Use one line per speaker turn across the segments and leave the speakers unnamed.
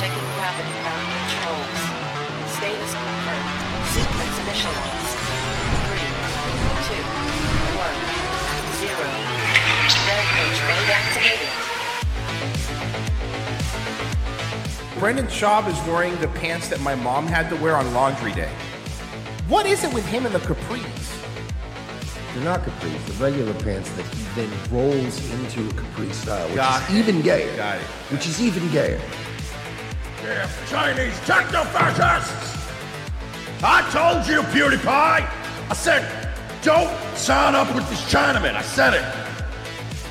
Checking gravity bound controls. Status confirmed. Sequence initialized. Three, two, one, zero. Rampage mode activated.
Brendan Schaub is wearing the pants that my mom had to wear on laundry day. What is it with him and the capris?
They're not capris, the regular pants that he then rolls into a capri style, which
Got
is
it.
even gayer.
Got it.
Which is even gayer.
Damn Chinese techno fascists! I told you, PewDiePie! I said, don't sign up with this Chinaman. I said it.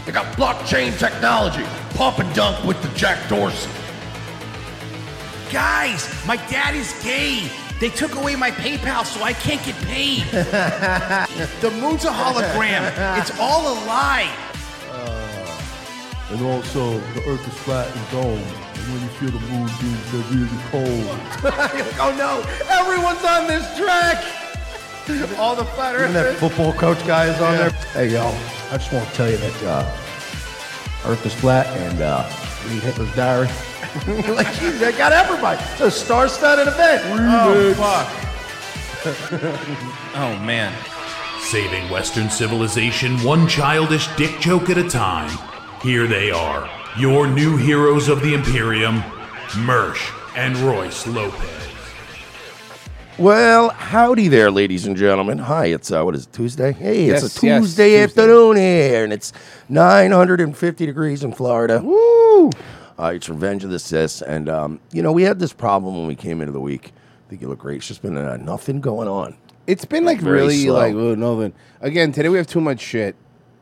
They got blockchain technology. Pump and dunk with the Jack Dorsey.
Guys, my dad is gay. They took away my PayPal, so I can't get paid. the moon's a hologram. It's all a lie.
Uh, And also, the earth is flat and domed. And when you feel the moon beams, they're really cold.
Oh no! Everyone's on this track!
All the flat
Even that football coach guy is on there. Hey y'all, I just want to tell you that uh, Earth is flat and uh, read Hitler's diary. like geez, they got everybody. It's a star-studded event.
Oh, fuck.
Oh, man.
Saving Western civilization one childish dick joke at a time. Here they are, your new heroes of the Imperium, Mersch and Royce Lopez.
Well, howdy there, ladies and gentlemen. Hi, it's uh, what is it, Tuesday? Hey, it's
Yes,
a
yes,
Tuesday
Tuesday.
afternoon here, and it's 950 degrees in Florida. Woo! Uh, it's Revenge of the Sis, and um, you know we had this problem when we came into the week. I think you look great. It's just been uh, nothing going on.
It's been like
Very
really
slow.
like oh, nothing. Again, today we have too much shit.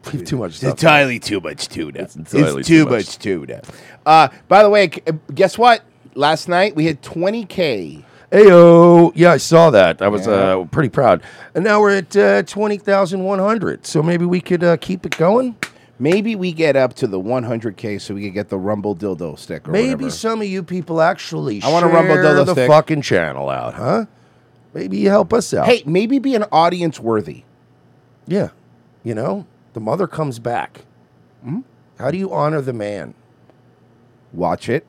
We have too much
It's
stuff.
entirely too much tuna. It's,
entirely
too
too
much,
much.
tuna. Uh, by the way, c- uh, guess what? Last night we had 20k.
Ayo! Yeah, I saw that. I was uh, pretty proud. And now we're at uh, twenty thousand one hundred. So maybe we could uh, keep it going.
Maybe we get up to the 100k so we could get the Rumble dildo stick or
Maybe
whatever.
some of you people actually
I
I
want
want
a
to
Rumble dildo
the
stick.
fucking channel out, huh? Maybe you help us out.
Hey, maybe be an audience worthy.
yeah, you know the mother comes back.
Hmm?
How do you honor the man?
Watch it.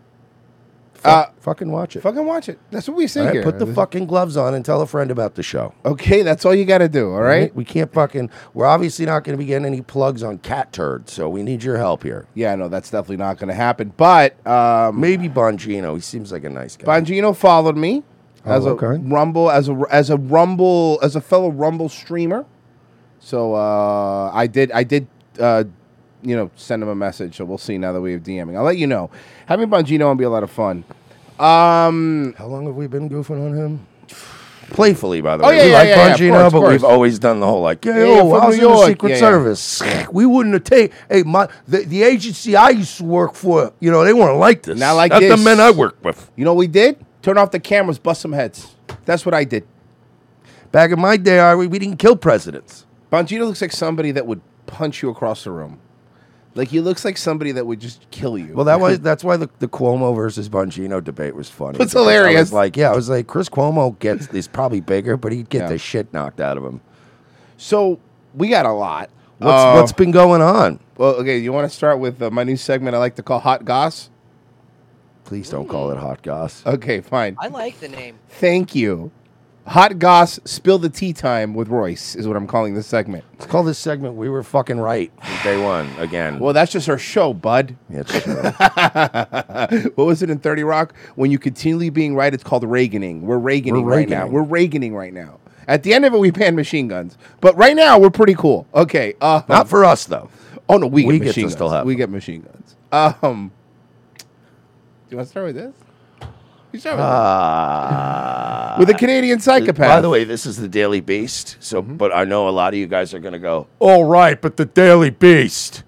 Fu-
Uh,
fucking watch it.
Fucking watch it. That's what we say
All right,
here.
put the fucking gloves on and tell a friend about the show.
Okay, that's all you got to do. All right.
We can't fucking. We're obviously not going to be getting any plugs on cat turd, so we need your help here.
Yeah, no, that's definitely not going to happen. But um,
Maybe Bongino. He seems like a nice guy.
Bongino followed me
Oh,
as a
okay.
Rumble as a as a Rumble as a fellow Rumble streamer. So uh, I did I did uh, you know send him a message. So we'll see now that we have DMing. I'll let you know. Having Bongino would be a lot of fun. Um,
How long have we been goofing on him? Playfully, by the
Oh,
way.
yeah,
we
yeah,
like
yeah, yeah, of
Bongino,
course, of
but
course.
we've always done the whole like, yeah,
Yeah, yeah,
oh,
from
I was
New
in the
York.
Secret
Yeah, yeah.
Service. We wouldn't have taken. Hey, my the, the agency I used to work for, you know, they weren't like this.
Not like
Not
this.
the men I work with.
you know what we did? Turn off the cameras, bust some heads. That's what I did.
Back in my day, I, we we didn't kill presidents.
Bongino looks like somebody that would punch you across the room. Like he looks like somebody that would just kill you.
Well, that was that's why the, the Cuomo versus Bongino debate was funny.
That's
because I was
hilarious.
like, yeah, I was like, Chris Cuomo gets is probably bigger, but he'd get
Yeah.
the shit knocked out of him.
so we got a lot.
What's
Uh,
what's been going on?
Well, okay, you want to start with uh, my new segment I like to call Hot Goss?
Please don't call it hot goss.
Okay, fine.
I like the name.
Thank you. Hot Goss Spill the Tea Time with Royce is what I'm calling this segment.
Let's call this segment "We Were Fucking Right" from day one again.
Well, that's just our show, bud.
It's true.
what was it in 30 Rock? When you continually being right, it's called Reaganing. We're Reaganing
We're
right now.
Reaganing.
We're Reaganing right now. At the end of it, we banned machine guns. But right now, we're pretty cool. Okay. Uh,
Not for us though.
oh, no, we,
we
get
get to
machine guns.
still have
we
them.
get machine guns. Um, do you want to start with this? You start with
Uh,
with a Canadian psychopath. Mm-hmm.
By the way, this is the Daily Beast. So, but I know a lot of you guys are going to go, all right, but the Daily Beast.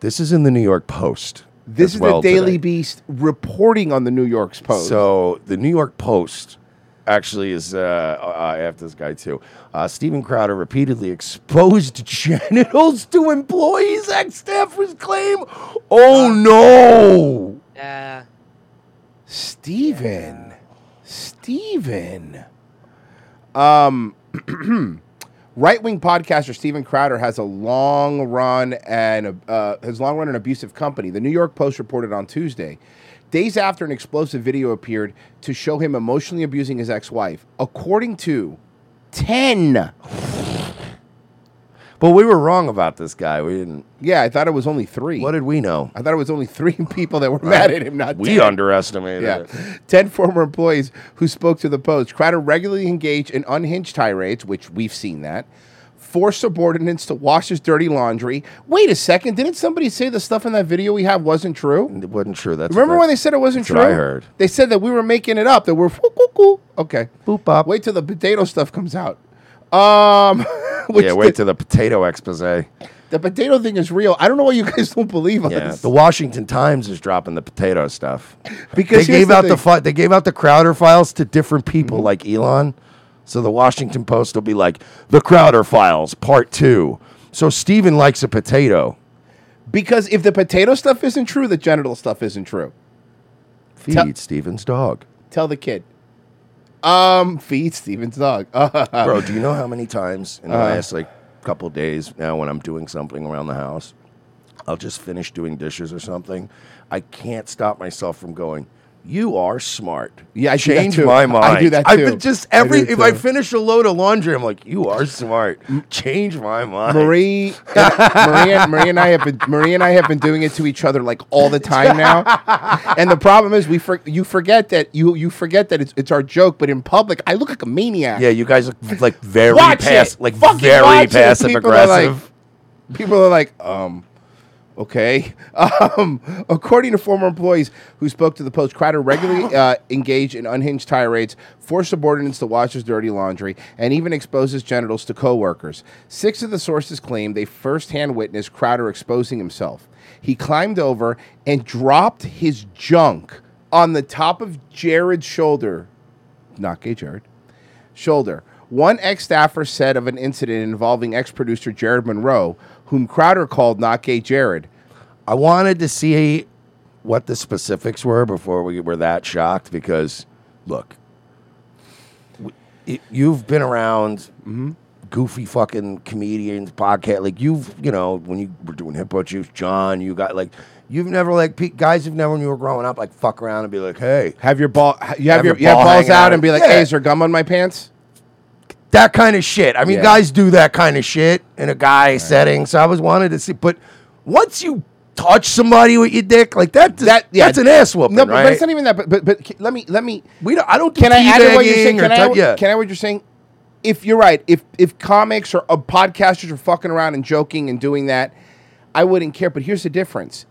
This is in the New York Post.
this
as
is
well
the Daily
today.
Beast reporting on the New York's Post.
So the New York Post actually is. Uh, uh, I have this guy too. Uh, Stephen Crowder repeatedly exposed genitals to employees. Ex-staffers claim, "Oh no."
Uh,
Steven, Steven, um, right wing podcaster Steven Crowder has a long run and uh, his long run an abusive company. The New York Post reported on Tuesday days after an explosive video appeared to show him emotionally abusing his ex-wife. According to 10.
But we were wrong about this guy. We didn't.
Yeah, I thought it was only three. What
did we know?
I thought it was only three people that were mad at him, not
we
10.
underestimated
Yeah.
it.
10 former employees who spoke to the Post. Crowder regularly engaged in unhinged tirades, which we've seen that, forced subordinates to wash his dirty laundry. Wait a second, didn't somebody say the stuff in that video we have wasn't true?
It wasn't true. That's
Remember
what-
when they said it wasn't
that's
true?
what I heard.
They said that we were making it up, that we're whoop, whoop, whoop. okay. Boop bop. Wait till the potato stuff comes out. Um, which
yeah, wait till the potato expose.
the potato thing is real. I don't know why you guys don't believe us.
Yeah, the Washington Times is dropping the potato stuff
Because
they
here's
gave
the
out the
thing. Mm-hmm.
fi- they gave out the Crowder files to different people like Elon. So the Washington Post will be like the Crowder files part two. So Steven likes a potato.
Because if the potato stuff isn't true, the genital stuff isn't true.
Feed Steven's dog.
Tell the kid. Um, feed Steven's dog.
Bro, do you know how many times in the
Uh-huh.
last like couple days now when I'm doing something around the house, I'll just finish doing dishes or something. I can't stop myself from going. You are smart.
Yeah, I do that
change
too.
my mind.
I do that
I've
too.
been just
I do
every.
it
if I
too.
finish a load of laundry, I'm like, you are smart. Change my mind.
Marie, Maria, Marie and I have been Marie and I have been doing it to each other like all the time now. And the problem is, we for, you forget that you you forget that it's it's our joke, but in public, I look like a maniac.
Yeah, you guys look like very
Watch
pass,
it.
like
Fucking watch
very
it.
passive
People are like-
aggressive.
People are like, um, okay. Um, according to former employees who spoke to the Post, Crowder regularly uh, engaged in unhinged tirades, forced subordinates to wash his dirty laundry, and even exposed his genitals to coworkers. Six of the sources claim they firsthand witnessed Crowder exposing himself. He climbed over and dropped his junk on the top of Jared's shoulder. Not gay, Jared shoulder. One ex staffer said of an incident involving ex producer Jared Monroe, whom Crowder called not gay Jared.
I wanted to see what the specifics were before we were that shocked because, look, w- y- you've been around
Mm-hmm.
goofy fucking comedians, podcast. Like, you've, you know, when you were doing Hippo Juice, John, you got like, you've never, like, pe- guys who've never, when you were growing up, like, fuck around and be like, hey.
Have your ball, you have,
Have
your,
your
you have
ball
balls
hanging
out
out.
and be like,
Yeah.
hey, is there gum on my pants?
that kind of shit. I mean,
Yeah.
guys do that kind of shit in a guy setting. So I was wanted to see, but once you touch somebody with your dick like that, that
yeah.
that's an ass whooping,
No, but,
right?
but it's not even that. But, but, but c- let me, let me,
we don't, I don't. do
can I add to what
teabagging
you're saying?
or
Can I,
touch- yeah.
can I, what you're saying? If you're right, if, if comics or uh, podcasters are fucking around and joking and doing that, I wouldn't care. But here's the difference.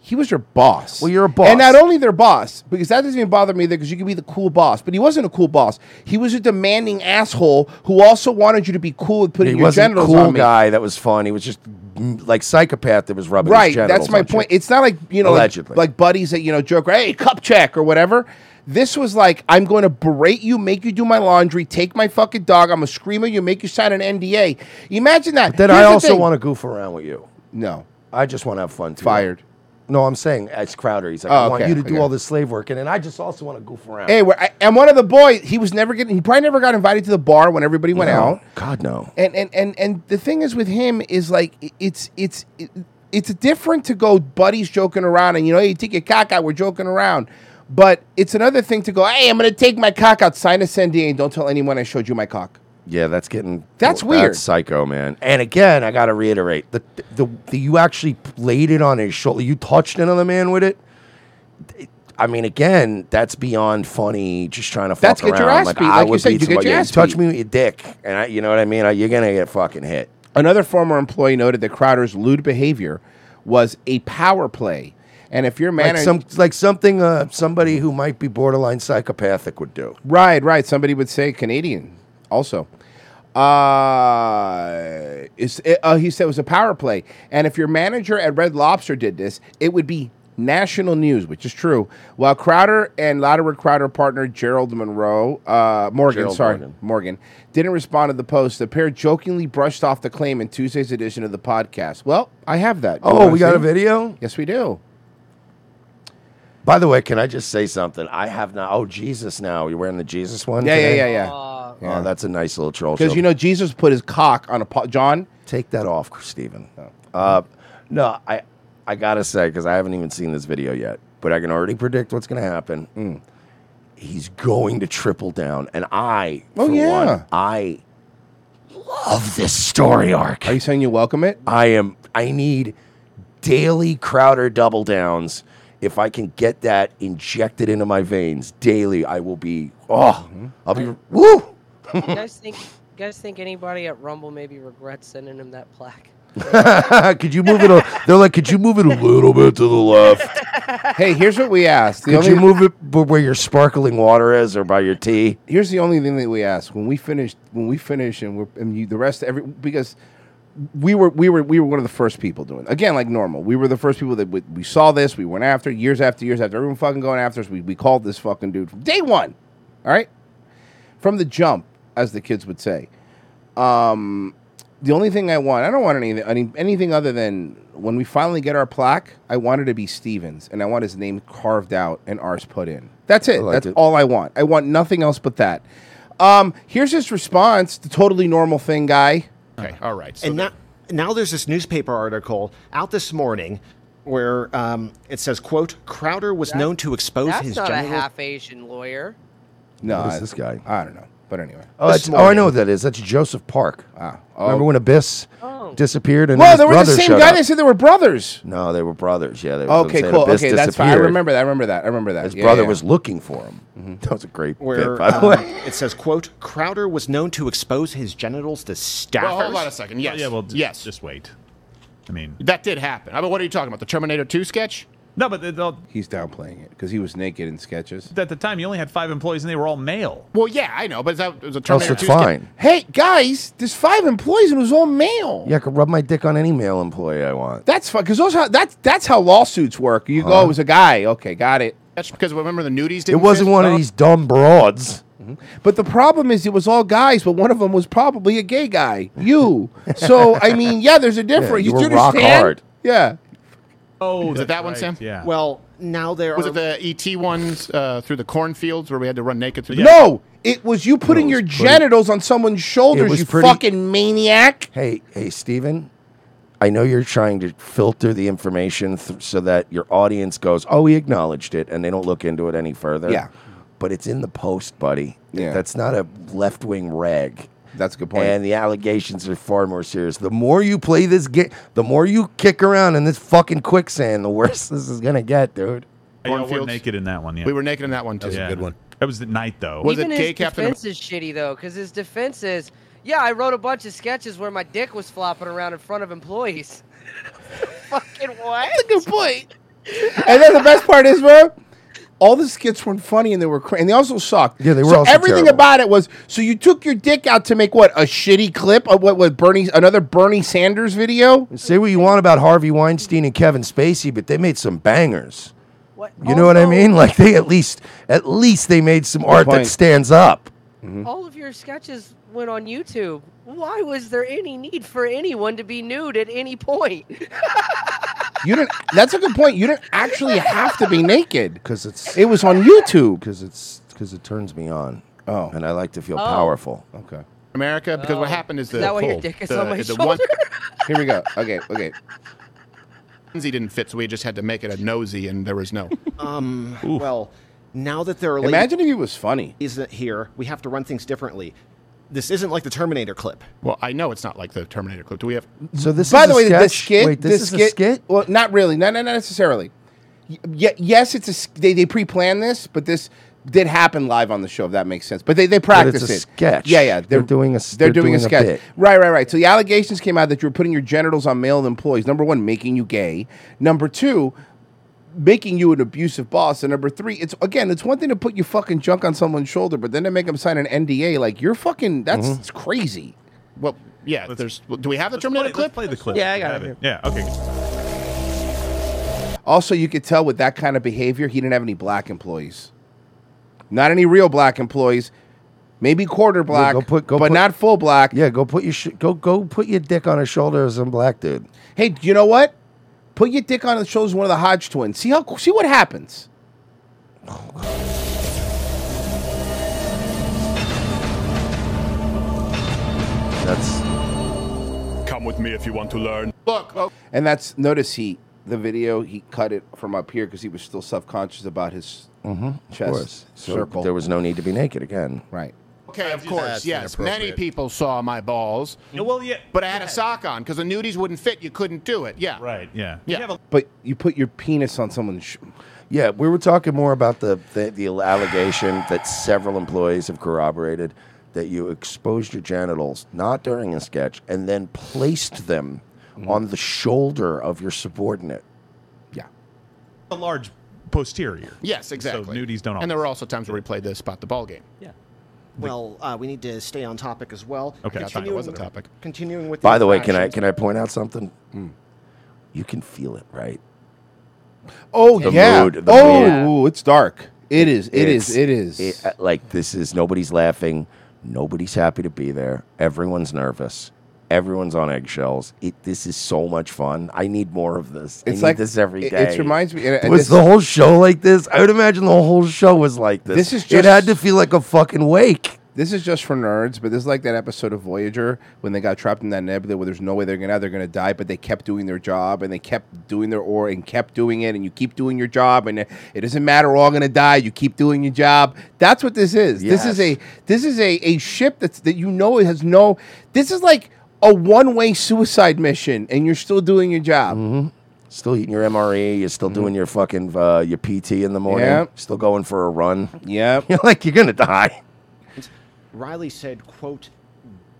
He was your boss.
Well, you're a boss.
And not only their boss, because that doesn't even bother me either, because you could be the cool boss. But he wasn't a cool boss. He was a demanding asshole who also wanted you to be cool with putting
he
your
wasn't a
genitals
cool
on me.
guy that was fun. He was just mm, like psychopath that was rubbing.
Right.
his genitals
That's my
on shit.
point. It's not like you know, like,
Allegedly.
like buddies that you know joke, hey, cup check or whatever. This was like, I'm going to berate you, make you do my laundry, take my fucking dog. I'm going to scream at you, make you sign an NDA. Imagine that.
Then I
Here's the
also
thing.
want to goof around with you.
No.
I just want to have fun. Too.
Fired.
No, I'm saying as Crowder. He's like,
Oh,
I want
okay,
you to
okay.
do all this slave work, and then I just also want to goof around.
Hey, we're- I- and one of the boys, he was never getting, he probably never got invited to the bar when everybody went
No.
out.
God no.
and and and and the thing is with him is like i- it's it's it, it's different to go buddies joking around and you know hey take your cock out we're joking around but it's another thing to go hey i'm gonna take my cock out sign a NDA and don't tell anyone i showed you my cock
Yeah, that's getting
That's weird.
psycho, man. And again, I gotta reiterate the, the the you actually laid it on his shoulder. You touched another man with it. I mean, again, that's beyond funny. Just trying to fuck
That's
around.
get your ass
like
beat.
I
Like you
would
said,
beat
you get
somebody.
your
Yeah,
ass
touch
beat.
me with your dick, and I, you know what I mean. I- You're gonna get fucking hit.
Another former employee noted that Crowder's lewd behavior was a power play, and if your
Like
manager,
some like something uh, somebody who might be borderline psychopathic would do.
Right, right. Somebody would say Canadian also. Uh, is, uh, he said it was a power play. And if your manager at Red Lobster did this, it would be national news, which is true. While Crowder and Latimer Crowder partner Gerald Monroe, uh, Morgan,
Gerald
sorry,
Morgan.
Morgan, didn't respond to the post, the pair jokingly brushed off the claim in Tuesday's edition of the podcast. Well, I have that. You
Oh,
wanna
we got
see?
a video.
Yes, we do.
By the way, can I just say something? I have not. Oh, Jesus! Now you're wearing the Jesus one.
Yeah, yeah,
today?
yeah, yeah.
Oh, that's a nice little troll.
Because
show.
you know Jesus put his cock on a po- John.
Take that off, Stephen. Uh, no, I I gotta say because I haven't even seen this video yet. but I can already predict what's going to happen.
Hmm.
He's going to triple down, and I,
Oh,
for
yeah.
one, I love this story arc.
Are you saying you welcome it?
I am. I need daily Crowder double downs. If I can get that injected into my veins daily, I will be. Oh,
Mm-hmm.
I'll be. Woo!
you guys think you guys think anybody at Rumble maybe regrets sending him that plaque?
could you move it? A, they're like, could you move it a little bit to the left?
hey, here's what we asked. The
Could
only-
you move it b- where your sparkling water is, or by your tea?
here's the only thing that we ask when we finish when we finish and we're and you, the rest every because we were we were we were one of the first people doing it. again like normal we were the first people that we, we saw this we went after years after years after everyone fucking going after us we, we called this fucking dude from day one all right from the jump as the kids would say um the only thing I want, I don't want anything, any, anything other than when we finally get our plaque, I want it to be Stevens and I want his name carved out and ours put in. That's it.
liked
That's
it.
all I want. I want nothing else but that. Um, here's his response, the totally normal thing guy.
Okay, all right.
and now, now there's this newspaper article out this morning where um, it says, "quote Crowder was known to expose
That's
his
not
general."
a half Asian lawyer.
No,
What is
I-
this guy?
I don't know. But anyway.
Oh,
This
that's, oh, I know
morning.
what that is. That's Joseph Park.
Ah,
Remember when Abyss
Oh.
disappeared and
Well,
his
they were the
brother
same
showed
guy.
up?
They said they were brothers.
No, they were brothers. Yeah. They were
Okay,
saying
cool.
Abyss
Okay, that's fine. I
disappeared.
remember that. I remember that. I remember that.
His
Yeah,
brother
yeah. Mm-hmm.
was looking for him. That was a great
where
bit, by the
um,
way.
it says, "quote Crowder was known to expose his genitals to staffers."
Well, hold on a second. Yes.
Yeah, well, j-
yes.
Just wait. I mean,
that did happen. I mean, what are you talking about? The Terminator 2 sketch?
no, but the, the,
He's downplaying it because he was naked in sketches.
at the time you only had five employees and they were all male.
Well, yeah, I know, but is that was a
Else
Terminator
it's
2 sketch?
fine.
Hey, guys, there's five employees and it was all male.
Yeah, I could rub my dick on any male employee I want.
That's fun because those how, that's that's how lawsuits work. You go, oh, it was a guy. Okay, got it.
That's because remember the nudies
It
didn't
wasn't
fit?
one of these dumb broads.
Mm-hmm. But the problem is, it was all guys, but one of them was probably a gay guy. You. So I mean, yeah, there's a difference.
you were
do
rock
understand?
hard.
Yeah.
Oh,
Was it that one, Sam?
Yeah.
Well, now there
Was
are
it the ET ones uh, through the cornfields where we had to run naked through the
No, it was you putting
was
your
pretty-
genitals on someone's shoulders.
was
You
pretty-
fucking maniac.
Hey, hey, Steven, I know you're trying to filter the information th- so that your audience goes, oh, he acknowledged it, and they don't look into it any further.
Yeah.
But it's in the post, buddy.
Yeah.
That's not a left wing rag.
That's a good
And the allegations are far more serious. The more you play this game, the more you kick around in this fucking quicksand, the worse this is going to get, dude.
Yeah, we were
cornfields.
naked in that one. Yeah.
We were naked in that one, too.
yeah. good one. That was the night though.
Was it
Even
gay
his
Captain Am-
defense is shitty though, because his defense is, yeah, I wrote a bunch of sketches where my dick was flopping around in front of employees. Fucking what?
That's a good point. and then the best part is, bro, all the skits weren't funny and they were cra- and they also sucked.
Yeah, they were
So
also
everything
terrible.
about it was so you took your dick out to make what a shitty clip of what was Bernie another Bernie Sanders video.
Say what you want about Harvey Weinstein and Kevin Spacey, but they made some bangers.
What?
You know what I
Also,
mean? Like they at least at least they made some art that
point.
stands up.
All of your sketches went on YouTube. Why was there any need for anyone to be nude at any point?
You didn't. That's a good point. You didn't actually have to be naked.
Because it's
It was on YouTube.
because it's because it turns me on.
Oh.
And I like to feel powerful.
Okay.
America? Because what
Oh.
happened is the.
Is that why your
Cool.
dick is
the,
on my
the
shoulder?
one
Here we go. Okay. Okay.
onesie didn't fit, so we just had to make it a nosy, and there was no.
um, well, now that there are ladies
Imagine if he was funny.
that here, we have to run things differently. This isn't like the Terminator clip.
well, I know it's not like the Terminator clip. Do we have.
So this
By
is
the
a
way,
sketch?
the skit.
Wait, this
the
is
skit,
a skit?
Well, not really. No, no, not necessarily. Y- ye- yes, it's a. s- They they pre-planned this, but this did happen live on the show. If that makes sense, but they they practiced
a
it.
sketch.
Yeah, yeah.
They're doing a s-
They're,
they're
doing, a
doing a
sketch.
bit.
Right, right, right. So the allegations came out that you were putting your genitals on male employees. Number one, making you gay. Number two. Making you an abusive boss, and number three, it's again, it's one thing to put your fucking junk on someone's shoulder, but then to make them sign an NDA, like you're fucking, that's
Mm-hmm.
it's crazy.
Well, yeah, there's. Do we have the Terminator
Let's play-
clip?
let's play the clip.
Yeah, I
We
got it
have
here.
Yeah. Okay. good.
Also, you could tell with that kind of behavior, he didn't have any black employees. Not any real black employees. Maybe quarter black,
go put- go
but
put-
not full black.
Yeah, go put your sh- go go put your dick on a shoulder of some black dude.
Hey, you know what? Put your dick on the shoulders of one of the Hodge twins. See how see what happens.
That's
Come with me if you want to learn.
Look, oh,
And that's notice he the video, he cut it from up here because he was still self conscious about his
Mm-hmm.
chest
So
circle.
There was no need to be naked again.
Right.
Okay, of
that's
course, yes. Many
inappropriate.
people saw my balls.
Well, yeah.
But I had a sock on because the nudies wouldn't fit. You couldn't do it. Yeah.
Right. Yeah.
Yeah.
But you put your penis on someone's. Sh-
yeah, we were talking more about the, the the allegation that several employees have corroborated that you exposed your genitals not during a sketch and then placed them
Mm-hmm.
on the shoulder of your subordinate.
a large posterior.
Yes, exactly.
So nudies don't.
And there were also times where we played the spot the ball game.
Yeah.
Well, uh, we need to stay on topic as well.
Okay, that's fine. It was a
with-
topic.
Continuing with.
By the way, can I
infractions.
can I point out something?
Hmm.
You can feel it, right?
Oh
The
yeah.
mood, the
oh,
mood.
ooh, it's dark. It is. It
It's-
is. It is.
it- uh, like this is nobody's laughing, nobody's happy to be there. Everyone's nervous. Everyone's on eggshells. It, this is so much fun. I need more of this. I
It's
need
like-
this every
it-
day.
it reminds me- and- and
was
this-
the whole show like this? I would imagine the whole show was like this.
This is
it
just-
had to feel like a fucking wake.
This is just for nerds, but this is like that episode of Voyager when they got trapped in that nebula where there's no way they're gonna they're gonna die, but they kept doing their job and they kept doing their or and kept doing it, and you keep doing your job, and it doesn't matter, we're all gonna die. You keep doing your job. That's what this is. This is a this is a, a ship that's that you know it has no. This is like a one way suicide mission, and you're still doing your job.
Still eating your MRE. You're still doing your fucking uh, your PT in the morning.
Mm-hmm. Yep.
Still going for a run.
Yeah.
You're like you're gonna die.
Riley said, "Quote,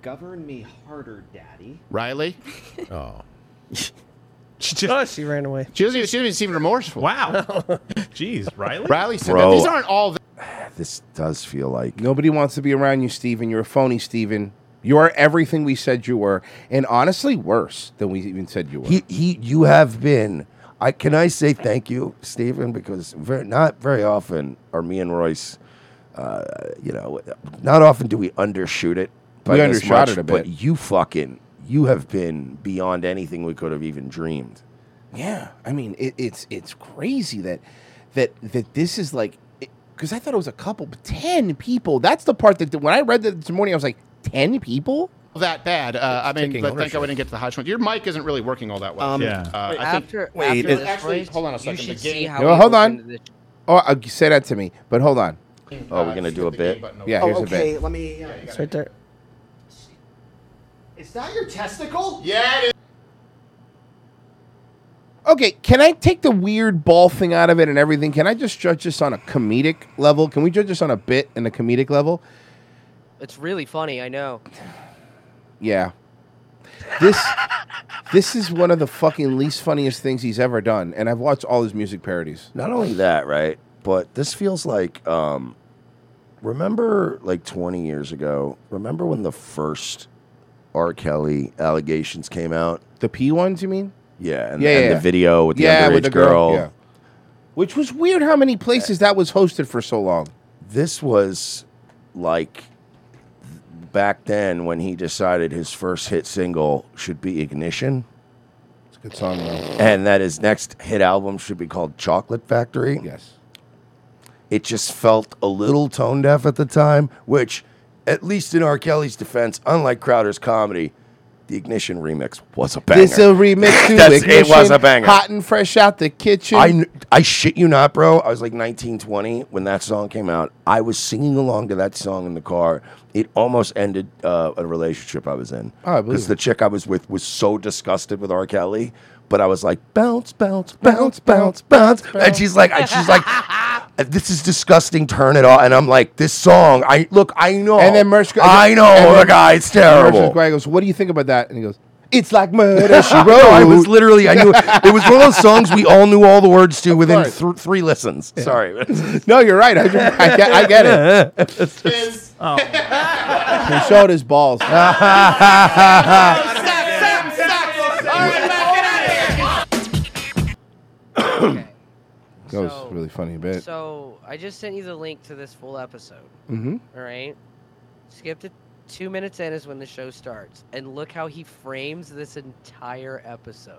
govern me harder, Daddy."
Riley?
oh.
She just,
she
ran away.
She doesn't, even- she doesn't seem remorseful.
Wow. Jeez, Riley?
Riley said
Bro.
that. These aren't all. The-
This does feel like
Nobody wants to be around you, Steven. You're a phony, Steven. You are everything we said you were, and honestly, worse than we even said you were.
He, he, you have been. I can I say thank you, Stephen, because very, not very often are me and Royce. Uh, you know, not often do we undershoot it. By
We
this much,
undershot it a
but
bit.
you fucking, you have been beyond anything we could have even dreamed.
Yeah, I mean, it, it's it's crazy that that that this is like because I thought it was a couple, but ten people. That's the part that when I read that this morning, I was like, ten people.
that bad. Uh, I mean,
taking
but thank
ownership.
God we didn't get to the hot one. Your mic isn't really working all that well.
Um, Yeah.
Uh,
Wait,
I think-
after-
wait,
after
it-
this
actually,
race,
hold on a
you
second.
should
The
see
game-
how No, we hold open on. Oh, uh, you say that to me, but hold on.
Oh, we're gonna do a bit.
Yeah, here's
oh, okay.
a bit.
Let me. Uh,
It's right there.
is that your testicle?
Yeah, it is.
Okay, can I take the weird ball thing out of it and everything? Can I just judge this on a comedic level? Can we judge this on a bit and a comedic level?
It's really funny, I know.
Yeah. This this is one of the fucking least funniest things he's ever done, and I've watched all his music parodies.
Not only that, right? But this feels like um remember like 20 years ago, remember when the first R. Kelly allegations came out?
The P ones, you mean?
Yeah, and,
Yeah,
and
yeah.
the video with the
Yeah,
underage
with the girl,
girl.
yeah. Which was weird how many places that was hosted for so long.
This was like back then when he decided his first hit single should be Ignition.
It's a good song though.
and that his next hit album should be called Chocolate Factory.
Yes.
It just felt a little tone deaf at the time, which, at least in R. Kelly's defense, unlike Crowder's comedy, the Ignition remix was a banger.
This a remix to
That's- It
Ignition,
was a banger.
Hot and fresh out the kitchen.
I, kn- I shit you not, bro. I was like 19, 20 when that song came out. I was singing along to that song in the car. It almost ended uh, a relationship I was in.
Oh, I believe
Because
it.
the chick I was with was so disgusted with R. Kelly, but I was like, bounce, bounce,
bounce,
bounce, bounce. And she's like, and she's like, "Uh, this is disgusting. Turn it off. And I'm like, this song. I look. I know.
And then Merch. go-
I
and
know the
then-
guy's
and Merch
terrible.
Greg goes, "What do you think about that?" And he goes, "It's like murder she wrote."
I was literally, I knew it. It was one of those songs we all knew all the words to within th- three listens. Sorry.
no, you're right. I, I, get, I get it. He showed his balls. That was
So-
really funny bit.
So I just sent you the link to this full episode.
Mhm.
All right. Skip to two minutes in is when the show starts, and look how he frames this entire episode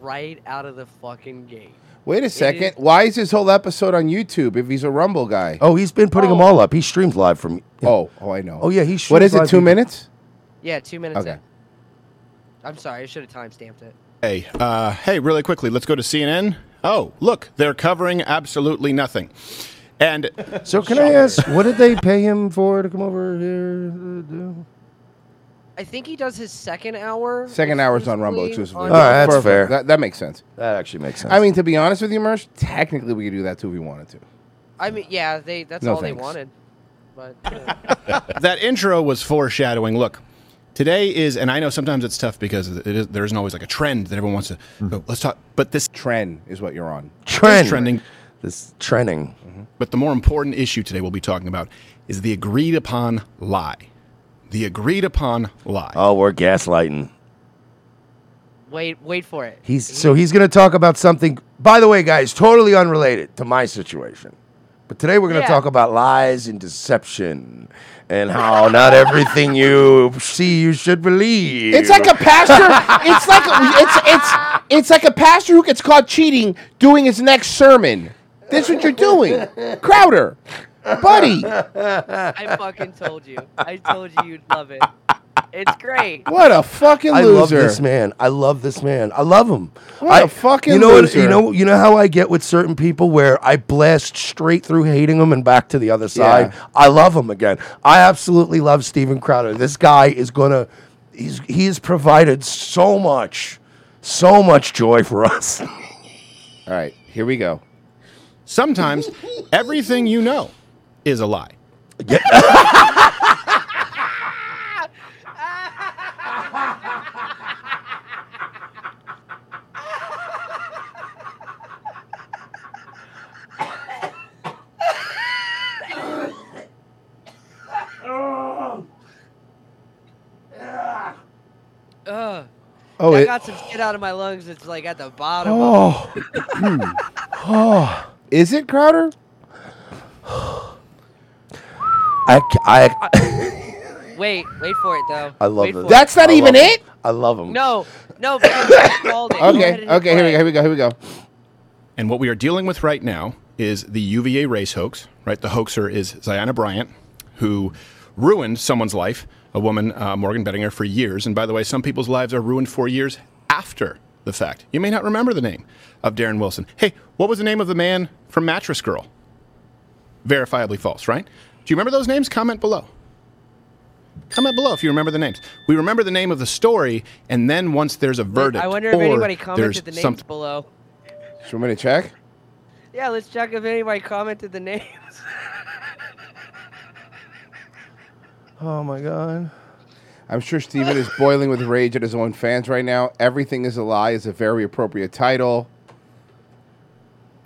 right out of the fucking gate.
Wait
It
a
is-
second. Why is this whole episode on YouTube if he's a Rumble guy?
Oh, he's been putting them all up. He streams live from.
Oh, oh, I know.
Oh, yeah, he
What
streams
is it?
live
Two
YouTube.
minutes?
yeah, two minutes.
Okay.
In. I'm sorry, I should have timestamped it.
Hey, uh, hey, really quickly, let's go to CNN. Oh, look, they're covering absolutely nothing. And
so, can I ask, what did they pay him for to come over here to do?
I think he does his second hour.
Second hour's on Rumble exclusively.
All right, that's fair.
That, that makes sense.
That actually makes sense.
I mean, to be honest with you, Mersh, technically we could do that too if we wanted to.
I mean, yeah, they that's
No
all
thanks.
they wanted. But uh,
that intro was foreshadowing. Look, today is, and I know sometimes it's tough because it is, there isn't always like a trend that everyone wants to. "Oh, let's talk, but this
Mm. trend is what you're on. Mm-hmm.
Trend trending.
This trending.
But the more important issue today we'll be talking about is the agreed upon lie. The agreed upon lie.
Oh, we're gaslighting.
wait, wait for it.
He's so he's going to talk about something. By the way, guys, totally unrelated to my situation. But today we're going to
Yeah.
talk about lies and deception and how not everything you see you should believe.
It's like a pastor. it's like a, it's it's it's like a pastor who gets caught cheating doing his next sermon. That's what you're doing, Crowder, buddy.
I fucking told you. I told you you'd love it. It's great.
What a fucking
I love
loser.
this man. I love this man. I love him.
What
I-
a fucking
you know what-
loser.
you know you know how I get with certain people where I blast straight through hating them and back to the other side.
Yeah.
I love him again. I absolutely love Steven Crowder. This guy is gonna he's he has provided so much, so much joy for us. All
right, here we go.
Sometimes everything you know is a lie.
Oh,
Ugh.
Oh,
I
it-
got some shit out of my lungs. It's like at the bottom.
Oh. oh. Is it Crowder?
I, ca- I,
Of, wait, wait for it though.
I love
Wait for
him.
it.
I love him. I love him.
No, no. because I called it. Go ahead
Okay,
and
okay, here we go, here we go, here we go.
And what we are dealing with right now is the UVA race hoax, right? The hoaxer is Ziana Bryant, who ruined someone's life, a woman, uh, Morgan Bettinger, for years. And by the way, some people's lives are ruined for years after the fact. You may not remember the name of Darren Wilson. Hey, what was the name of the man from Mattress Girl? Verifiably false, right? Do you remember those names? Comment below. Comment below if you remember the names. We remember the name of the story, and then once there's a verdict,
I wonder if
or
anybody
there's
commented the names
something-
below.
Should we check?
Yeah, let's check if anybody commented the names.
Oh my god.
I'm sure Steven is boiling with rage at his own fans right now. Everything is a lie is a very appropriate title.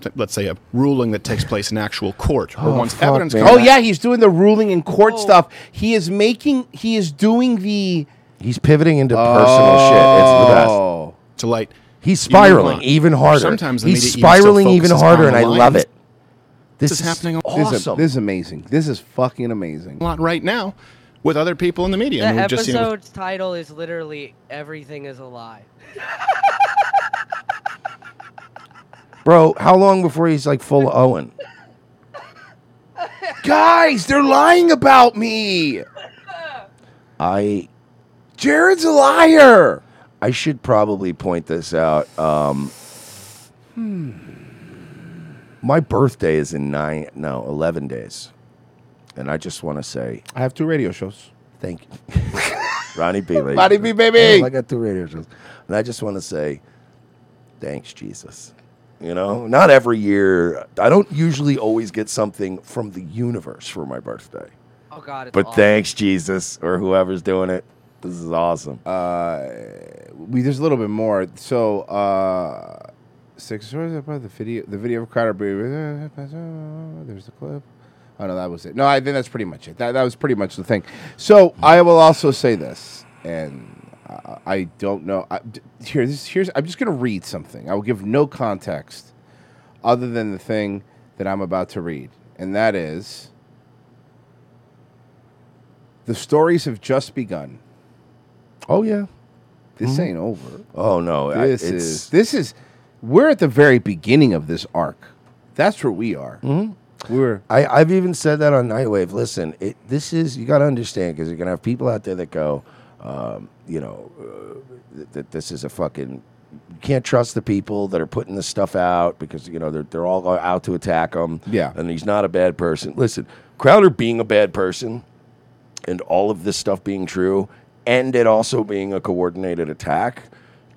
t- let's say a ruling that takes place in actual court or once evidence comes
Oh yeah, he's doing the ruling in court stuff. He is making he is doing the
He's pivoting into personal shit. It's the best.
Oh.
to light
He's
You move
spiraling
on.
even harder.
Sometimes the media
he's
even still
spiraling even
focuses on
harder,
the
and I
lions.
love it. This,
This is
is
happening all-
This is,
Awesome.
this is amazing. This is fucking amazing.
a lot right now with other people in the media.
the
and we've just seen it with-
episode's title is literally "Everything Is a Lie."
bro. How long before he's like full of Owen?
Guys, they're lying about me.
I.
Jared's a liar.
I should probably point this out. Um,
Hmm.
my birthday is in nine, no, eleven days, and I just want to say
I have two radio shows.
Thank you, Ronnie B. ladies
Ronnie
and-
B, baby.
Oh, I got two radio shows, and I just want to say thanks, Jesus. You know, not every year. I don't usually always get something from the universe for my birthday.
Oh God, it's
But
awful.
thanks, Jesus, or whoever's doing it. This is awesome.
Uh, we there's a little bit more. So uh, six what is it about the video the video of Crowder Brewer. There's the clip. Oh no, that was it. No, I think that's pretty much it. That that was pretty much the thing. So I will also say this, and I, I don't know. I, d- here, this here's. I'm just gonna read something. I will give no context other than the thing that I'm about to read, and that is. The stories have just begun.
Oh yeah.
This
Mhm.
ain't over.
Oh no, I-
This
it's-
is this is we're at the very beginning of this arc. That's where we are.
Mhm.
We're
I, I've even said that on Nightwave. Listen, it, this is you got to understand because you're gonna have people out there that go, um, you know, uh, th- that this is a fucking you can't trust the people that are putting this stuff out because you know they're they're all out to attack him. Yeah, and he's not a bad person. Listen, Crowder being a bad person, and all of this stuff being true, and it also being a coordinated attack,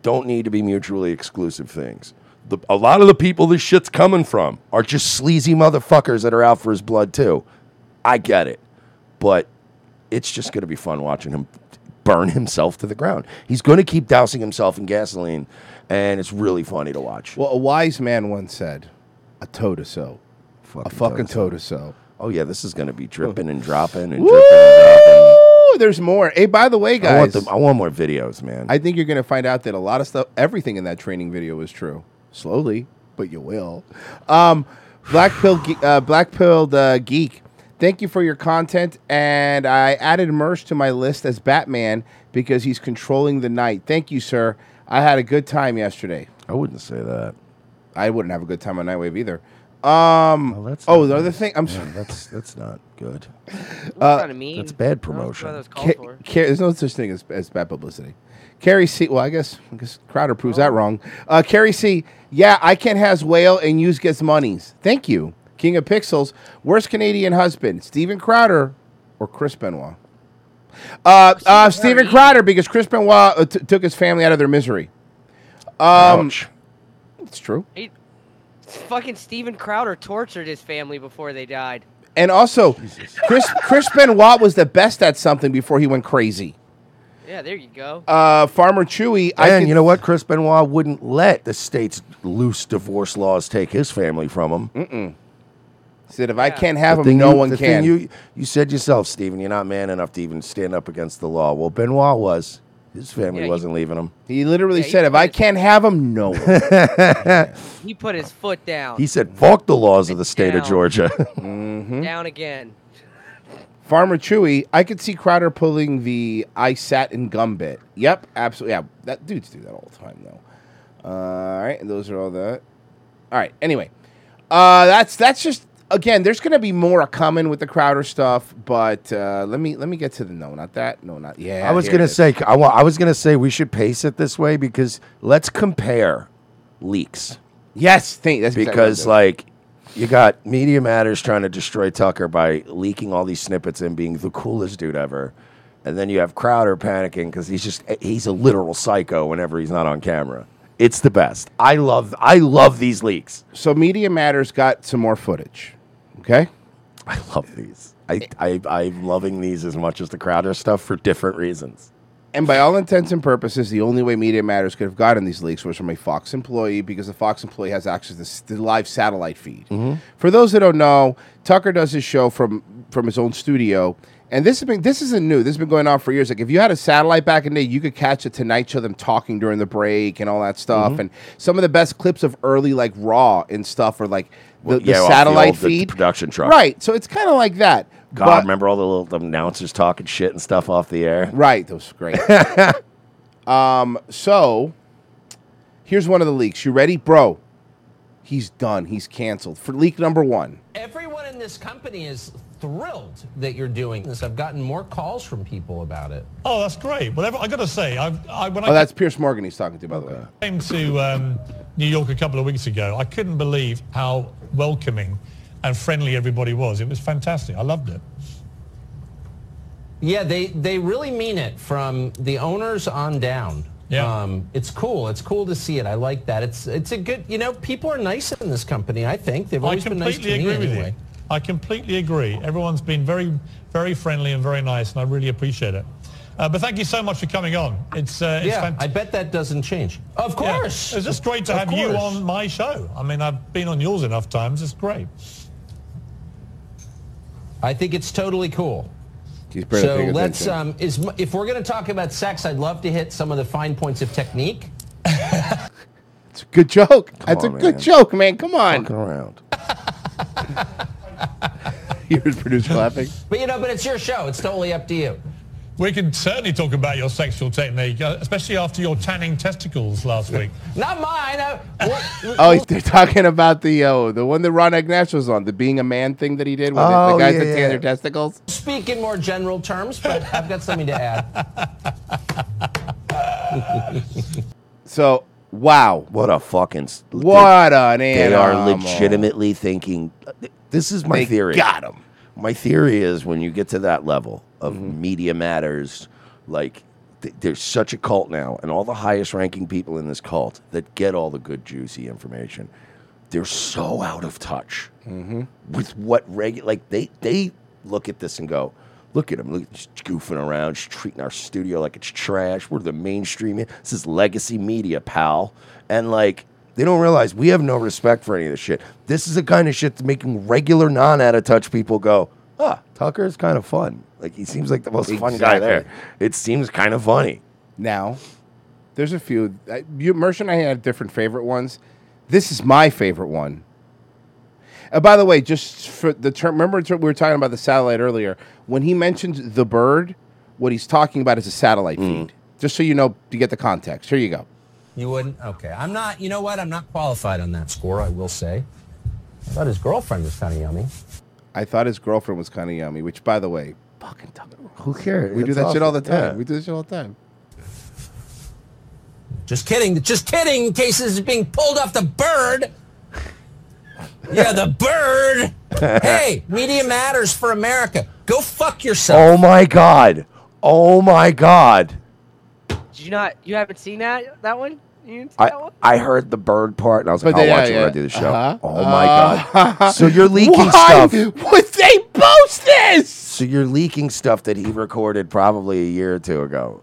don't need to be mutually exclusive things. The, a lot of the people this shit's coming from are just sleazy motherfuckers that are out for his blood too. I get it, but it's just going to be fun watching him burn himself to the ground. He's going to keep dousing himself in gasoline, and it's really funny to watch.
Well, a wise man once said, "A toe to so, a fucking toe to so."
Oh yeah, this is going to be dripping and dropping and dripping and dropping.
Ooh, there's more. Hey, by the way,
I want,
guys,
them, I want more videos, man.
I think you're going to find out that a lot of stuff, everything in that training video is true. Slowly, but you will. Um, Black Pill, Ge- uh, Black Pill uh, Geek, thank you for your content. And I added Mersh to my list as Batman because he's controlling the night. Thank you, sir. I had a good time yesterday.
I wouldn't say that.
I wouldn't have a good time on Nightwave either. Um, oh, the other thing, I'm sorry.
That's that's not good.
Uh,
kinda mean.
That's bad promotion.
That's what
Ca-
that was called
Ca- there's no such thing as, as bad publicity. Carrie C. Well, I guess, I guess Crowder proves that wrong. Uh, Carrie C. Yeah, I can has whale and use gets monies. Thank you, King of Pixels. Worst Canadian husband, Stephen Crowder or Chris Benoit? Uh, uh, Stephen Crowder because Chris Benoit uh, t- took his family out of their misery. Um, It's true.
He, fucking Steven Crowder tortured his family before they died.
And also, Chris Chris Benoit was the best at something before he went crazy.
Yeah, there you go.
Uh, Farmer Chewy, I
and
can-
you know what? Chris Benoit wouldn't let the state's loose divorce laws take his family from him.
Mm-mm. Said if I can't have
The
him,
thing
no
you-
one
the thing
can.
You, you said yourself, Stephen, you're not man enough to even stand up against the law. Well, Benoit was. His family wasn't leaving him.
He literally said, "If I can't have him, no."
He put his foot down.
he said, "Fuck the laws of the state of
Down.
Georgia."
Hmm?
down again.
Mm-hmm. Farmer Chewy, I could see Crowder pulling the "I sat in gum bit." Yep, absolutely. Yeah, that dudes do that all the time, though. Uh, all right, and those are all that. All right. Anyway, uh, that's that's just again. There's going to be more coming with the Crowder stuff, but uh, let me let me get to the no, not that, no, not yeah.
I was
here it
gonna
is.
say I, wa- I was gonna say we should pace it this way because let's compare leaks.
Yes, thank, that's exactly
because
what
like you got Media Matters trying to destroy Tucker by leaking all these snippets and being the coolest dude ever, and then you have Crowder panicking because he's just he's a literal psycho whenever he's not on camera. It's the best. I love I love these leaks.
So Media Matters got some more footage. Okay.
I love these. I, I I'm loving these as much as the Crowder stuff for different reasons.
And by all intents and purposes, the only way Media Matters could have gotten these leaks was from a Fox employee because the Fox employee has access to s- the live satellite feed. For those that don't know, Tucker does his show from from his own studio, and this has been this isn't new. This has been going on for years. Like if you had a satellite back in the day, you could catch a Tonight Show them talking during the break and all that stuff.
Mhm.
And some of the best clips of early like Raw and stuff are like the,
Well,
the
yeah, off the
satellite
old- the- the
feed
production truck.
right? So it's kind of like that.
God,
but-
remember all the little the announcers talking shit and stuff off the air?
Right, those were great. um, so here's one of the leaks. You ready, bro? He's done. He's canceled for leak number one.
Everyone in this company is thrilled that you're doing this. I've gotten more calls from people about it.
Oh, that's great. Well, ever- I got to say, I, I, when I
Oh, that's Pierce Morgan he's talking to, by the way.
came to um, New York a couple of weeks ago, I couldn't believe how welcoming and friendly everybody was. It was fantastic. I loved it.
Yeah, they, they really mean it from the owners on down. Yeah. Um, it's cool. It's cool to see it. I like that. It's it's a good, you know, people are nice in this company, I think. They've
I
always been nice to
completely
me
agree with
anyway.
you. I completely agree. Everyone's been very, very friendly and very nice, and I really appreciate it. Uh, but thank you so much for coming on. It's, uh, it's
Yeah, I bet that doesn't change. Of course.
It's just great to
Of
have you
course.
on my show. I mean, I've been on yours enough times. It's great.
I think it's totally cool.
He's barely
So
paying
let's,
attention.
um, is, if we're going to talk about sex, I'd love to hit some of the fine points of technique.
It's a good joke. that's
on,
a good
man.
joke, man. Come on.
Fucking around.
Here's producer laughing.
But you know, but it's your show. It's totally up to you.
We can certainly talk about your sexual technique, uh, especially after your tanning testicles last week.
Not mine. I, what,
Oh, he's- they're talking about the uh, the one that Ron Agnes was on, the being a man thing that he did with
Oh,
the, the guys that tan their testicles.
Speak in more general terms, but I've got something to add.
So Wow.
What a fucking. s-
What an
They are
animal.
legitimately thinking. This is my
They
theory.
got 'em.
My theory is when you get to that level of
Mm-hmm.
media matters, like th- there's such a cult now, and all the highest ranking people in this cult that get all the good, juicy information, they're so out of touch
Mm-hmm.
with what regular like they they look at this and go look at him look he's goofing around she's treating our studio like it's trash we're the mainstream this is legacy media pal and like they don't realize we have no respect for any of this shit this is the kind of shit that's making regular non out of touch people go ah tucker is kind of fun like he seems like the most fun guy there it seems kind of funny
Now, there's a few. uh, You, Mersh and I had different favorite ones. This is my favorite one. Uh, by the way, just for the term, remember we were talking about the satellite earlier. When he mentioned the bird, what he's talking about is a satellite
Mm.
feed. Just so you know, you get the context. Here you go.
You wouldn't? Okay. I'm not, you know what? I'm not qualified on that score, I will say. I thought his girlfriend was kind of yummy.
I thought his girlfriend was kind of yummy, which, by the way, fucking Tucker.
Who cares?
We do
That's
that shit all the
awesome.
time.
Yeah.
We do this shit all the time.
Just kidding. Just kidding. In case this is being pulled off the bird. Yeah, the bird. hey, media matters for America. Go fuck yourself.
oh my god oh my god
Did you not? You haven't seen that that one? You didn't see
I,
that one?
I heard the bird part and I was like,
But
I'll
they-
watch
yeah,
it when I
yeah.
do the show.
Uh-huh.
Oh my
Uh,
god! So you're leaking
Why
stuff.
would they post this?
So you're leaking stuff that he recorded probably a year or two ago.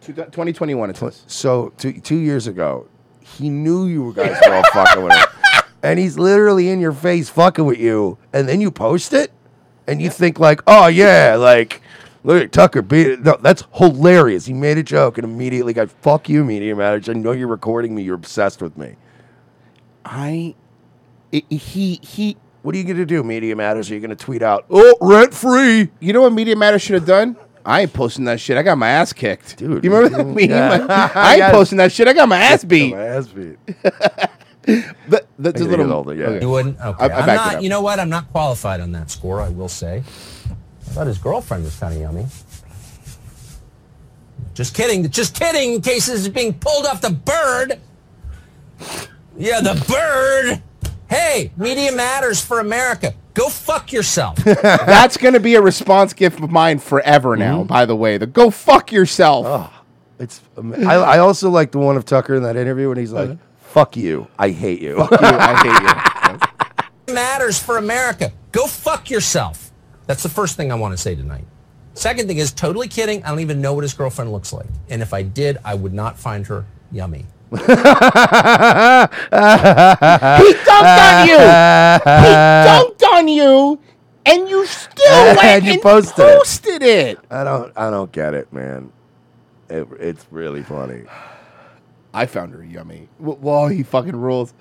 Two- 2021 it says.
So two, two years ago, he knew you were guys were all fucking with him, and he's literally in your face fucking with you, and then you post it, and you think like, oh yeah, like look at Tucker beat it. No, that's hilarious. He made a joke and immediately got fuck you, media manager. I know you're recording me. You're obsessed with me.
I he he.
What are you gonna do, Media Matters? Are you gonna tweet out? Oh, rent free.
You know what Media Matters should have done? I ain't posting that shit. I got my ass kicked, dude. You remember that meme?
Yeah.
I ain't
Yes.
posting that shit. I got my ass beat.
My ass beat.
The, the, the
gotta
little,
get
older, yeah.
You wouldn't? Okay.
I, I
am
backed it
not,
up.
you know what? I'm not qualified on that score, I will say. I thought his girlfriend was kind of yummy. Just kidding. Just kidding. In case this is being pulled off the bird. Yeah, the bird. Hey, media matters for America. Go fuck yourself.
That's gonna be a response gift of mine forever now. By the way, the go fuck yourself.
Mm-hmm. it's um, I, I also like the one of Tucker in that interview when he's like, "Fuck you, I hate you, fuck you,
I
hate you."
matters for America. Go fuck yourself. That's the first thing I want to say tonight. Second thing is totally kidding. I don't even know what his girlfriend looks like. And if I did, I would not find her yummy.
he dumped on you. He dumped on you, and you still went
And
and,
you
posted,
posted it.
it.
I don't, I don't get it, man. It, it's really funny.
I found her yummy. W- Whoa, he fucking rules.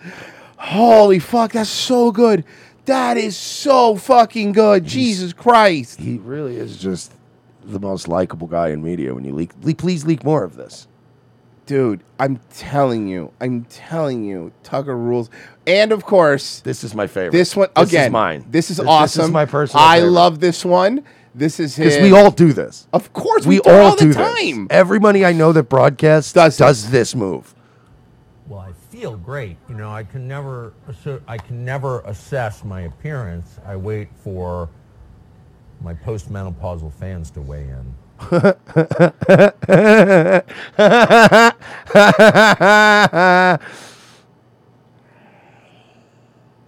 Holy fuck, that's so good. That is so fucking good. Jesus Christ.
He really is just the most likable guy in media. When you leak, le- please leak more of this.
Dude, I'm telling you. I'm telling you. Tucker rules. And of course,
this is my favorite.
This one
This is
again.
mine.
This is
This- this is
awesome.
my personal
I
favorite.
love this one. This is his.
Because we all do this.
Of course, we,
we
do it all
all
the
do this.
time.
Everybody I know that broadcasts does does this move.
Well, I feel great. You know, I can never asser- I can never assess my appearance. I wait for my postmenopausal fans to weigh in.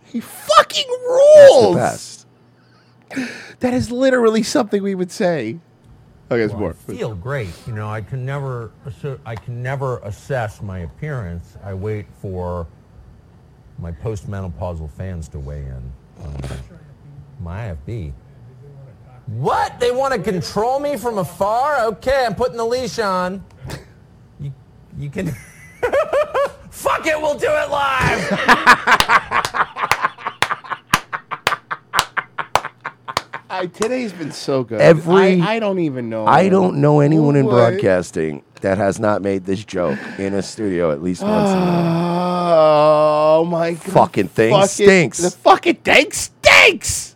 He fucking rules.
best.
That is literally something we would say. Okay, it's more.
feel great. You know, I can never asser- I can never assess my appearance. I wait for my postmenopausal fans to weigh in. on my IFB. What? They want to control me from afar? Okay, I'm putting the leash on. You, you can. Fuck it, we'll do it live.
I, today's been so good.
Every-
I, I don't even know.
I don't know anyone in
What?
broadcasting that has not made this joke in a studio at least once. in their
Oh my god!
Fucking thing
Fucking-
stinks.
The fucking thing stinks.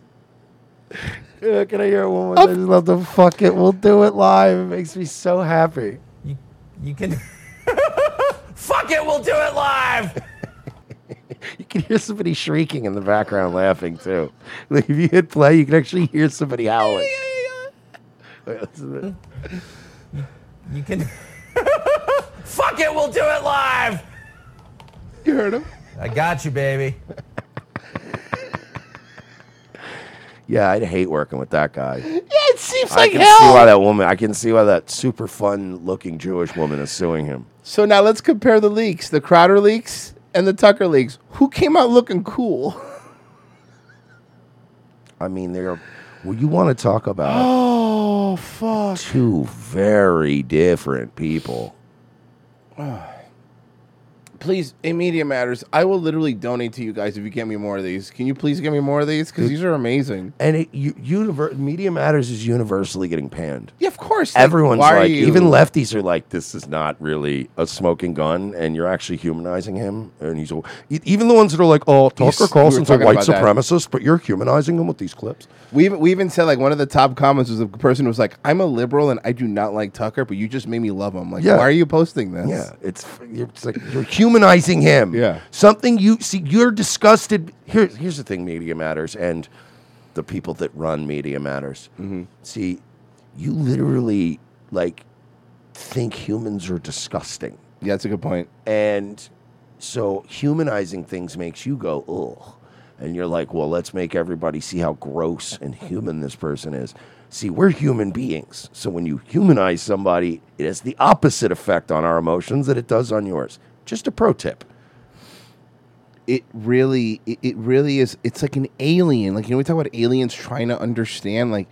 Uh, can I hear one more? I just love the fuck it. We'll do it live. It makes me so happy.
You can. Fuck it, we'll do it live.
You can hear somebody shrieking in the background laughing too. Like if you hit play, you can actually hear somebody howling. Wait, listen to this.
You can. Fuck it, we'll do it live.
You heard him.
I got you, baby.
Yeah, I'd hate working with that guy. Yeah,
it seems
I can see why that woman. I can see why that super fun looking Jewish woman is suing him.
So now let's compare the leaks, the Crowder leaks and the Tucker leaks. Who came out looking cool?
I mean, they're. Well, you want to talk about
Oh fuck.
two very different people.
please, in media matters, I will literally donate to you guys if you get me more of these. Can you please get me more of these? Because these are amazing.
And it, you, univer- Media Matters is universally getting panned.
Yeah, of course. like,
Everyone's
why are
like,
you-
even lefties are like, this is not really a smoking gun, and you're actually humanizing him. And he's all- e- even the ones that are like, oh,
Yes,
Tucker
we
Carlson's
were
a
talking
white
about that.
supremacist, but you're humanizing him with these clips.
We even, we even said like one of the top comments was a person who was like, "I'm a liberal and I do not like Tucker, but you just made me love him." Like,
Yeah.
why are you posting this?
Yeah, it's you're, it's like you're humanizing him. Yeah, something you see, you're disgusted. Here, here's the thing: media matters, and the people that run media matters.
Mm-hmm.
See, you literally like think humans are disgusting.
Yeah, that's a good point.
And so humanizing things makes you go ugh, and you're like, well, let's make everybody see how gross and human this person is. See, we're human beings. So when you humanize somebody, it has the opposite effect on our emotions that it does on yours. Just a pro tip.
it really it, it really is it's like an alien like you know we talk about aliens trying to understand like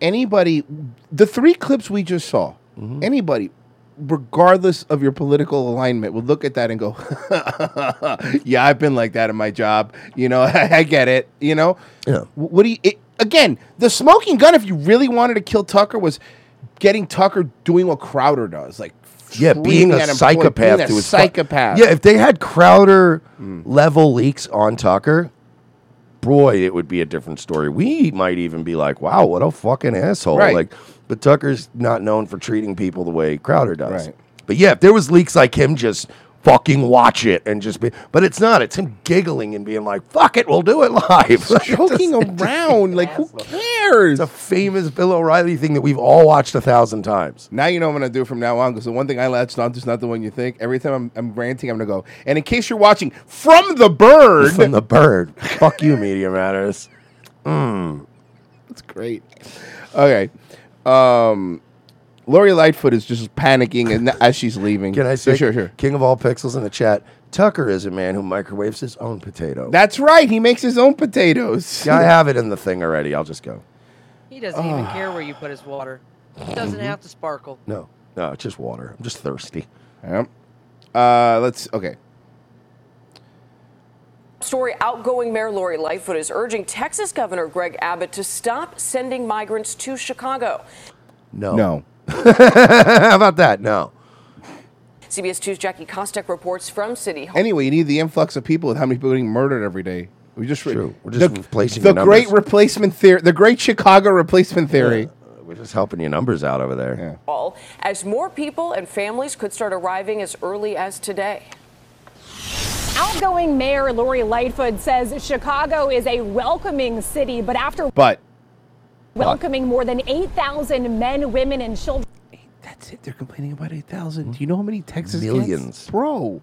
anybody the three clips we just saw
Mm-hmm.
anybody regardless of your political alignment would look at that and go yeah i've been like that in my job you know i get it you know
yeah.
what do you it, again the smoking gun if you really wanted to kill tucker was getting tucker doing what crowder does like
Yeah, being
screaming
a
at him,
psychopath.
being
to
a
his fu-
psychopath
yeah, if they had Crowder level leaks on Tucker, boy, it would be a different story. We might even be like, "Wow, what a fucking asshole!"
Right.
Like, but Tucker's not known for treating people the way Crowder does.
Right.
But yeah, if there was leaks like him, just fucking watch it and just be. But it's not. It's him giggling and being like, "Fuck it, we'll do it live."
joking around. Like, who
It's
cares?
a famous Bill O'Reilly thing that we've all watched a thousand times.
Now you know what I'm gonna do from now on because the one thing I latched onto is not the one you think. Every time I'm, I'm ranting, I'm gonna go. And in case you're watching from the bird,
From the bird. Fuck you, Media Matters. Mm.
that's great. Okay, um, Lori Lightfoot is just panicking and as she's leaving.
Can I
Sure,
say,
Sure, sure.
King of all pixels in the chat, Tucker is a man who microwaves his own potato.
That's right. He makes his own potatoes.
yeah, I have it in the thing already. I'll just go.
He doesn't even care where you put his water. It doesn't have to sparkle.
Mm-hmm. No, no, it's just water. I'm just thirsty.
Yep. Uh, let's. Okay.
Story outgoing Mayor Lori Lightfoot is urging Texas Governor Greg Abbott to stop sending migrants to Chicago.
No. No. How about that? No.
CBS 2's Jackie Kostek reports from City Hall.
Anyway, you need the influx of people with how many people getting murdered every day. We just
True. We're just replacing
the,
the
great replacement theory, the great Chicago replacement theory.
We're just helping your numbers out over there.
Hall, as more people and families could start arriving as early as today.
Outgoing Mayor Lori Lightfoot says Chicago is a welcoming city, but after
But
welcoming more than 8,000 men, women, and children
that's it. They're complaining about eight thousand. Do you know how many Texas kids-
Millions.
bro?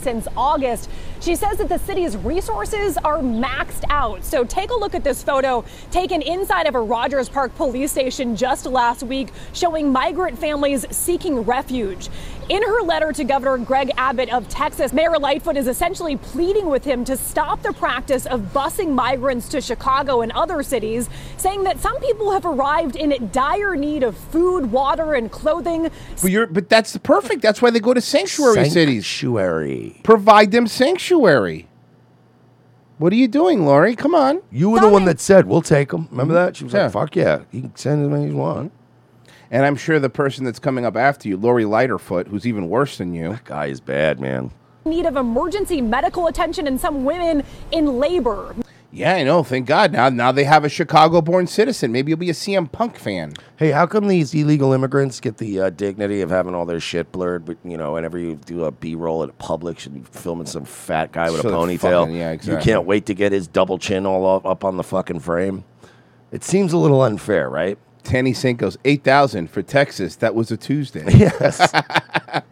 since August, she says that the city's resources are maxed out. So take a look at this photo taken inside of a Rogers Park police station just last week showing migrant families seeking refuge. In her letter to Governor Greg Abbott of Texas, Mayor Lightfoot is essentially pleading with him to stop the practice of busing migrants to Chicago and other cities, saying that some people have arrived in dire need of food, water, and clothing.
But you're but that's the perfect. That's why they go to sanctuary cities.
Sanctuary.
Provide them sanctuary. What are you doing, Lori? Come on.
You were the one that said we'll take them. Remember that? She was
Yeah.
like, "Fuck yeah, you can send as many as you want."
And I'm sure the person that's coming up after you, Lori Lighterfoot, who's even worse than you. That
guy is bad, man.
need of emergency medical attention and some women in labor.
Yeah, I know. Thank God. Now, now they have a Chicago-born citizen. Maybe you'll be a CM Punk fan.
Hey, how come these illegal immigrants get the uh, dignity of having all their shit blurred? But you know, whenever you do a B roll at a public, should be filming some fat guy with
Sure,
a ponytail.
fucking- yeah,
You
exactly.
can't wait to get his double chin all up, up on the fucking frame. It seems a little unfair, right?
Tanny Cinco's eight thousand for Texas. That was a Tuesday.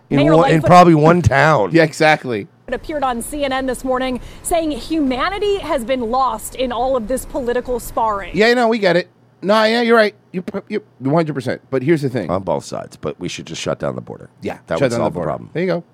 Yes. In
Mayor
one- in
Lightfoot-
probably one town.
Yeah, exactly.
It appeared on CNN this morning saying humanity has been lost in all of this political sparring.
Yeah, no, we get it. No, yeah, you're right. You're you're one hundred percent. But here's the thing:
on both sides. But we should just shut down the border.
Yeah,
that would
shut down the
solve the,
border.
problem.
There you go.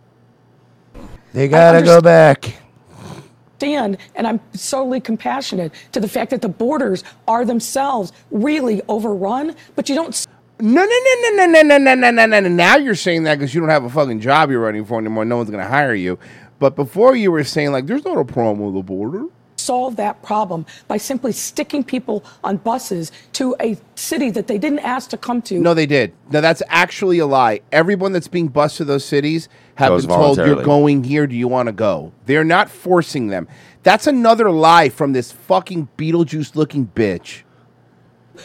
They gotta go
understand-
back.
understand, and I'm solely compassionate to the fact that the borders are themselves really overrun, but you don't.
No, no, no, no, no, no, no, no, no, no, no. Now you're saying that because you don't have a fucking job you're running for anymore. No one's gonna hire you. But before you were saying like, there's not a problem with the border.
solve that problem by simply sticking people on buses to a city that they didn't ask to come to.
No, they did. No, that's actually a lie. Everyone that's being bused to those cities have
Goes
been told you're
voluntarily.
going here. Do you want to go? They're not forcing them. That's another lie from this fucking Beetlejuice looking bitch.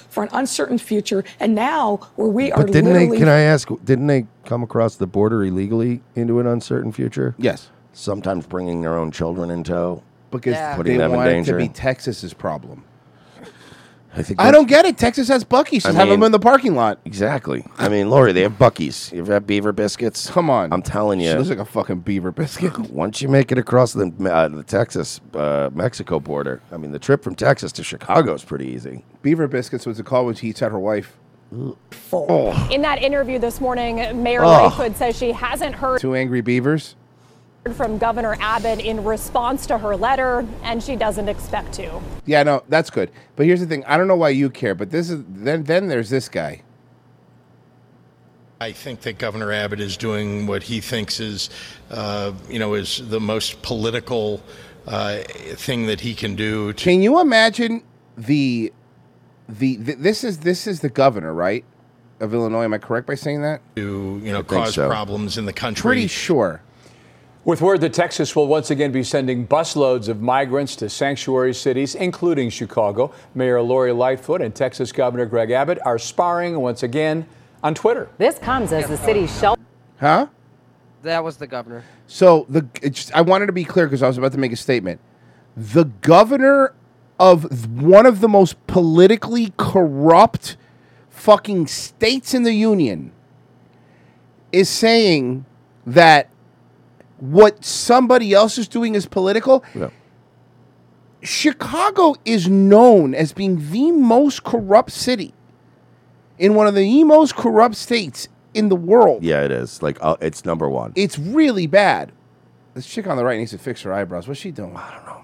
for an uncertain future. And now, where we are
But didn't they?
literally
Can I ask? Didn't they come across the border illegally into an uncertain future?
Yes.
Sometimes bringing their own children in tow
Because Yeah.
putting
they
them in
wanted to
danger.
be Texas's problem.
I think
I
that's-
don't get it. Texas has Bucky's. Just
I
have
mean-
them in the parking lot.
Exactly. I mean, Lori, they have Bucky's. You've had beaver biscuits. Come
on.
I'm telling you.
She looks like a fucking beaver biscuit.
Once you make it across the, uh, the Texas uh, Mexico border, I mean, the trip from Texas to Chicago is pretty easy.
Beaver biscuits was a call when she eats at her wife.
Oh.
In that interview this morning, Mayor
Ugh.
Lightfoot says she hasn't heard
Two angry beavers.
from Governor Abbott in response to her letter, and she doesn't expect to.
Yeah, no, that's good. But here's the thing: I don't know why you care, but this is then. Then there's this guy.
I think that Governor Abbott is doing what he thinks is, uh, you know, is the most political uh, thing that he can do. To-
Can you imagine the, the th- this is this is the governor right of Illinois? Am I correct by saying that?
To you
I
know,
think
cause
so.
problems in the country.
Pretty sure.
With word that Texas will once again be sending busloads of migrants to sanctuary cities, including Chicago, Mayor Lori Lightfoot and Texas Governor Greg Abbott are sparring once again on Twitter.
This comes as the city's shelter.
Huh?
That was the governor.
So the it's, I wanted to be clear because I was about to make a statement. The governor of th- one of the most politically corrupt fucking states in the union is saying that what somebody else is doing is political. Chicago is known as being the most corrupt city in one of the most corrupt states in the world.
Yeah, it is. Like, uh, it's number one.
It's really bad. This chick on the right needs to fix her eyebrows. What's she doing? I don't know.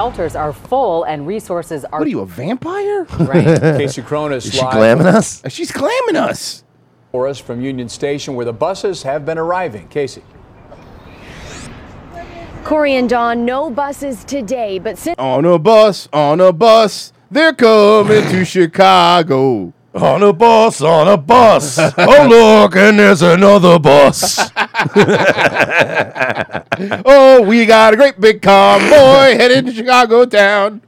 Shelters are full and resources are.
What are you, a vampire?
Right. Casey Cronus
Is she
live
glamming us? She's glamming us.
For us from Union Station, where the buses have been arriving. Casey.
Corey and Dawn, no buses today, but since
On a bus, on a bus, they're coming to Chicago.
On a bus, on a bus. oh, look, and there's another bus.
oh, we got a great big convoy headed to Chicago town.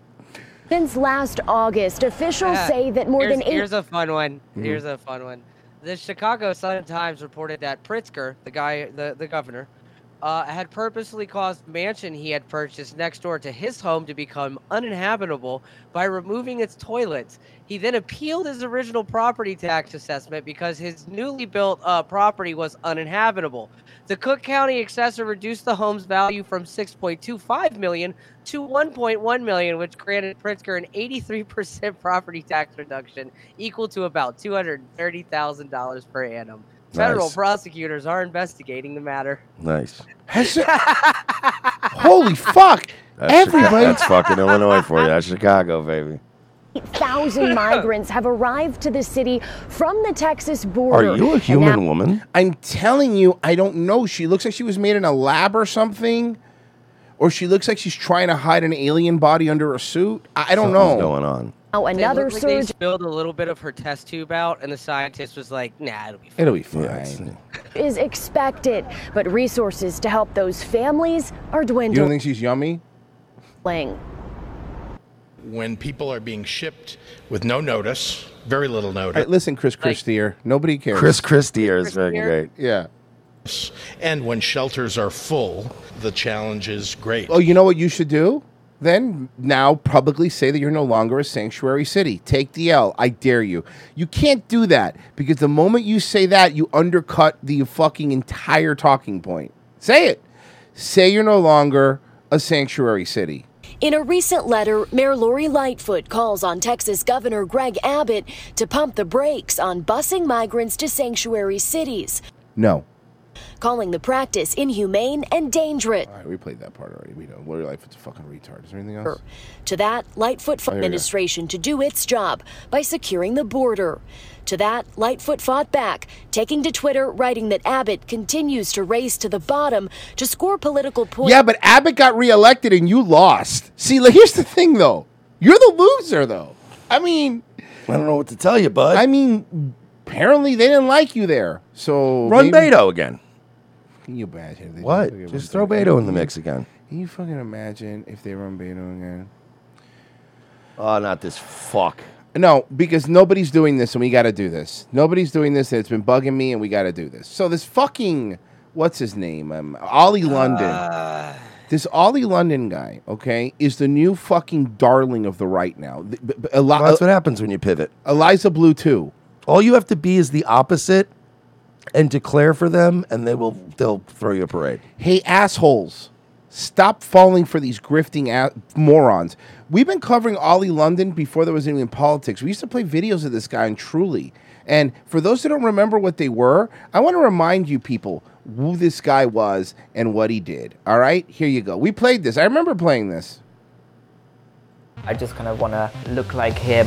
since last August, officials
Yeah.
say that more
here's,
than eight.
Here's a fun one.
Mhm.
Here's a fun one. The Chicago Sun Times reported that Pritzker, the guy, the, the governor, uh, had purposely caused mansion he had purchased next door to his home to become uninhabitable by removing its toilets. He then appealed his original property tax assessment because his newly built uh, property was uninhabitable. The Cook County assessor reduced the home's value from 6.25 million to 1.1 million, which granted Pritzker an 83% property tax reduction, equal to about $230,000 per annum. Federal
Nice.
prosecutors are investigating the matter.
nice.
Holy fuck!
That's,
Everybody-
that's fucking Illinois for you. That's Chicago, baby.
8,000 migrants have arrived to the city from the Texas border. And now-
woman?
I'm telling you, I don't know. She looks like she was made in a lab or something, or she looks like she's trying to hide an alien body under a suit. I, I don't know.
Something's going on?
Now
They
another
look like they
surge.
spilled a little bit of her test tube out, and the scientist was like, "Nah, it'll be fine."
It'll be fine.
is expected, but resources to help those families are
You don't
dwindling.
think she's yummy?
when people are being shipped with no notice, very little
All
notice.
right, listen, Chris Christier. Nobody cares.
Chris Christier is fucking Christier? great.
Yeah.
And when shelters are full, the challenge is great.
Oh, you know what you should do? Then now publicly say that you're no longer a sanctuary city. Take the L. I dare you. You can't do that because the moment you say that, you undercut the fucking entire talking point. Say it. Say you're no longer a sanctuary city.
In a recent letter, Mayor Lori Lightfoot calls on Texas Governor Greg Abbott to pump the brakes on busing migrants to sanctuary cities,
No.
calling the practice inhumane and dangerous.
All right, we played that part already. We know. Lori Lightfoot's a fucking retard. Is there anything else?
To that, Lightfoot
Oh,
fought
here we go.
administration to do its job by securing the border. To that, Lightfoot fought back, taking to Twitter, writing that Abbott continues to race to the bottom to score political points.
Yeah, but Abbott got reelected and you lost. See, like, here's the thing, though. You're the loser, though. I mean, I don't know what to tell you, bud. I mean, apparently they didn't like you there. So
Run
maybe-
Beto again.
Can you imagine? They
What?
fucking
Just
run
throw Beto in the mix again.
Can you fucking imagine if they run Beto again?
Oh, not this fuck.
No, because nobody's doing this, and we got to do this. Nobody's doing this. and It's been bugging me, and we got to do this. So this fucking what's his name? Um,
Uh,
Ollie London. this Ollie London guy, okay, is the new fucking darling of the right now. Th- b- b- Eli-
Well, that's what happens when you pivot.
Eliza Blue too.
All you have to be is the opposite, and declare for them, and they will they'll throw you a parade.
Hey, assholes, stop falling for these grifting a- morons. We've been covering Ollie London before there was even politics. We used to play videos of this guy on Truly. And for those that don't remember what they were, I want to remind you people who this guy was and what he did. All right, here you go. We played this. I remember playing this.
I just kind of want to look like him.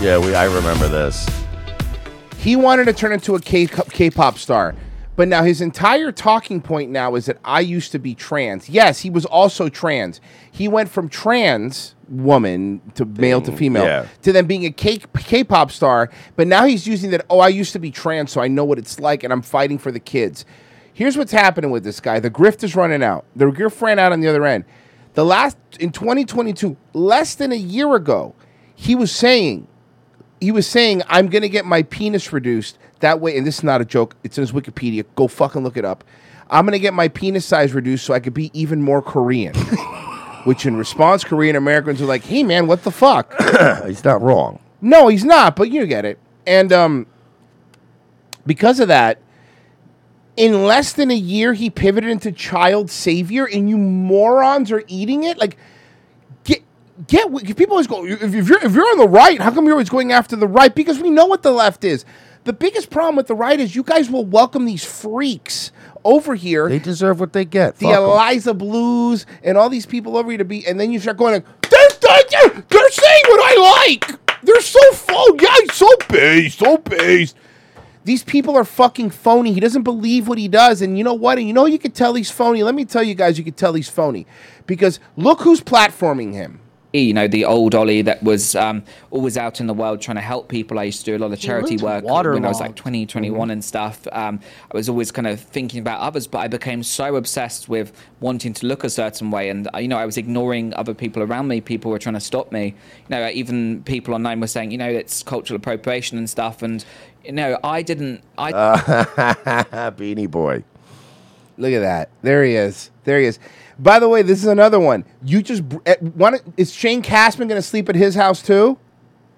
Yeah, we I remember this.
He wanted to turn into a K- K-pop star. But now his entire talking point now is that I used to be trans. Yes, he was also trans. He went from trans woman to male to female
yeah.
to then being a K- K-pop star, but now he's using that oh I used to be trans so I know what it's like and I'm fighting for the kids. Here's what's happening with this guy. The grift is running out. The grift ran out on the other end. The last in 2022, less than a year ago, he was saying he was saying, I'm going to get my penis reduced that way. And this is not a joke. It's in his Wikipedia. Go fucking look it up. I'm going to get my penis size reduced so I could be even more Korean. Which, in response, Korean Americans were like, hey, man, what the fuck?
he's not wrong.
No, he's not, but you get it. And um, because of that, in less than a year, he pivoted into child savior, and you morons are eating it. Like, get get wi- people always go if, if you're if you're on the right, how come you're always going after the right? Because we know what the left is. The biggest problem with the right is you guys will welcome these freaks over here. They
deserve what they get.
The
Fuck 'em.
Eliza Blues and all these people over here to be, and then you start going like, they're, they're, they're saying what I like. They're so full, yeah, so based, so based. These people are fucking phony. He doesn't believe what he does. And you know what? And you know you can tell he's phony. Let me tell you guys, you can tell he's phony. Because look who's platforming him.
E, you know the old Ollie that was um, always out in the world trying to help people. I used to do a lot of
He
charity
looked
work when I
waterlogged.
was like 20, 21 and stuff. Um, I was always kind of thinking about others, but I became so obsessed with wanting to look a certain way, and uh, you know I was ignoring other people around me. People were trying to stop me. You know, even people online were saying, you know, it's cultural appropriation and stuff. And you know, I didn't. I
Uh, Beanie Boy.
Look at that. There he is. There he is. By the way, this is another one. You just br- eh, wanna, is Shane Castman going to sleep at his house too?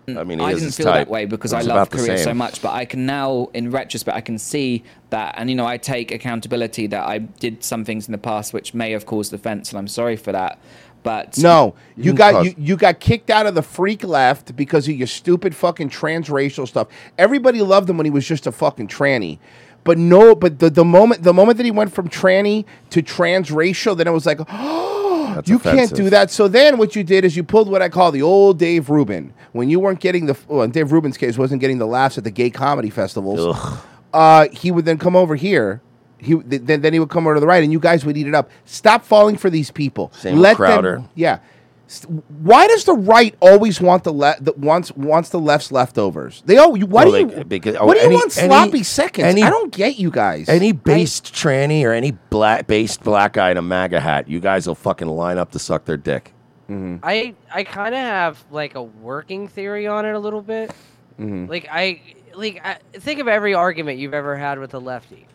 I mean,
I didn't feel that way because I love Korea so much, but I can now, in retrospect, I can see that, and you know, I take accountability that I did some things in the past which may have caused offence, and I'm sorry for that. But
No, you got you, you got kicked out of the freak left because of your stupid fucking transracial stuff. Everybody loved him when he was just a fucking tranny. But no, but the, the moment the moment that he went from tranny to transracial, then it was like, oh,
That's
you can't
offensive.
do that. So then what you did is you pulled what I call the old Dave Rubin. When you weren't getting the, well, in Dave Rubin's case, wasn't getting the laughs at the gay comedy festivals, uh, he would then come over here. He th- then, then he would come over to the right, and you guys would eat it up. Stop falling for these people.
Same with
them-
Crowder.
yeah. S- Why does the right always want the left? The, wants wants the left's leftovers. They all. you- Why
Well,
do you?
they- because- oh,
what do you
any-
want
any-
sloppy seconds?
any-
I don't get you guys.
Any based tranny or any black based black guy in a MAGA hat, you guys will fucking line up to suck their dick.
Mm-hmm.
I I kind of have like a working theory on it a little bit.
Mm-hmm.
Like I like I, think of every argument you've ever had with a lefty.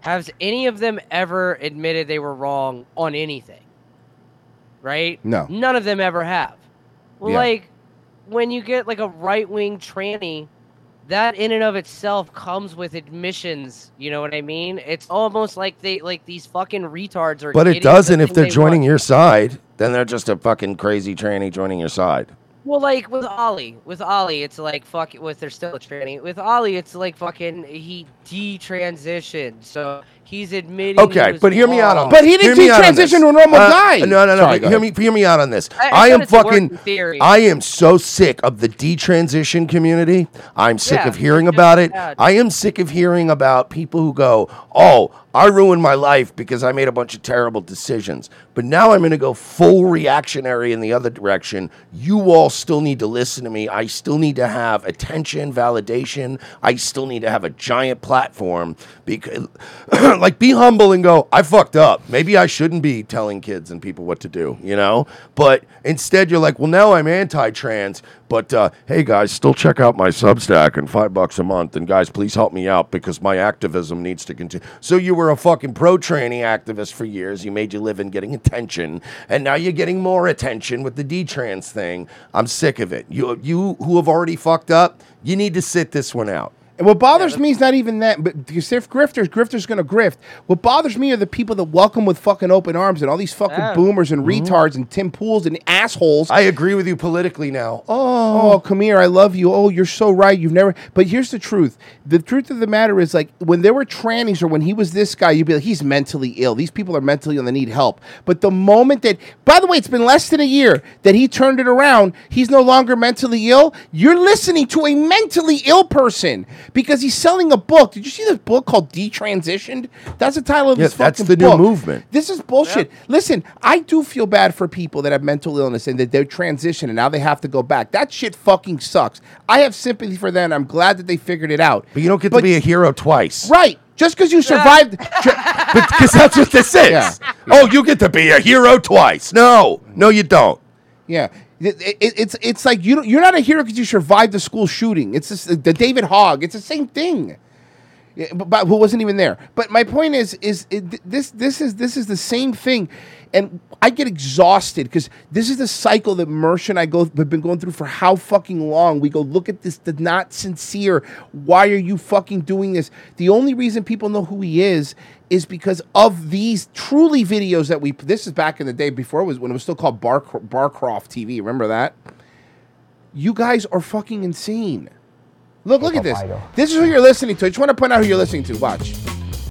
Has any of them ever admitted they were wrong on anything? Right?
No.
None of them ever have. Well,
Yeah.
like when you get like a right wing tranny, that in and of itself comes with admissions. You know what I mean? It's almost like they like these fucking retards are.
But it
getting the
doesn't if
thing
they're
they want.
joining your side. Then they're just a fucking crazy tranny joining your side.
Well, like with Ollie, with Ollie, it's like fuck. With there's still a tranny. With Ollie, it's like fucking he detransitioned, so he's admitting. he
Okay,
was
but hear me out on
wrong.
this.
But he
Hear
didn't
me out on this.
transition to a normal
Uh,
guy.
No, no, no.
Sorry,
but
go
hear
ahead.
me, hear me out on this.
I- I
I,
thought
am
it's a working
fucking.
theory.
I am so sick of the detransition community. I'm sick
Yeah,
of hearing
it's
about it.
bad.
I am sick of hearing about people who go, "Oh, I ruined my life because I made a bunch of terrible decisions." But now I'm going to go full reactionary in the other direction. You all still need to listen to me. I still need to have attention, validation. I still need to have a giant platform because like be humble and go, I fucked up. Maybe I shouldn't be telling kids and people what to do, you know? But instead you're like, well, now I'm anti-trans, but uh, hey guys, still check out my Substack and five bucks a month. And guys, please help me out because my activism needs to continue. So you were a fucking pro-tranny activist for years. You made your living getting attention, and now you're getting more attention with the D-trans thing. I'm sick of it. You, you who have already fucked up, you need to sit this one out.
And what bothers me is not even that, but because if grifters, grifters gonna grift. What bothers me are the people that welcome with fucking open arms and all these fucking
Yeah.
boomers and retards and Tim Pools and assholes.
Mm-hmm. I agree with you politically now.
Oh, come here, I love you. Oh, you're so right. You've never. But here's the truth. The truth of the matter is, like when there were trannies or when he was this guy, you'd be like, he's mentally ill. These people are mentally ill. They need help. But the moment that, by the way, it's been less than a year that he turned it around. He's no longer mentally ill. You're listening to a mentally ill person because he's selling a book. Did you see this book called Detransitioned? That's the title of
Yeah,
this fucking
that's the new
book.
movement.
This is bullshit. Listen, I do feel bad for people that have mental illness and that they're transitioning and now they have to go back. That shit fucking sucks. I have sympathy for them. I'm glad that they figured it out. But
you don't get to be a hero twice.
Right. Just because you survived.
Because that's what this is.
Yeah.
Oh, you get to be a hero twice. No, no, you don't.
Yeah. It- it- it's it's like you don't- you're not a hero because you survived the school shooting. It's this, the David Hogg. It's the same thing. Yeah, but, but who wasn't even there. But my point is, is it, th- this this is this is the same thing, and I get exhausted because this is the cycle that Mersh and I go have been going through for how fucking long. We go look at this, the not sincere. Why are you fucking doing this? The only reason people know who he is is because of these truly videos that we. This is back in the day before it was when it was still called Bar, Barcroft TV. Remember that? You guys are fucking insane. Look, look at this. This is who you're listening to. I just want to point out who you're listening to. Watch.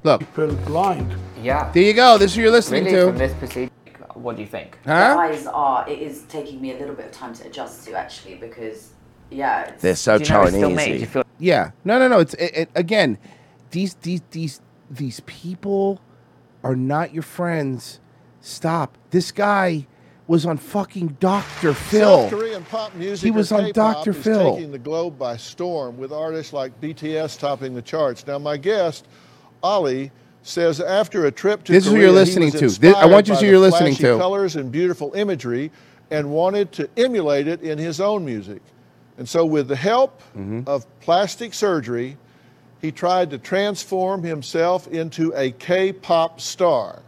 Look.
blind. Yeah.
There you go. This is who you're listening
really, From
to.
this procedure, what do you think?
Huh?
The eyes are. It is taking me a little bit of time to adjust to actually because, yeah, it's,
They're so
Do you know it's still
Chinese.
made? Do you feel-
Yeah. No, no, no. It's it, it, again, these these these these people are not your friends. Stop. This guy was on fucking Dr.
South
Phil.
Korean pop music.
He was
or
on
K-pop
Dr.
is
Phil.
Taking the globe by storm with artists like BTS topping the charts. Now, my guest, Ali, says after a trip to
This is who
Korea,
you're
he
listening
was
to. This-
inspired
I want you to
by the
see who you're listening
flashy
to.
Colors and beautiful imagery, and wanted to emulate it in his own music. And so, with the help
Mm-hmm.
of plastic surgery, he tried to transform himself into a K-pop star.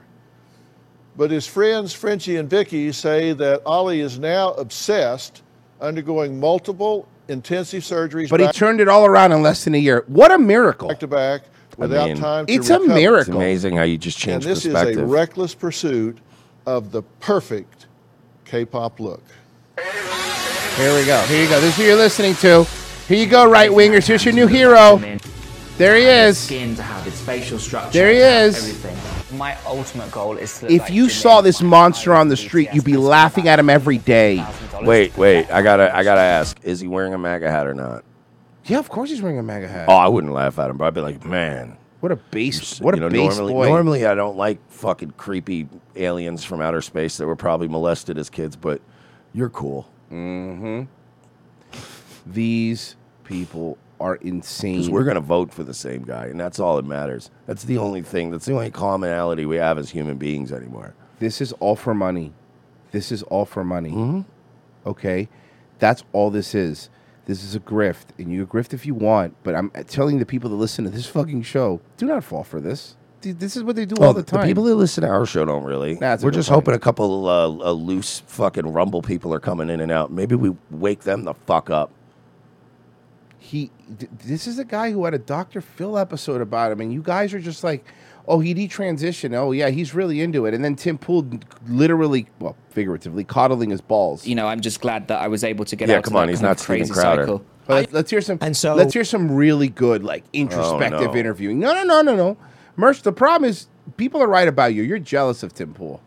But his friends Frenchie and Vicky say that Ollie is now obsessed, undergoing multiple intensive surgeries
But he
back,
turned it all around in less than a year. What a miracle.
back to back without time to
it's a
recover.
miracle.
amazing how you just
And
change
this is
perspective.
a reckless pursuit of the perfect K-pop look.
Here we go. Here you go. This is who you're listening to. Here you go, right wingers. Here's your new hero. There he is.
Skin to have its facial structure.
There he is.
Everything. My ultimate goal is to look
If
like
you saw this monster on the street, you'd be laughing at him every day.
Wait, wait. I gotta, I gotta ask. Is he wearing a MAGA hat or not?
Yeah, of course he's wearing a MAGA hat.
Oh, I wouldn't laugh at him, but I'd be like, man,
What a base! What a
you know,
base
normally,
boy!
normally I don't like fucking creepy aliens from outer space that were probably molested as kids, but you're cool.
Mm-hmm. These people are insane.
Because we're going to vote for the same guy, and that's all that matters. That's the only thing. That's the only commonality we have as human beings anymore.
This is all for money. This is all for money. Okay, that's all this is. This is a grift, and you grift if you want. But I'm telling the people that listen to this fucking show, do not fall for this. Th- This is what they do all the time.
people that listen to our show don't really.
that's a
We're
good
just
point.
hoping a couple uh, uh, loose fucking rumble people are coming in and out. Maybe we wake them the fuck up.
he th- this is a guy who had a Dr. Phil episode about him, and you guys are just like, oh, he detransitioned. Oh yeah, he's really into it. And then Tim Pool literally, well, figuratively, coddling his balls.
You know, I'm just glad that I was able to get
Yeah,
out
come
of that
on, he's
kind of
not Steven
crazy
Crowder.
cycle.
But let's- let's hear some. And so let's hear some really good, like introspective
no.
interviewing. No, no, no, no, no. Merch. The problem is people are right about you. You're jealous of Tim Pool.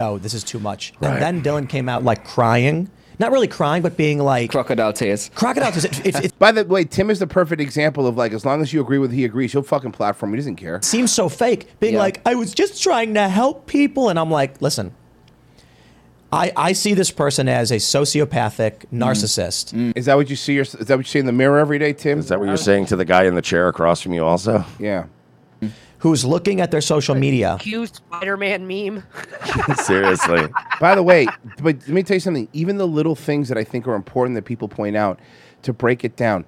oh, this is too much. And then Dylan came out like crying, not really crying, but being like
crocodile tears.
Crocodile tears. It, it, it
By the way, Tim is the perfect example of like, as long as you agree with he agrees, he'll fucking platform. He doesn't care.
seems so fake. Being like, I was just trying to help people, and I'm like, listen, I I see this person as a sociopathic
Mm-hmm.
narcissist.
Mm. Is that what you see? Your, is that what you see in the mirror every day, Tim?
Is that what
Uh,
you're saying to the guy in the chair across from you? Also,
yeah.
Who's looking at their social media?
Q Spider-Man meme.
Seriously.
By the way, but let me tell you something. Even the little things that I think are important that people point out to break it down.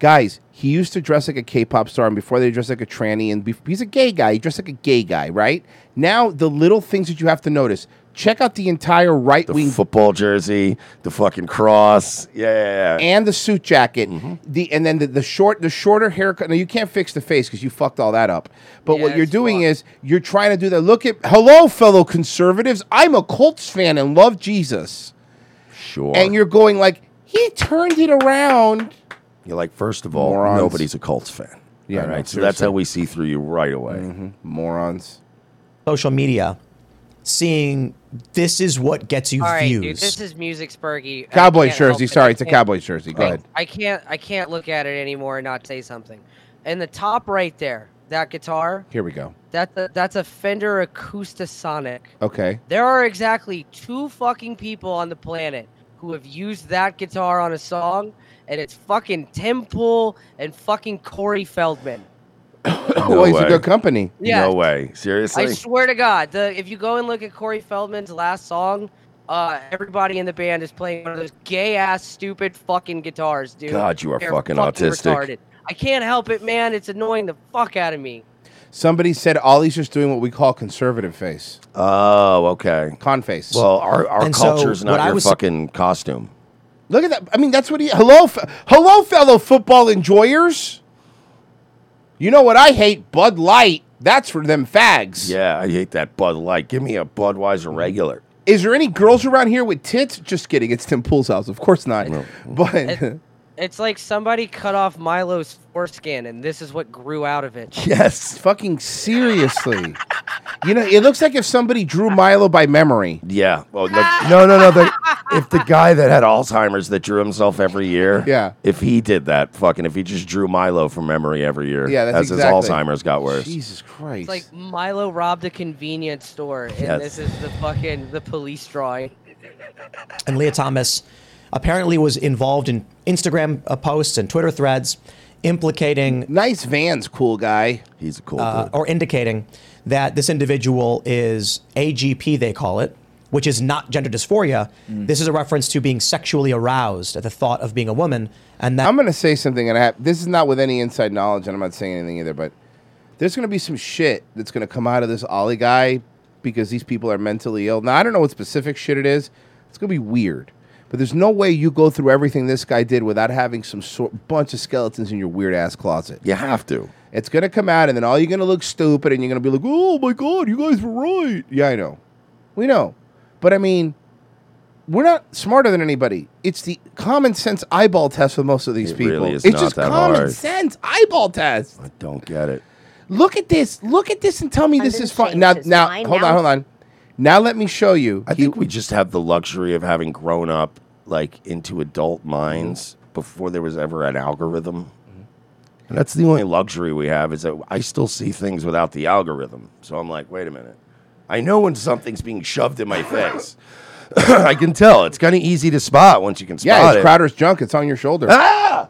Guys, he used to dress like a K-pop star, and before they dressed like a tranny. And bef- he's a gay guy. He dressed like a gay guy, right? Now the little things that you have to notice. Check out the entire right wing
football jersey, the fucking cross. Yeah. Mm-hmm.
and the suit jacket. The and then the, the short the shorter haircut. Now you can't fix the face because you fucked all that up. But what you're doing is you're trying to do that. Look at hello, fellow conservatives. I'm a Colts fan and love Jesus.
Sure.
And you're going like he turned it around.
You're like, first of all,
Morons.
nobody's a Colts fan.
Yeah,
All
no,
right. so that's
seriously.
how we see through you right away.
Mm-hmm.
Morons.
Social media, seeing this is what gets you
All right,
views.
dude, this is music spurgy. I
Cowboy
can't help
jersey.
it.
Sorry,
I
it's a
can't-
cowboy jersey. Go
I-
ahead.
I can't. I can't look at it anymore and not say something. In the top right there, that guitar.
Here we go.
That's a, that's a Fender Acoustasonic.
Okay.
There are exactly two fucking people on the planet who have used that guitar on a song, and it's fucking Tim Pool and fucking Corey Feldman.
well, he's a good company.
Yeah.
No way. Seriously.
I swear to God, the, if you go and look at Corey Feldman's last song, uh, everybody in the band is playing one of those gay ass, stupid fucking guitars, dude.
God, you are
They're
fucking autistic.
retarded. I can't help it, man. It's annoying the fuck out of me.
Somebody said Ollie's just doing what we call conservative face.
Oh, okay.
Con face.
Well, our, our
And so
culture's
what
not
I
your
was-
fucking costume.
Look at that. I mean, that's what he. Hello, fe- hello, fellow football enjoyers. You know what I hate? Bud Light. That's for them fags.
Yeah, I hate that Bud Light. Give me a Budweiser regular.
Is there any girls around here with tits? Just kidding. It's Tim Pool's house. Of course not. But
It's like somebody cut off Milo's foreskin, and this is what grew out of it.
yes, fucking seriously. you know, it looks like if somebody drew Milo by memory.
Yeah. Well, the- no, no, no. The, if the guy that had Alzheimer's that drew himself every year,
Yeah.
if he did that, fucking, if he just drew Milo from memory every year,
Yeah, that's
as
exactly-
his Alzheimer's got worse.
Jesus
It's
Christ.
like Milo robbed a convenience store, and
Yes.
this is the fucking the police drawing.
and Leah Thomas apparently was involved in Instagram uh, posts and Twitter threads implicating Uh,
nice Vans cool guy
he's a cool dude.
or indicating that this individual is AGP they call it which is not gender dysphoria
Mm.
this is a reference to being sexually aroused at the thought of being a woman and that
I'm gonna say something, and I have, this is not with any inside knowledge, and I'm not saying anything either. But there's gonna be some shit that's gonna come out of this Ollie guy because these people are mentally ill. Now I don't know what specific shit it is. It's gonna be weird, but there's no way you go through everything this guy did without having some sort bunch of skeletons in your weird ass closet.
You have to.
It's gonna come out, and then all you're gonna look stupid, and you're gonna be like, "Oh my god, you guys were right." Yeah, I know. We know, but I mean. We're not smarter than anybody. It's the common sense eyeball test with most of these
It
people.
really is
it's
not
just
that
common
hard.
sense eyeball test.
I don't get it.
Look at this. Look at this and tell me this is fine. Now, now,
mind
hold
now.
on, hold on. Now let me show you.
I think we just have the luxury of having grown up like into adult minds
Mm-hmm.
before there was ever an algorithm. And that's the only luxury we have is that I still see things without the algorithm. So I'm like, wait a minute. I know when something's being shoved in my face. I can tell. It's kind of easy to spot once you can spot
Yeah,
it.
it's Crowder's junk. It's on your shoulder.
Ah!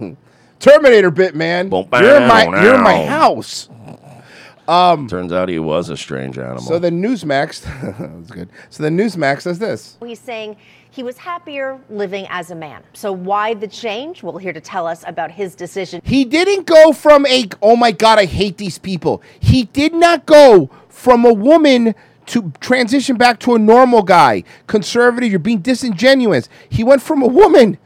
Terminator bit, man. You're in my, you're in my house. Um,
Turns out he was a strange animal.
So the Newsmax, that was good. So the Newsmax says this.
He's saying he was happier living as a man. So why the change? Well, here to tell us about his decision.
He didn't go from a oh my god, I hate these people. He did not go from a woman to transition back to a normal guy. Conservative, you're being disingenuous. He went from a woman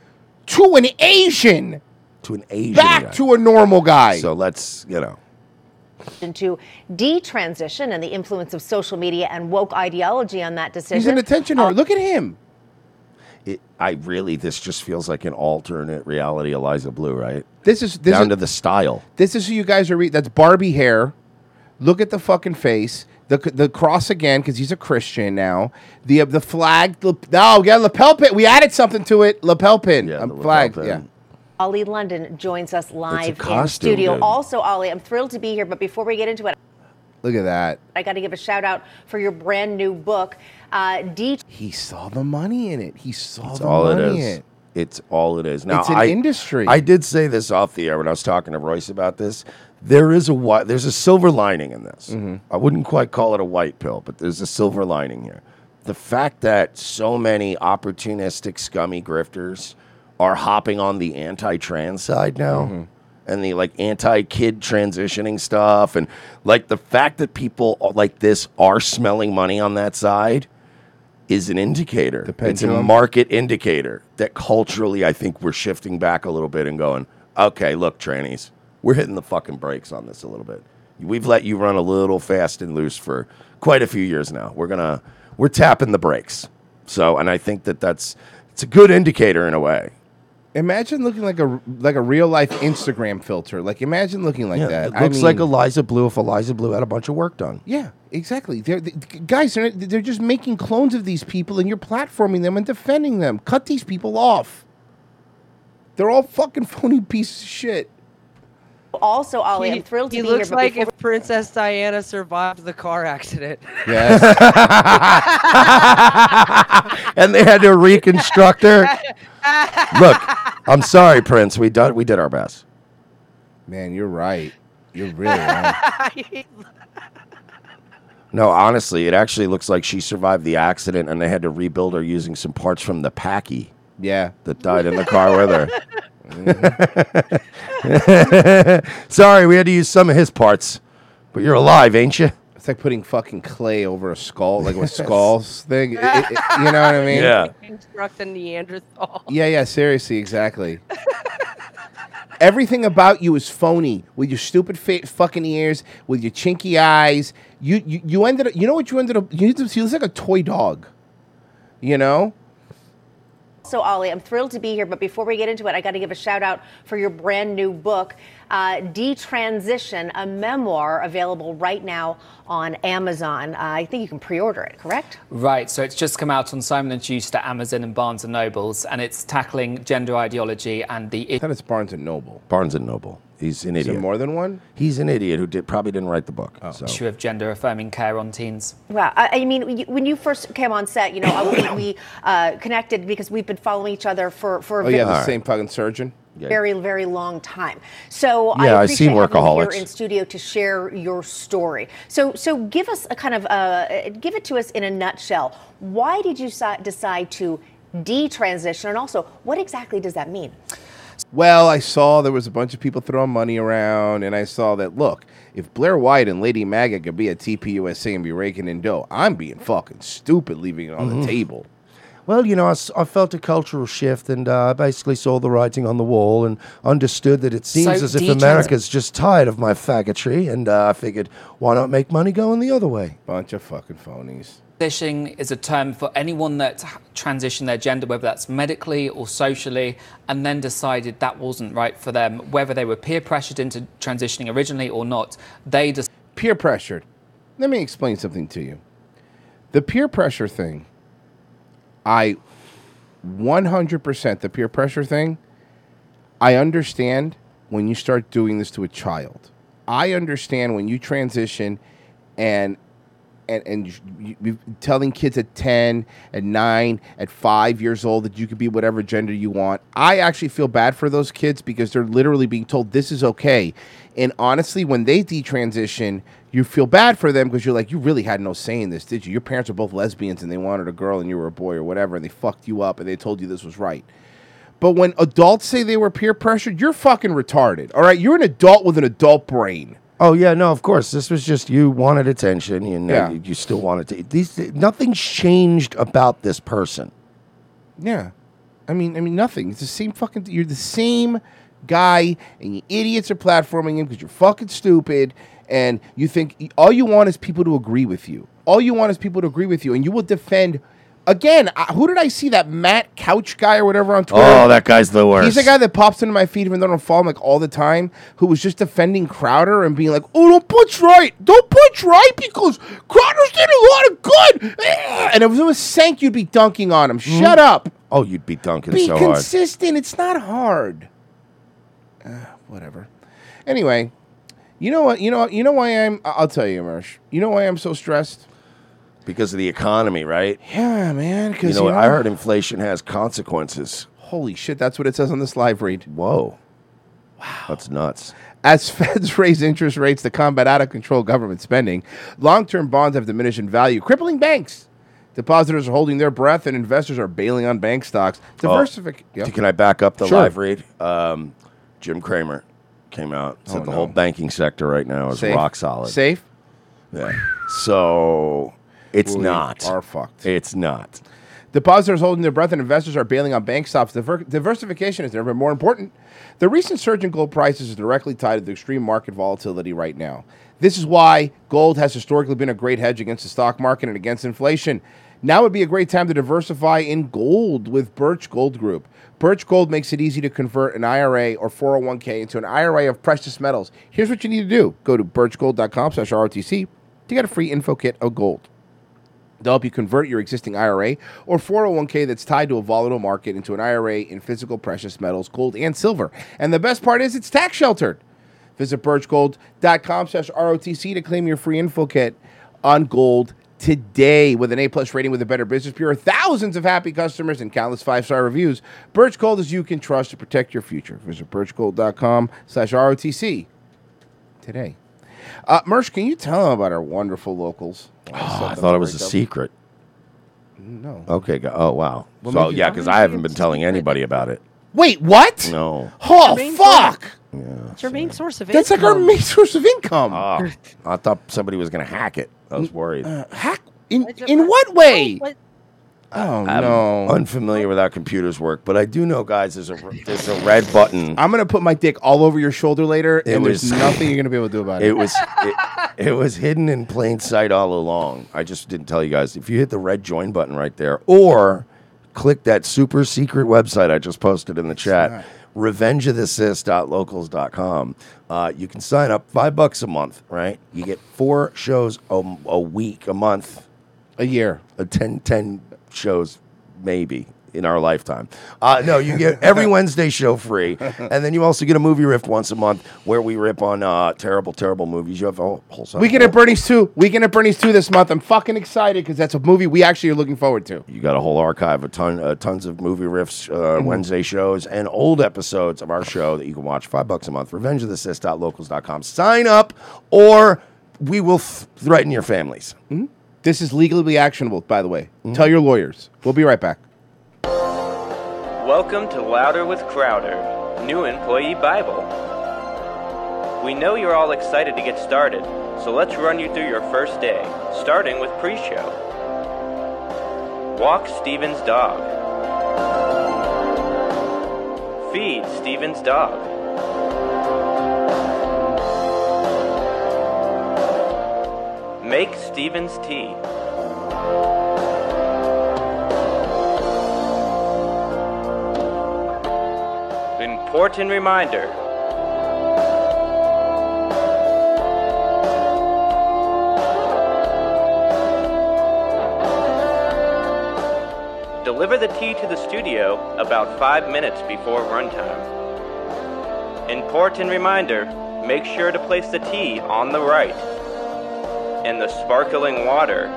to an Asian.
To an Asian
Back
guy.
to a normal guy.
So let's, you know.
To detransition and the influence of social media and woke ideology on that decision.
He's an attention whore. Look at him.
It, I really, this just feels like an alternate reality Eliza Blue, right?
This is this
down
is-
to the style.
This is who you guys are. Re- that's Barbie hair. Look at the fucking face. The, c- the cross again because he's a Christian now. The uh, the flag. The, no, yeah, lapel pin. We added something to it. Lapel pin. Yeah, flag. Yeah.
Ollie London joins us live in
costume,
studio.
dude.
Also, Ollie, I'm thrilled to be here, but before we get into it,
Look at that.
I got to give a shout out for your brand new book, uh, De-
He saw the money in it. He saw
It's
the
all it
money
is.
in it.
It's all it is. Now,
It's an
I,
industry.
I did say this off the air when I was talking to Royce about this. There is a white. There's a silver lining in this.
Mm-hmm.
I wouldn't quite call it a white pill, but there's a silver lining here. The fact that so many opportunistic, scummy grifters are hopping on the anti-trans side now.
Mm-hmm.
And the like anti-kid transitioning stuff, and like the fact that people uh, like this are smelling money on that side, is an indicator. It's a
pendulum.
market indicator that culturally, I think we're shifting back a little bit and going, okay, look, trannies, we're hitting the fucking brakes on this a little bit. We've let you run a little fast and loose for quite a few years now. We're gonna, we're tapping the brakes. So, and I think that that's it's a good indicator in a way.
Imagine looking like a like a real life Instagram filter. Like imagine looking like that.
It
I
looks like
mean-
Eliza Blue if Eliza Blue had a bunch of work done.
Yeah, exactly. They're, the guys, they're, they're just making clones of these people and you're platforming them and defending them. Cut these people off. They're all fucking phony pieces of shit.
also, Ollie, I'm thrilled to
he
be
looks
here. but
like
before-
if Princess Diana survived the car accident.
Yes.
and they had to reconstruct her. Look, I'm sorry, Prince. We did, we did our best.
Man, you're right. You're really right.
No, honestly, it actually looks like she survived the accident and they had to rebuild her using some parts from the Packy.
Yeah.
That died in the car with her.
Mm-hmm.
Sorry, we had to use some of his parts. But you're alive, ain't you?
It's like putting fucking clay over a skull, like a skull's thing. It- it- it- you know what I mean?
Construct a Neanderthal.
Yeah, yeah, seriously, exactly. Everything about you is phony with your stupid fa- fucking ears, with your chinky eyes. You, you you ended up, you know what you ended up, you ended up, you look like a toy dog. You know?
Also, Ollie, I'm thrilled to be here, but before we get into it, I got to give a shout out for your brand new book, uh, Detransition, a memoir available right now on Amazon. Uh, I think you can pre order it, correct?
Right, so it's just come out on Simon and Schuster, Amazon, and Barnes and Nobles, and it's tackling gender ideology and the. I
thought it's Barnes and Noble.
Barnes and Noble. He's an
Is there
idiot.
more than one? Oh.
He's an idiot who did probably didn't write the book. So.
Issue of gender affirming care on teens.
Well, I, I mean, you- when you first came on set, you know, I- we uh, connected because we've been following each other for, for
Oh
a
yeah, the
very,
same fucking surgeon.
very, very long time. So
Yeah,
I
I've
appreciate
seen
having you here
Workaholics.
in studio to share your story. So, so give us a kind of uh, give it to us in a nutshell. Why did you si- decide to detransition, and also what exactly does that mean?
Well, I saw there was a bunch of people throwing money around, and I saw that look, if Blair White and Lady Maga could be at TPUSA and be raking in dough, I'm being fucking stupid leaving it on
Mhm.
the table.
Well, you know, I, s- I felt a cultural shift and uh, I basically saw the writing on the wall and understood that it seems
So
as if
detrans-
America's just tired of my faggotry. And uh, I figured, why not make money going the other way?
Bunch of fucking phonies.
Transitioning is a term for anyone that h- transitioned their gender, whether that's medically or socially, and then decided that wasn't right for them, whether they were peer pressured into transitioning originally or not. They just.
Peer pressured. Let me explain something to you. The peer pressure thing, I 100% the peer pressure thing, I understand when you start doing this to a child. I understand when you transition and and, and you- you, you, telling kids at 10, at 9, at 5 years old that you could be whatever gender you want. I actually feel bad for those kids because they're literally being told this is okay. And honestly, when they detransition, you feel bad for them because you're like, you really had no say in this, did you? Your parents are both lesbians and they wanted a girl and you were a boy or whatever, and they fucked you up and they told you this was right. But when adults say they were peer pressured, you're fucking retarded. All right, you're an adult with an adult brain.
Oh yeah, no, of course. This was just you wanted attention, and
Yeah.
yeah. you, you still wanted to. These nothing's changed about this person.
Yeah, I mean, I mean nothing. It's the same fucking. You're the same guy, and you idiots are platforming him because you're fucking stupid, and you think all you want is people to agree with you. All you want is people to agree with you, and you will defend. Again, I, who did I see that Matt Couch guy or whatever on Twitter?
Oh, that guy's the
He's
worst.
the guy that pops into my feed even though I don't follow him like all the time, who was just defending Crowder and being like, "Oh, don't punch right, don't punch right because Crowder's did a lot of good." Ah! And if it was Sank, you'd be dunking on him. Shut up.
Oh, you'd be dunking
Be
so hard.
consistent. It's not hard. Uh, whatever. Anyway, you know what? You know you know why I'm. I- I'll tell you, Mersh. You know why I'm so stressed?
because of the economy, right?
Yeah, man.
You
Because
know, I heard inflation has consequences.
Holy shit! That's what it says on this live read.
Whoa. Wow. That's nuts.
As feds raise interest rates to combat out of control government spending, long term bonds have diminished in value, crippling banks. Depositors are holding their breath and investors are bailing on bank stocks. Diversification.
Oh, Can I back up the
Sure.
live read? Um, Jim Cramer came out said
Oh,
the
no.
whole banking sector right now is
Safe.
rock solid.
Safe?
Yeah. So it's
We
not.
are fucked.
It's not.
Depositors holding their breath and investors are bailing on bank stocks. Diver- diversification has never been more important. The recent surge in gold prices is directly tied to the extreme market volatility right now. This is why gold has historically been a great hedge against the stock market and against inflation. Now would be a great time to diversify in gold with Birch Gold Group. Birch Gold makes it easy to convert an IRA or 401k into an IRA of precious metals. Here's what you need to do. Go to birchgold.com slash ROTC to get a free info kit of gold. They'll help you convert your existing IRA or 401k that's tied to a volatile market into an IRA in physical precious metals, gold, and silver. And the best part is it's tax sheltered. Visit birchgold.com slash ROTC to claim your free info kit on gold today with an A plus rating with a Better Business Bureau, thousands of happy customers, and countless five star reviews. Birch Gold is you can trust to protect your future. Visit birchgold.com slash ROTC today. Uh, Mersh, can you tell them about our wonderful locals?
Oh, I thought it was a secret.
No.
Okay. Go- oh wow.
What
so
made you-
yeah,
why
because
would
I haven't been telling anybody about it.
Wait, what?
No.
Oh,
main
fuck!
It's your main source of
That's like our main source of income.
Oh, I thought somebody was gonna hack it. I was worried.
hack in in Uh, what way?
What?
Oh
I'm
no.
unfamiliar with how computers work, but I do know, guys. There's a there's a red button.
I'm gonna put my dick all over your shoulder later,
It
and there's
was-
nothing you're gonna be able to do about it.
It was it, it was hidden in plain sight all along. I just didn't tell you guys. If you hit the red join button right there, or click that super secret website I just posted in the chat, revengeofthesis.locals.com. Uh, you can sign up five bucks a month, right? You get four shows a, a week, a month,
a year,
a 10, 10 shows maybe in our lifetime. Uh, no, you get every Wednesday show free, and then you also get a movie riff once a month where we rip on uh, terrible, terrible movies. You have a whole, whole side-
Weekend at Bernie's two. Weekend at Bernie's two this month. I'm fucking excited because that's a movie we actually are looking forward to.
You got a whole archive of ton, uh, tons of movie riffs, uh,
Mhm.
Wednesday shows, and old episodes of our show that you can watch. Five bucks a month. RevengeOfTheSist.locals.com. Sign up, or we will th- threaten your families.
Mm-hmm.
Mm-hmm.
This is legally actionable, by the way. Tell your lawyers. We'll be right back.
Welcome to Louder with Crowder, new employee Bible. We know you're all excited to get started, so let's run you through your first day, starting with pre show. Walk Steven's dog. Feed Steven's dog. Make Steven's tea. Important reminder. Deliver the tea to the studio about five minutes before runtime. Important reminder make sure to place the tea on the right and the sparkling water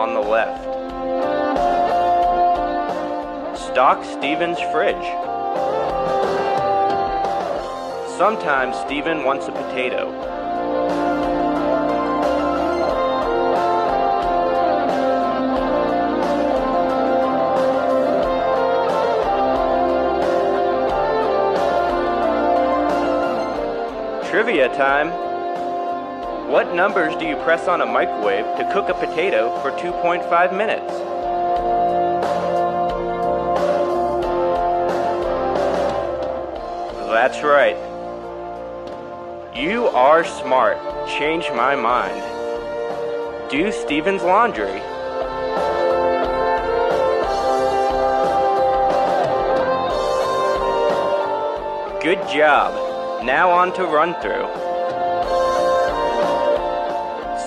on the left. Stock Steven's fridge. Sometimes Steven wants a potato. Trivia time. What numbers do you press on a microwave to cook a potato for 2.5 minutes? That's right. You are smart. Change my mind. Do Steven's laundry. Good job. Now on to run through.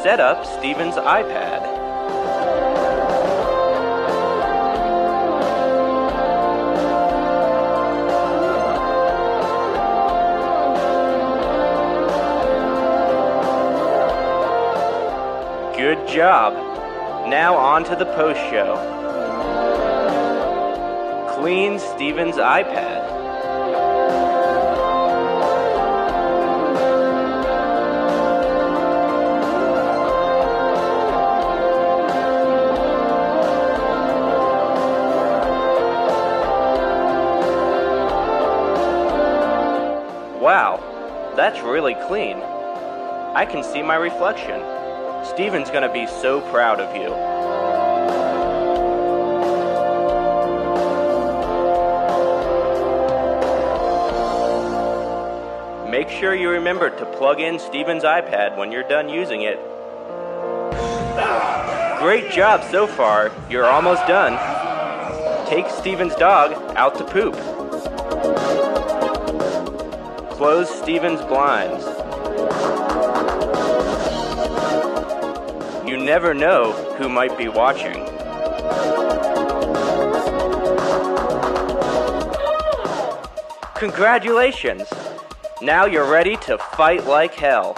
Set up Steven's iPad. Good job. Now on to the post show. Clean Steven's iPad. Wow, that's really clean. I can see my reflection. Steven's gonna be so proud of you. Make sure you remember to plug in Steven's iPad when you're done using it. Great job so far, you're almost done. Take Steven's dog out to poop. Close Steven's blinds. You never know who might be watching. Congratulations! Now you're ready to fight like hell.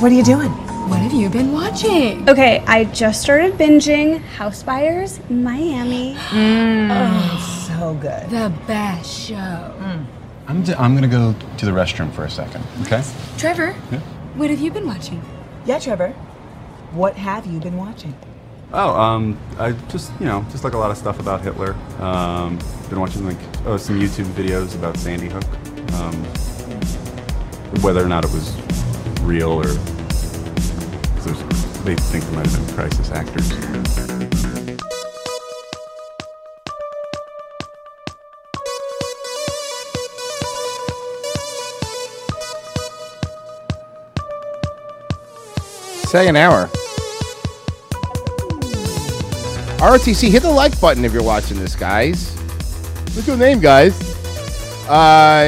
What are you doing?
What have you been watching? Okay, I just started binging House Buyers Miami.
Oh, so good.
Mm.
Mm.
The best show.
I'm, d- I'm gonna go to the restroom for a second, okay?
Trevor,
Yeah.
what have you been watching?
Yeah, Trevor. What have you been watching?
Oh, um, I just, you know, just like a lot of stuff about Hitler. Um, been watching like, oh, some YouTube videos about Sandy Hook. Um, whether or not it was real or. 'cause there's- They think there might have been crisis actors.
Say an hour. All ROTC, hit the like button if you're watching this, guys. Look your name, guys. Uh,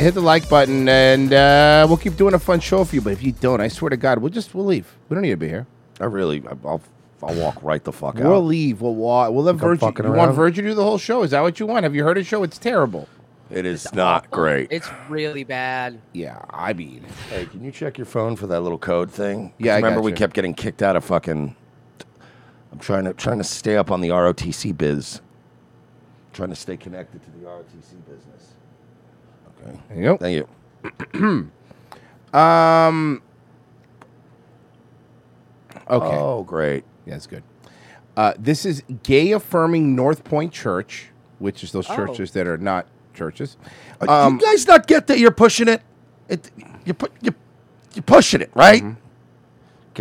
hit the like button, and uh, we'll keep doing a fun show for you. But if you don't, I swear to God, we'll just we'll leave. We don't need to be here.
I really, I- I'll, I'll walk right the fuck out.
We'll leave. We'll walk. We'll let
Think I'm
Virgil.
fucking
You want
around?
Virgil to do the whole show? Is that what you want? Have you heard his show? It's terrible.
It is not great.
It's really bad.
Yeah, I mean,
hey, can you check your phone for that little code thing? 'Cause
Yeah, I
remember
got
we
you.
kept getting kicked out of fucking. I'm trying to trying to stay up on the ROTC biz. Trying to stay connected to the ROTC business. Okay.
There you go.
Thank
you. um. Okay.
Oh, great.
Yeah, that's good. Uh, this is Gay Affirming North Point Church, which is those
Oh. Uh,
churches that are not churches. Um,
you guys not get that you're pushing it? it you put you you're pushing it, right?
Mm-hmm.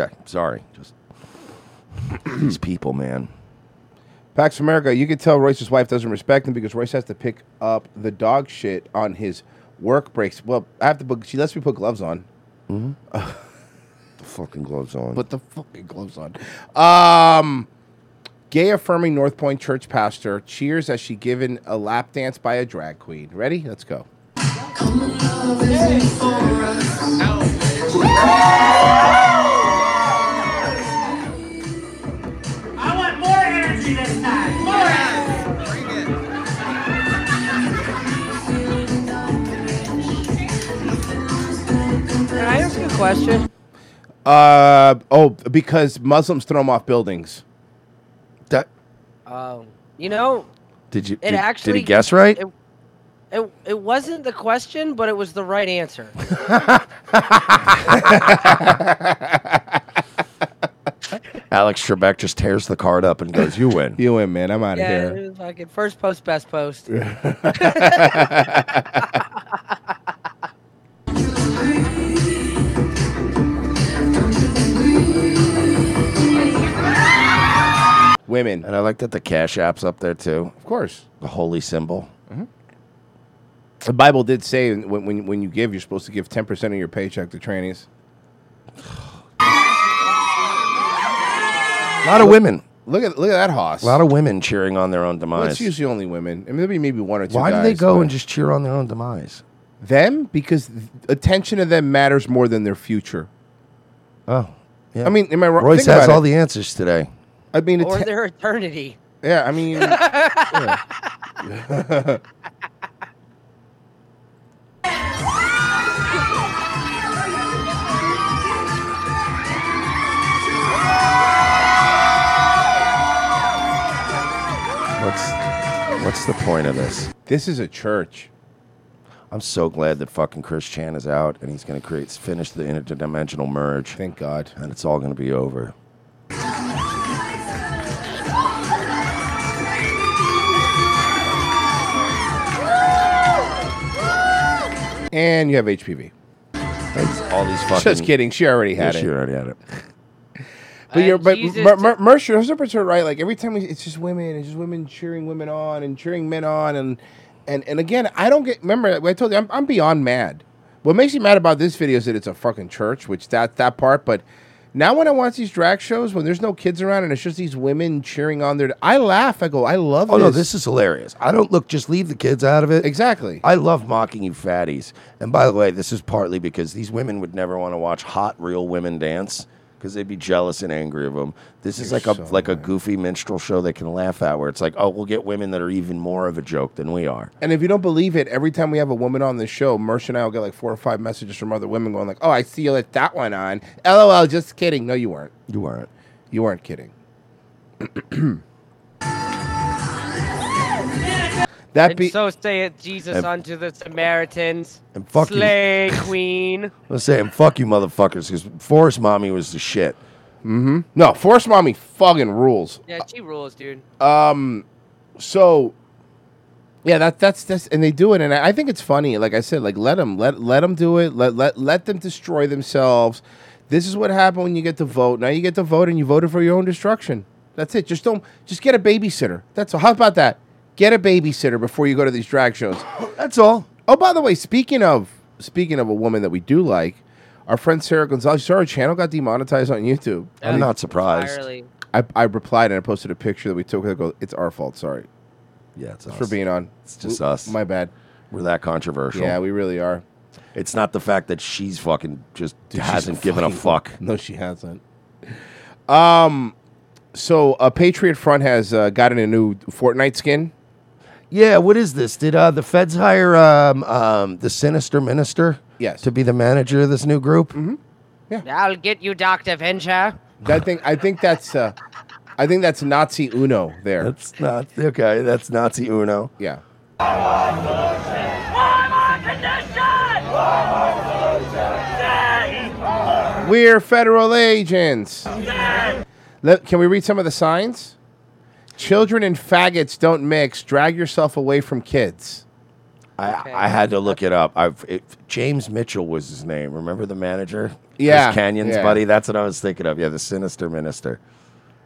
Okay, sorry. Just these people, man.
Pax America, you can tell Royce's wife doesn't respect him because Royce has to pick up the dog shit on his work breaks. Well, I have to put, she lets me put gloves on.
Mhm. the fucking gloves on.
Mm-hmm. Put the fucking gloves on. Um, gay affirming North Point Church pastor cheers as she given a lap dance by a drag queen. Ready? Let's go.
I want more energy this time. More energy.
Can I ask you a question?
Uh oh, because Muslims throw them off buildings.
That
Um, you know,
did you?
it actually It, it, it wasn't the question, but it was the right answer.
Alex Trebek just tears the card up and goes, "You win.
you win, man. I'm out
yeah, it was like first post, best post.
Women.
And I like that the Cash App's up there too. Of
course.
The holy symbol.
The Bible did say when, when, when you give, you're supposed to give 10% of your paycheck to trainees.
A lot of women.
Look at look at that hoss.
A lot of women cheering on their own
Well,
demise.
it's usually only women. I mean, maybe maybe one or two.
Why do they
guys,
go
but-
and just cheer on their own demise?
them? Because th- attention to them matters more than their future.
Oh, yeah.
I mean, am I wrong?
Royce
Think
has
about
all
it.
the answers today.
I mean,
or
atten-
their eternity.
yeah. I mean, yeah.
What's what's the point of this?
This is a church.
I'm so glad that fucking Chris Chan is out and he's going to create finish the interdimensional merge.
Thank God.
And it's all going to be over.
and you have HPV.
all these fucking.
Just kidding. She already had
Yeah,
it.
She already had it.
But you're but
Jesus.
Mer- Mer- Mersh, you're 100% right. Like every time we, it's just women, it's just women cheering women on and cheering men on, and and and again, I don't get. Remember, I told you, I'm, I'm beyond mad. What makes me mad about this video is that it's a fucking church, which that that part. But now when I watch these drag shows, when there's no kids around and it's just these women cheering on their, I laugh. I go, I love.
Oh
this.
no, this is hilarious. I don't look. Just leave the kids out of it.
Exactly.
I love mocking you fatties. And by the way, this is partly because these women would never want to watch hot real women dance because they'd be jealous and angry of them. This is
You're
like a
so
like a goofy minstrel show they can laugh at, where it's like, oh, we'll get women that are even more of a joke than we are.
And if you don't believe it, every time we have a woman on the show, Mersh and I will get like four or five messages from other women going like, "Oh, I see you let that one on." LOL, just kidding. No, you weren't.
You weren't.
You weren't kidding. that
And
be
so saith Jesus
And-
unto the Samaritans,
And fuck you.
slay queen.
Let's say, and fuck you, motherfuckers, because Forrest Mommy was the shit.
Mm-hmm. No, Forrest Mommy fucking rules.
Yeah, she rules, dude.
Um, so yeah, that that's that's and they do it, and I, I think it's funny. Like I said, like let them let let them do it. Let let let them destroy themselves. This is what happened when you get to vote. Now you get to vote, and you voted for your own destruction. That's it. Just don't. Just get a babysitter. That's all. How about that? Get a babysitter before you go to these drag shows.
That's all.
Oh, by the way, speaking of speaking of a woman that we do like, our friend Sarah Gonzalez. Sarah channel got demonetized on YouTube.
I'm not surprised.
Entirely.
I, I replied and I posted a picture that we took. I go, it's our fault. Sorry.
Yeah, it's
Thanks
us.
for being on.
It's just
W-
us.
My bad.
We're that controversial.
Yeah, we really are.
It's not the fact that she's fucking just
Dude, she's
hasn't given a
fucking-
fuck.
No, she hasn't. Um, so uh, Patriot Front has uh, gotten a new Fortnite skin.
Yeah, what is this? Did uh, the feds hire um, um, the sinister minister?
Yes.
To be the manager of this new group? Mm-hmm.
I'll get you, Dr. Venture.
I think I think that's uh, I think that's Nazi Uno there.
That's not okay. That's Nazi Uno.
Yeah. We're federal agents. Let, can we read some of the signs? Children and faggots don't mix. Drag yourself away from kids.
I, I had to look it up. I've it, James Mitchell was his name. Remember the manager? Chris
Yeah,
Canyon's
yeah.
buddy. That's what I was thinking of. Yeah, the sinister minister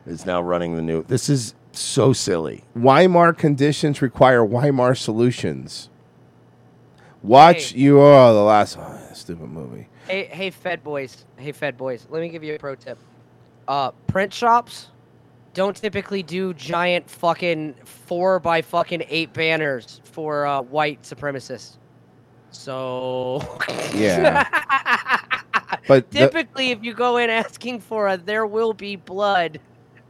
is now running the new. This is so silly.
Weimar conditions require Weimar solutions. Watch you all the last oh, stupid movie.
Hey, hey, Fed boys. Hey, Fed boys. Let me give you a pro tip. Uh, print shops don't typically do giant fucking four by fucking eight banners for uh, white supremacists. So
Yeah. But the-
typically, if you go in asking for a "there will be blood,"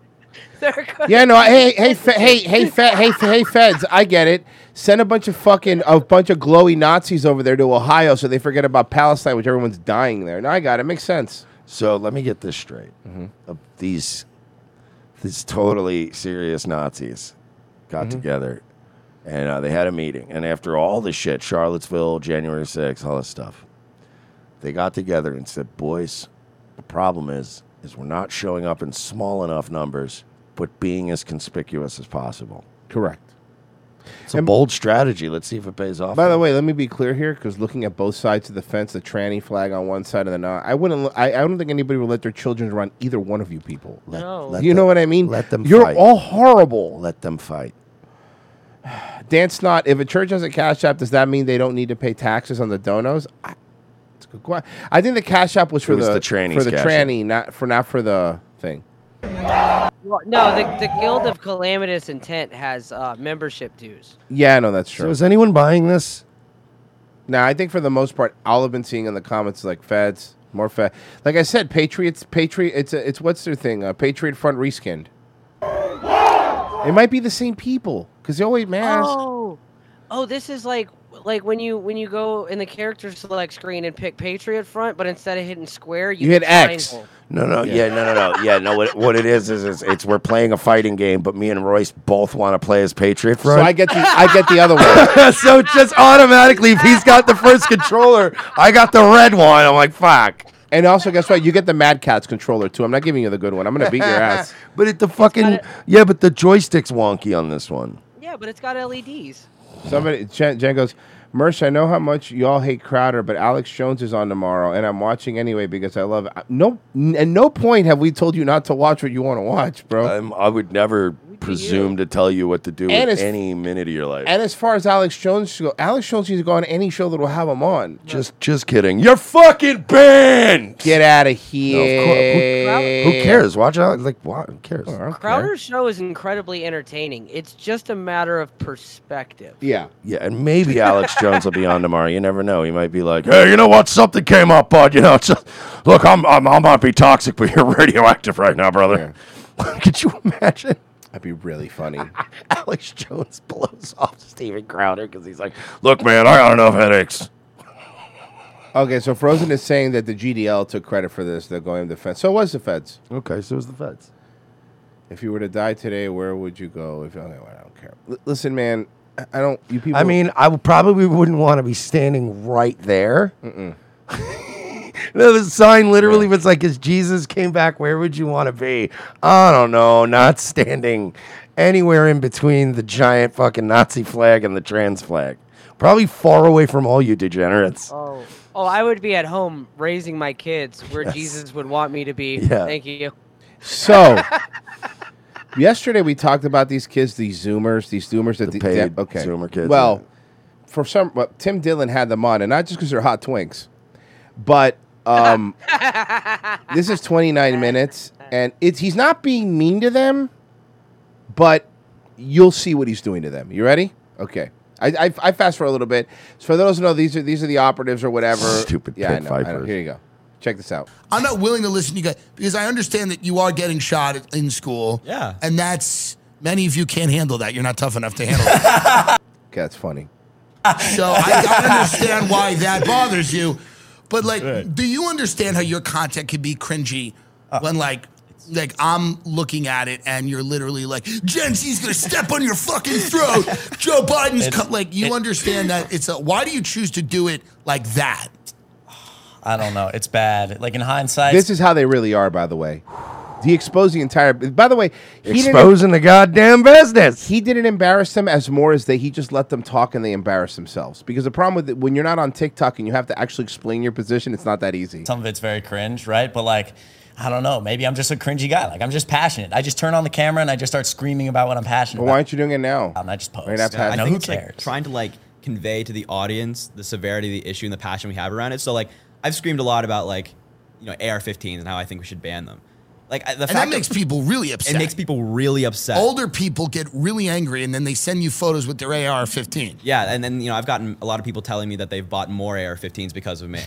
they're gonna-
Yeah, no. I- Hey, hey, fe- hey, hey, fe- hey, fe- hey, feds. I get it. Send a bunch of fucking a bunch of glowy Nazis over there to Ohio so they forget about Palestine, which everyone's dying there. No, I got it. Makes sense.
So let me get this straight. Uh, these these totally serious Nazis got
Mhm.
together and uh, they had a meeting. And after all this shit, Charlottesville, January 6th, all this stuff, they got together and said, "Boys, the problem is is we're not showing up in small enough numbers, but being as conspicuous as possible."
Correct.
It's a bold strategy. Let's see if it pays off.
By the way, let me be clear here, because looking at both sides of the fence, the tranny flag on one side and the not, I wouldn't. l- I, I don't think anybody would let their children run either one of you people.
no. let
you know what I mean?
Let them
You're
fight.
all horrible.
Let them fight.
Dance not. If a church has a cash app, does that mean they don't need to pay taxes on the donos? I, it's a good question. I think the cash app was for
was
the,
the tranny's
for the
Cash App.
tranny, not for not for the thing.
Well, no, the, the Guild of Calamitous Intent has uh, membership dues.
Yeah, no, that's true.
So is anyone buying this?
Nah, I think for the most part, all I've been seeing in the comments is like feds, more fed. Like I said, Patriots, Patriot. It's a, it's what's their thing? Uh, Patriot Front reskinned. It might be the same people because they always mask.
Oh, oh, this is like like when you when you go in the character select screen and pick Patriot Front, but instead of hitting square, you,
You hit
hit
X.
triangle.
No, no, yeah, no, no, no, yeah, no. What, what it is is, is it's we're playing a fighting game, but me and Royce both want to play as Patriot
So
Front.
I get the I get the other one.
so just automatically, if he's got the first controller, I got the red one. I'm like, fuck.
And also, guess what? You get the Mad Catz controller too. I'm not giving you the good one. I'm gonna beat your ass.
but it, the fucking yeah, but the joystick's wonky on this one.
Yeah, but it's got E LEDs.
Somebody Jen, Jen goes, Mersh, I know how much you all hate Crowder, but Alex Jones is on tomorrow, and I'm watching anyway because I love it. I- No, n- at no point have we told you not to watch what you want to watch, bro.
I'm, I would never presume to tell you what to do
And
with
it's-
any minute of your life.
and as far as Alex Jones should go, Alex Jones needs to go on any show that will have him on.
Just, just kidding. You're fucking banned.
Get out of
No, of course.
here.
Who, who cares? Watch out. Like, what? Who cares?
Crowder's show is incredibly entertaining. It's just a matter of perspective.
Yeah.
Yeah, and maybe Alex Jones will be on tomorrow. You never know. He might be like, "Hey, you know what? Something came up, bud. You know, it's just, look, I'm, I'm I might be toxic, but you're radioactive right now, brother." Could you imagine?
That'd be really funny.
Alex Jones blows off Steven Crowder because he's like, "Look, man, I got enough headaches."
Okay, so Frozen is saying that the GDL took credit for this. They're going to the feds. So it was the feds.
Okay, so it was the feds.
If you were to die today, where would you go? If I don't care. L- listen, man, I- I don't. You people.
I mean, I would probably wouldn't want to be standing right there.
Mm-mm.
No, the sign literally was like, "If Jesus came back, where would you want to be?" I don't know. Not standing anywhere in between the giant fucking Nazi flag and the trans flag. Probably far away from all you degenerates.
Oh, oh, I would be at home raising my kids where
Yes.
Jesus would want me to be.
Yeah.
Thank you.
So, yesterday we talked about these kids, these Zoomers, these Zoomers that the,
paid
okay.
Zoomer kids,
Well, for some, well, Tim Dillon had them on, and not just because they're hot twinks, but um, this is 29 minutes, and it's he's not being mean to them, but you'll see what he's doing to them. You ready? Okay. I, I, I fast for a little bit. So for those who know, these are these are the operatives or whatever.
Stupid
Yeah, I
pit
know, I know.
vipers.
Here you go. Check this out.
I'm not willing to listen to you guys because I understand that you are getting shot at- in school.
Yeah.
And that's many of you can't handle that. You're not tough enough to handle it.
Okay, that's funny.
so I, I understand why that bothers you. But like, do you understand how your content can be cringy when like like I'm looking at it and you're literally like, Gen Z's gonna step on your fucking throat. Joe Biden's
It's-
co-. like you
it-
understand that it's a why do you choose to do it like that?
I don't know. It's bad. Like in hindsight,
This is how they really are, by the way. He exposed the entire. By the way, he didn't-
Exposing the goddamn business.
He didn't embarrass them as more as they. He just let them talk and they embarrassed themselves. Because the problem with it, when you're not on TikTok and you have to actually explain your position, it's not that easy.
some of it's very cringe, right? But like, I don't know. Maybe I'm just a cringy guy. Like I'm just passionate. I just turn on the camera and I just start screaming about what I'm passionate
But why
about.
aren't you doing it now?
I'm not just post.
Right after
I know who
it's
cares.
like trying to like convey to the audience the severity of the issue and the passion we have around it. So like I've screamed a lot about like you know AR-15s and how I think we should ban them. Like I- the
And
fact
that makes people really upset.
It makes people really upset.
Older people get really angry and then they send you photos with their AR-15.
yeah, and then you know I've gotten a lot of people telling me that they've bought more AR-15s because of me.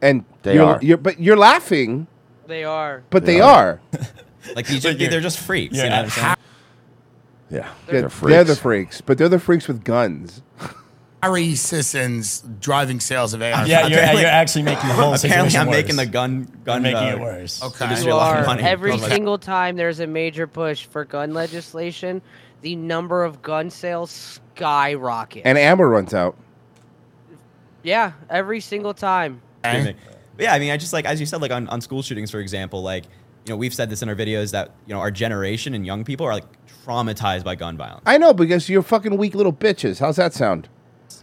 And
They
you're,
are.
You're, but you're laughing.
They are.
But they,
They
are.
are. like these, they're just freaks. You know what I'm saying?
Yeah,
They're,
They're
they're the
freaks.
freaks, but they're the freaks with guns.
Harry Sisson's driving sales of AR.
Yeah, you're- Apparently- you're actually
making
the whole Apparently situation I'm worse. making the gun- You're gun, making uh, it worse.
Okay.
industry
You
a lot of
are.
money.
Every
Sounds like-
single time there's a major push for gun legislation, the number of gun sales skyrocket.
And ammo runs out.
yeah, every single time.
But yeah, I mean, I just like as you said, like on, on school shootings, for example, like you know we've said this in our videos that you know our generation and young people are like traumatized by gun violence.
I know because you're fucking weak little bitches. How's that sound?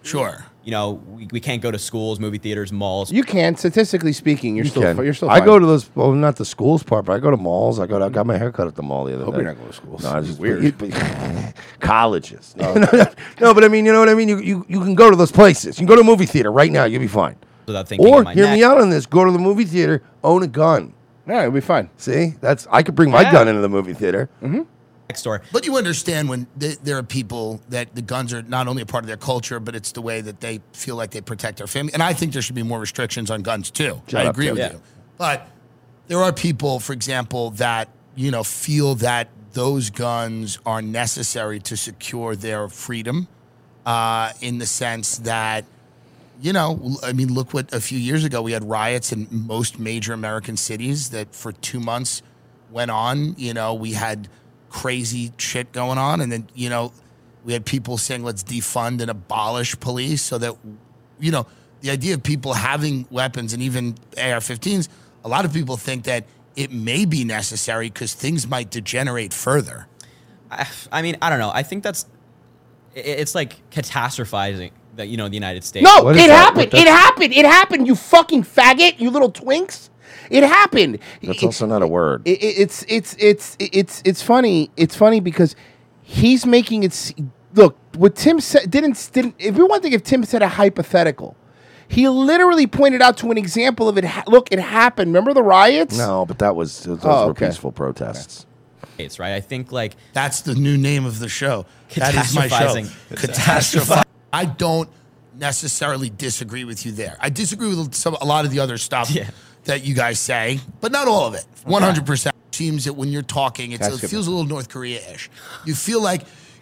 Sure.
You know we, we can't go to schools, movie theaters, malls.
You can, statistically speaking, you're
You
still
can.
fi- you're still.
I
fine.
go to those. Well, not the schools part, but I go to malls. I go. To, I got my hair cut at the mall the other
Hope
day.
you're not going to schools.
No, I
It'd be
just
weird.
but- but- colleges. no, but I mean, you know what I mean. You, you you can go to those places. You can go to a movie theater right now. You'll be fine.
Without thinking
Or
of my
hear
neck.
me out on this. Go to the movie theater. Own a gun.
Yeah, it'll be fine. Mm-hmm.
See, that's I could bring my
Yeah.
gun into the movie theater.
Next door.
But you understand when th- there are people that the guns are not only a part of their culture, but it's the way that they feel like they protect their family. And I think there should be more restrictions on guns too.
Shut
I
up,
agree
Tim.
with
Yeah.
you. But there are people, for example, that you know feel that those guns are necessary to secure their freedom, uh, in the sense that you know, l- I mean, look what a few years ago we had riots in most major American cities that for two months went on. You know, we had crazy shit going on. And then, you know, we had people saying, let's defund and abolish police so that, you know, the idea of people having weapons and even AR 15s, a lot of people think that it may be necessary because things might degenerate further.
I, I mean, I don't know. I think that's i- it's like catastrophizing that you know the United States.
No, it happened. It happened. It happened. You fucking faggot. You little twinks. It happened.
That's also not a word.
It, it- it's it's it's it's it's funny. It's funny because he's making it. se- Look, what Tim said didn't didn't. If we want to give Tim said a hypothetical, he literally pointed out to an example of it. Ha- look, it happened. Remember the riots?
No, but that was those
Oh,
were
okay.
peaceful protests.
States, right? I think like
that's the new name of the show. That is my show.
Catastrophizing.
Catastrophe. I don't necessarily disagree with you there. I disagree with some a lot of the other stuff that you guys say, but not all of it. One hundred percent seems that when you're talking, it's, it
That's good.
feels a little North Korea-ish. You feel like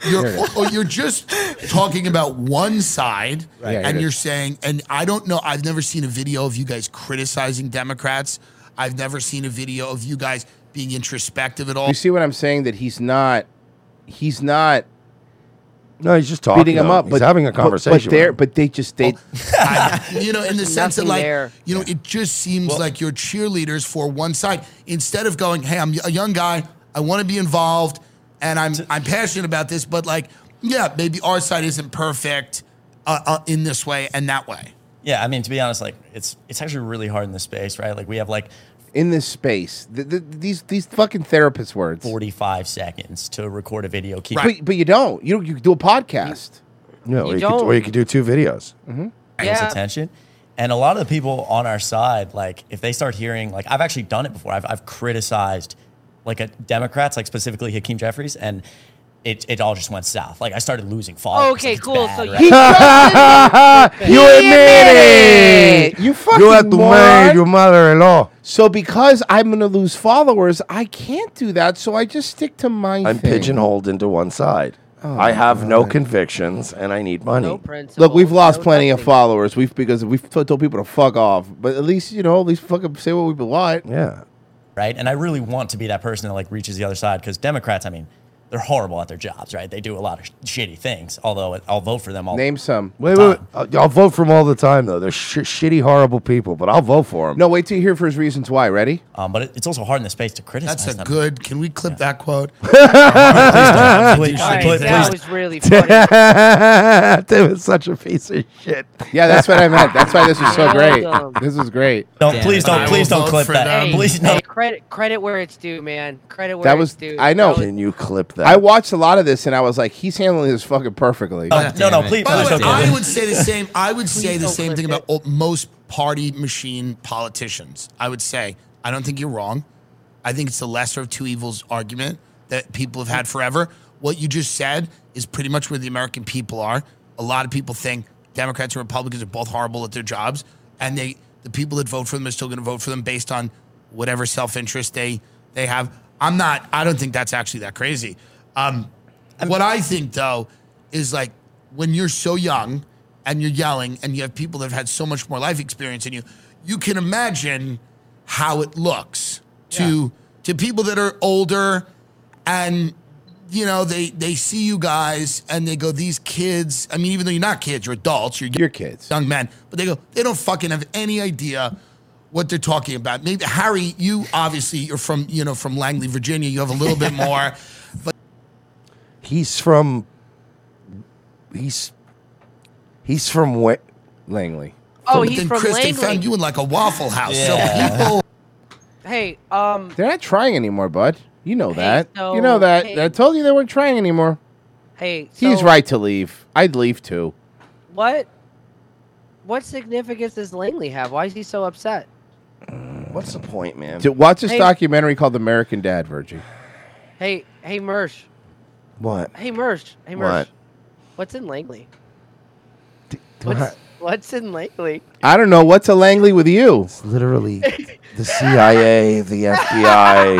you're or, or you're just talking about one side,
Right. Yeah,
and
you're-
you're saying, and I don't know. I've never seen a video of you guys criticizing Democrats. I've never seen a video of you guys being introspective at all.
You see what I'm saying? That he's not. He's not.
No, he's just talking
Beating him
to him.
up.
He's
but,
having a
but-
conversation
But,
with
they're
him.
but they just they.
Oh,
you know, in the sense that,
Nothing
like,
there.
you know, it just seems like you're cheerleaders for one side instead of going, "Hey, I'm a young guy. I want to be involved, and I'm I'm passionate about this." But like, yeah, maybe our side isn't perfect uh, uh, in this way and that way.
Yeah, I mean, to be honest, like it's it's actually really hard in this space, right? Like we have like
in this space, th- th- these these fucking therapist words.
Forty five seconds to record a video. Keep
But, but you don't. You you do a podcast.
No,
You
or you, could, or
don't.
you could do two videos.
mm-hmm.
Yeah.
attention. And a lot of the people on our side, like if they start hearing, like I've actually done it before. I've I've criticized like a Democrats, like specifically Hakeem Jeffries, and it, it all just went south. Like I started losing followers.
Okay,
It's
cool.
bad,
So
right?
you
you admit it. You fucking
You have to marry your mother-in-law.
So because I'm going to lose followers, I can't do that. So I just stick to my.
I'm
thing.
pigeonholed into one side.
Oh,
I have no convictions and I need money.
Look, we've lost plenty of followers. We've because we've t- told people to fuck off. But at least you know, at least fucking say what we believe.
Yeah.
right? And I really want to be that person that like reaches the other side because Democrats, I mean, they're horrible at their jobs, right? They do a lot of sh- shitty things. Although I'll vote for them all.
Name some.
Wait, wait, wait. I'll, I'll vote for him all the time, though. They're sh- shitty, horrible people, but I'll vote for him.
No, wait till you hear for his reasons why. Ready?
Um, but it, it's also hard in this space to criticize.
That's a
them.
good. Can we clip that quote?
Please, please,
that
please.
was really funny.
that was such a piece of shit.
Yeah, that's what I meant. That's why this is so great. This is great.
Don't please don't please don't clip that. Please
Hey,
don't.
credit credit where it's due, man. Credit where
That
it's
was
due.
I know.
Can you clip that?
I watched a lot of this and I was like, he's handling this fucking perfectly.
Oh, no, no, please.
By the
please
way,
don't clip
I
it.
would say the same. I would say the same thing about all- most party machine politicians. I would say I don't think you're wrong. I think it's the lesser of two evils argument that people have had forever. What you just said is pretty much where the American people are. A lot of people think Democrats and Republicans are both horrible at their jobs, and they the people that vote for them are still going to vote for them based on whatever self interest they they have. I'm not. I don't think that's actually that crazy. Um, what I think though is like when you're so young and you're yelling and you have people that have had so much more life experience than you, you can imagine how it looks to to people that are older and you know they they see you guys and they go these kids i mean even though you're not kids you're adults you're,
you're kids
young men but they go they don't fucking have any idea what they're talking about maybe harry you obviously you're from you know from langley virginia you have a little bit more but
He's from. He's. He's from where? Langley.
Oh, he's from
Kristen
Langley.
found you in like a waffle house.
Yeah.
So people,
Hey, um,
They're not trying anymore, bud. You know that.
so-
you know that.
hey.
I told you they weren't trying anymore.
hey,
He's
so
right to leave. I'd leave too.
What? What significance does Langley have? Why is he so upset?
What's the point, man?
To watch this
Hey.
documentary called American Dad, Virgie.
Hey, hey, Mersh.
What?
Hey, Mersh. Hey, Mersh.
What?
What's in Langley? What's, what's in Langley?
I don't know. What's a Langley with you? It's
literally the CIA, the FBI,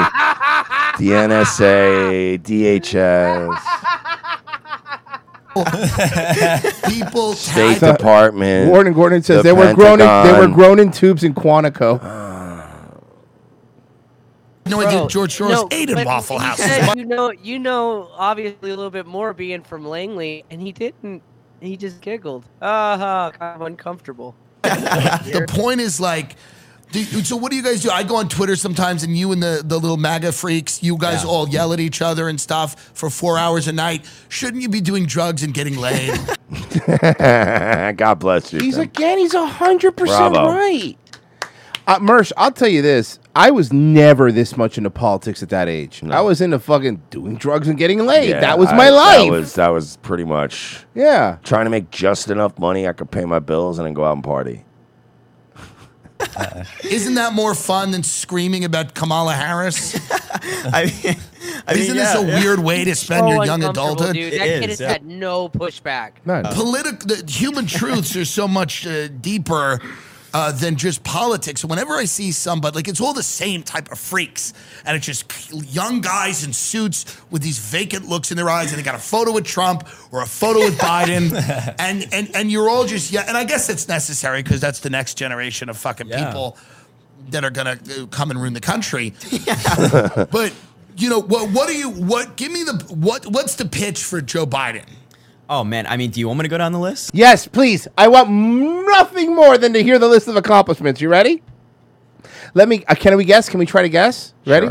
the NSA, DHS,
people
State
So-
Department.
Warren Gordon says
the
they were grown. In, they were
Pentagon.
grown in tubes in Quantico.
no idea George Soros
no,
ate in
but
waffle
he
houses.
said you know, you know, obviously a little bit more being from Langley, and he didn't. He just giggled. Ah, I'm uncomfortable.
the point is like do, so what do you guys do i go on twitter sometimes and you and the, the little maga freaks you guys all yell at each other and stuff for four hours a night shouldn't you be doing drugs and getting laid
Ah, God bless you.
He's
Tim.
again. He's hundred percent
Bravo.
right. Uh, Mersh, I'll tell you this. I was never this much into politics at that age. I was into fucking doing drugs and getting laid.
Yeah,
that was
I-
my life.
That was that was pretty much.
Yeah.
Trying to make just enough money I could pay my bills and then go out and party.
isn't that more fun than screaming about kamala harris
I mean,
isn't this
yeah,
a
yeah.
weird way to spend
So
your young
uncomfortable,
adulthood
Dude, that kid has had no pushback.
Political, Uh, the human truths are so much uh, deeper uh, than just politics. Whenever I see somebody, like it's all the same type of freaks, and it's just young guys in suits with these vacant looks in their eyes, and they got a photo with Trump or a photo with Biden, and and and you're all just yeah. And I guess it's necessary because that's the next generation of fucking people that are gonna uh, come and ruin the country. but you know what? What are you? What? Give me the what? What's the pitch for Joe Biden?
Oh man, I mean, do you want me to go down the list?
Yes, please. I want nothing more than to hear the list of accomplishments. You ready? Let me. Uh, can we guess? Can we try to guess? Ready?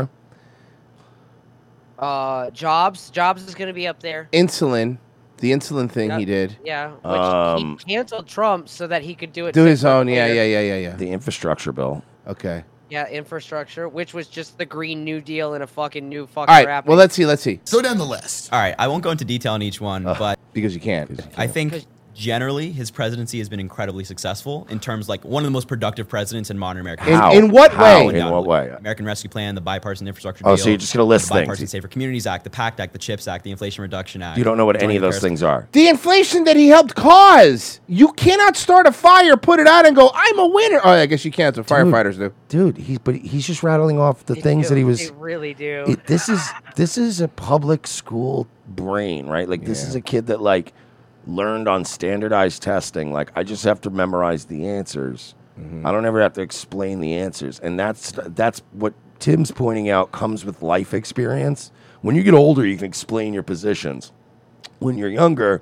Uh, Jobs. Jobs is gonna be up there.
Insulin. The insulin thing he did.
Yeah, which
Um,
he canceled Trump so that he could do it.
Do his
separate
own. Yeah,
later.
yeah, yeah, yeah, yeah.
The infrastructure bill.
Okay.
Yeah, infrastructure, which was just the Green New Deal and a fucking new fucking wrap.
let's see. Let's see.
Go down the list.
All right, I won't go into detail on each one, but
because you can't.
I think generally his presidency has been incredibly successful in terms like one of the most productive presidents in modern America.
In- How? in what How? way? In what way?
American Rescue Plan, the bipartisan infrastructure
Oh,
deal.
so you're just gonna list
the
things.
Bipartisan Safer Communities Act, the PACT Act, the CHIPS Act, the Inflation Reduction Act.
You don't know what any
Joint
of those
Affairs-
things are.
The inflation that he helped cause. You cannot start a fire, put it out, and go, I'm a winner. Oh, I guess you can't. That's what firefighters do.
Dude, he's but he's just rattling off the things that he was.
They really do.
It- this is this is a public school brain, right? Like this is a kid that like learned on standardized testing. Like I just have to memorize the answers. I don't ever have to explain the answers, and that's that's what Tim's pointing out comes with life experience. When you get older, you can explain your positions. When you're younger,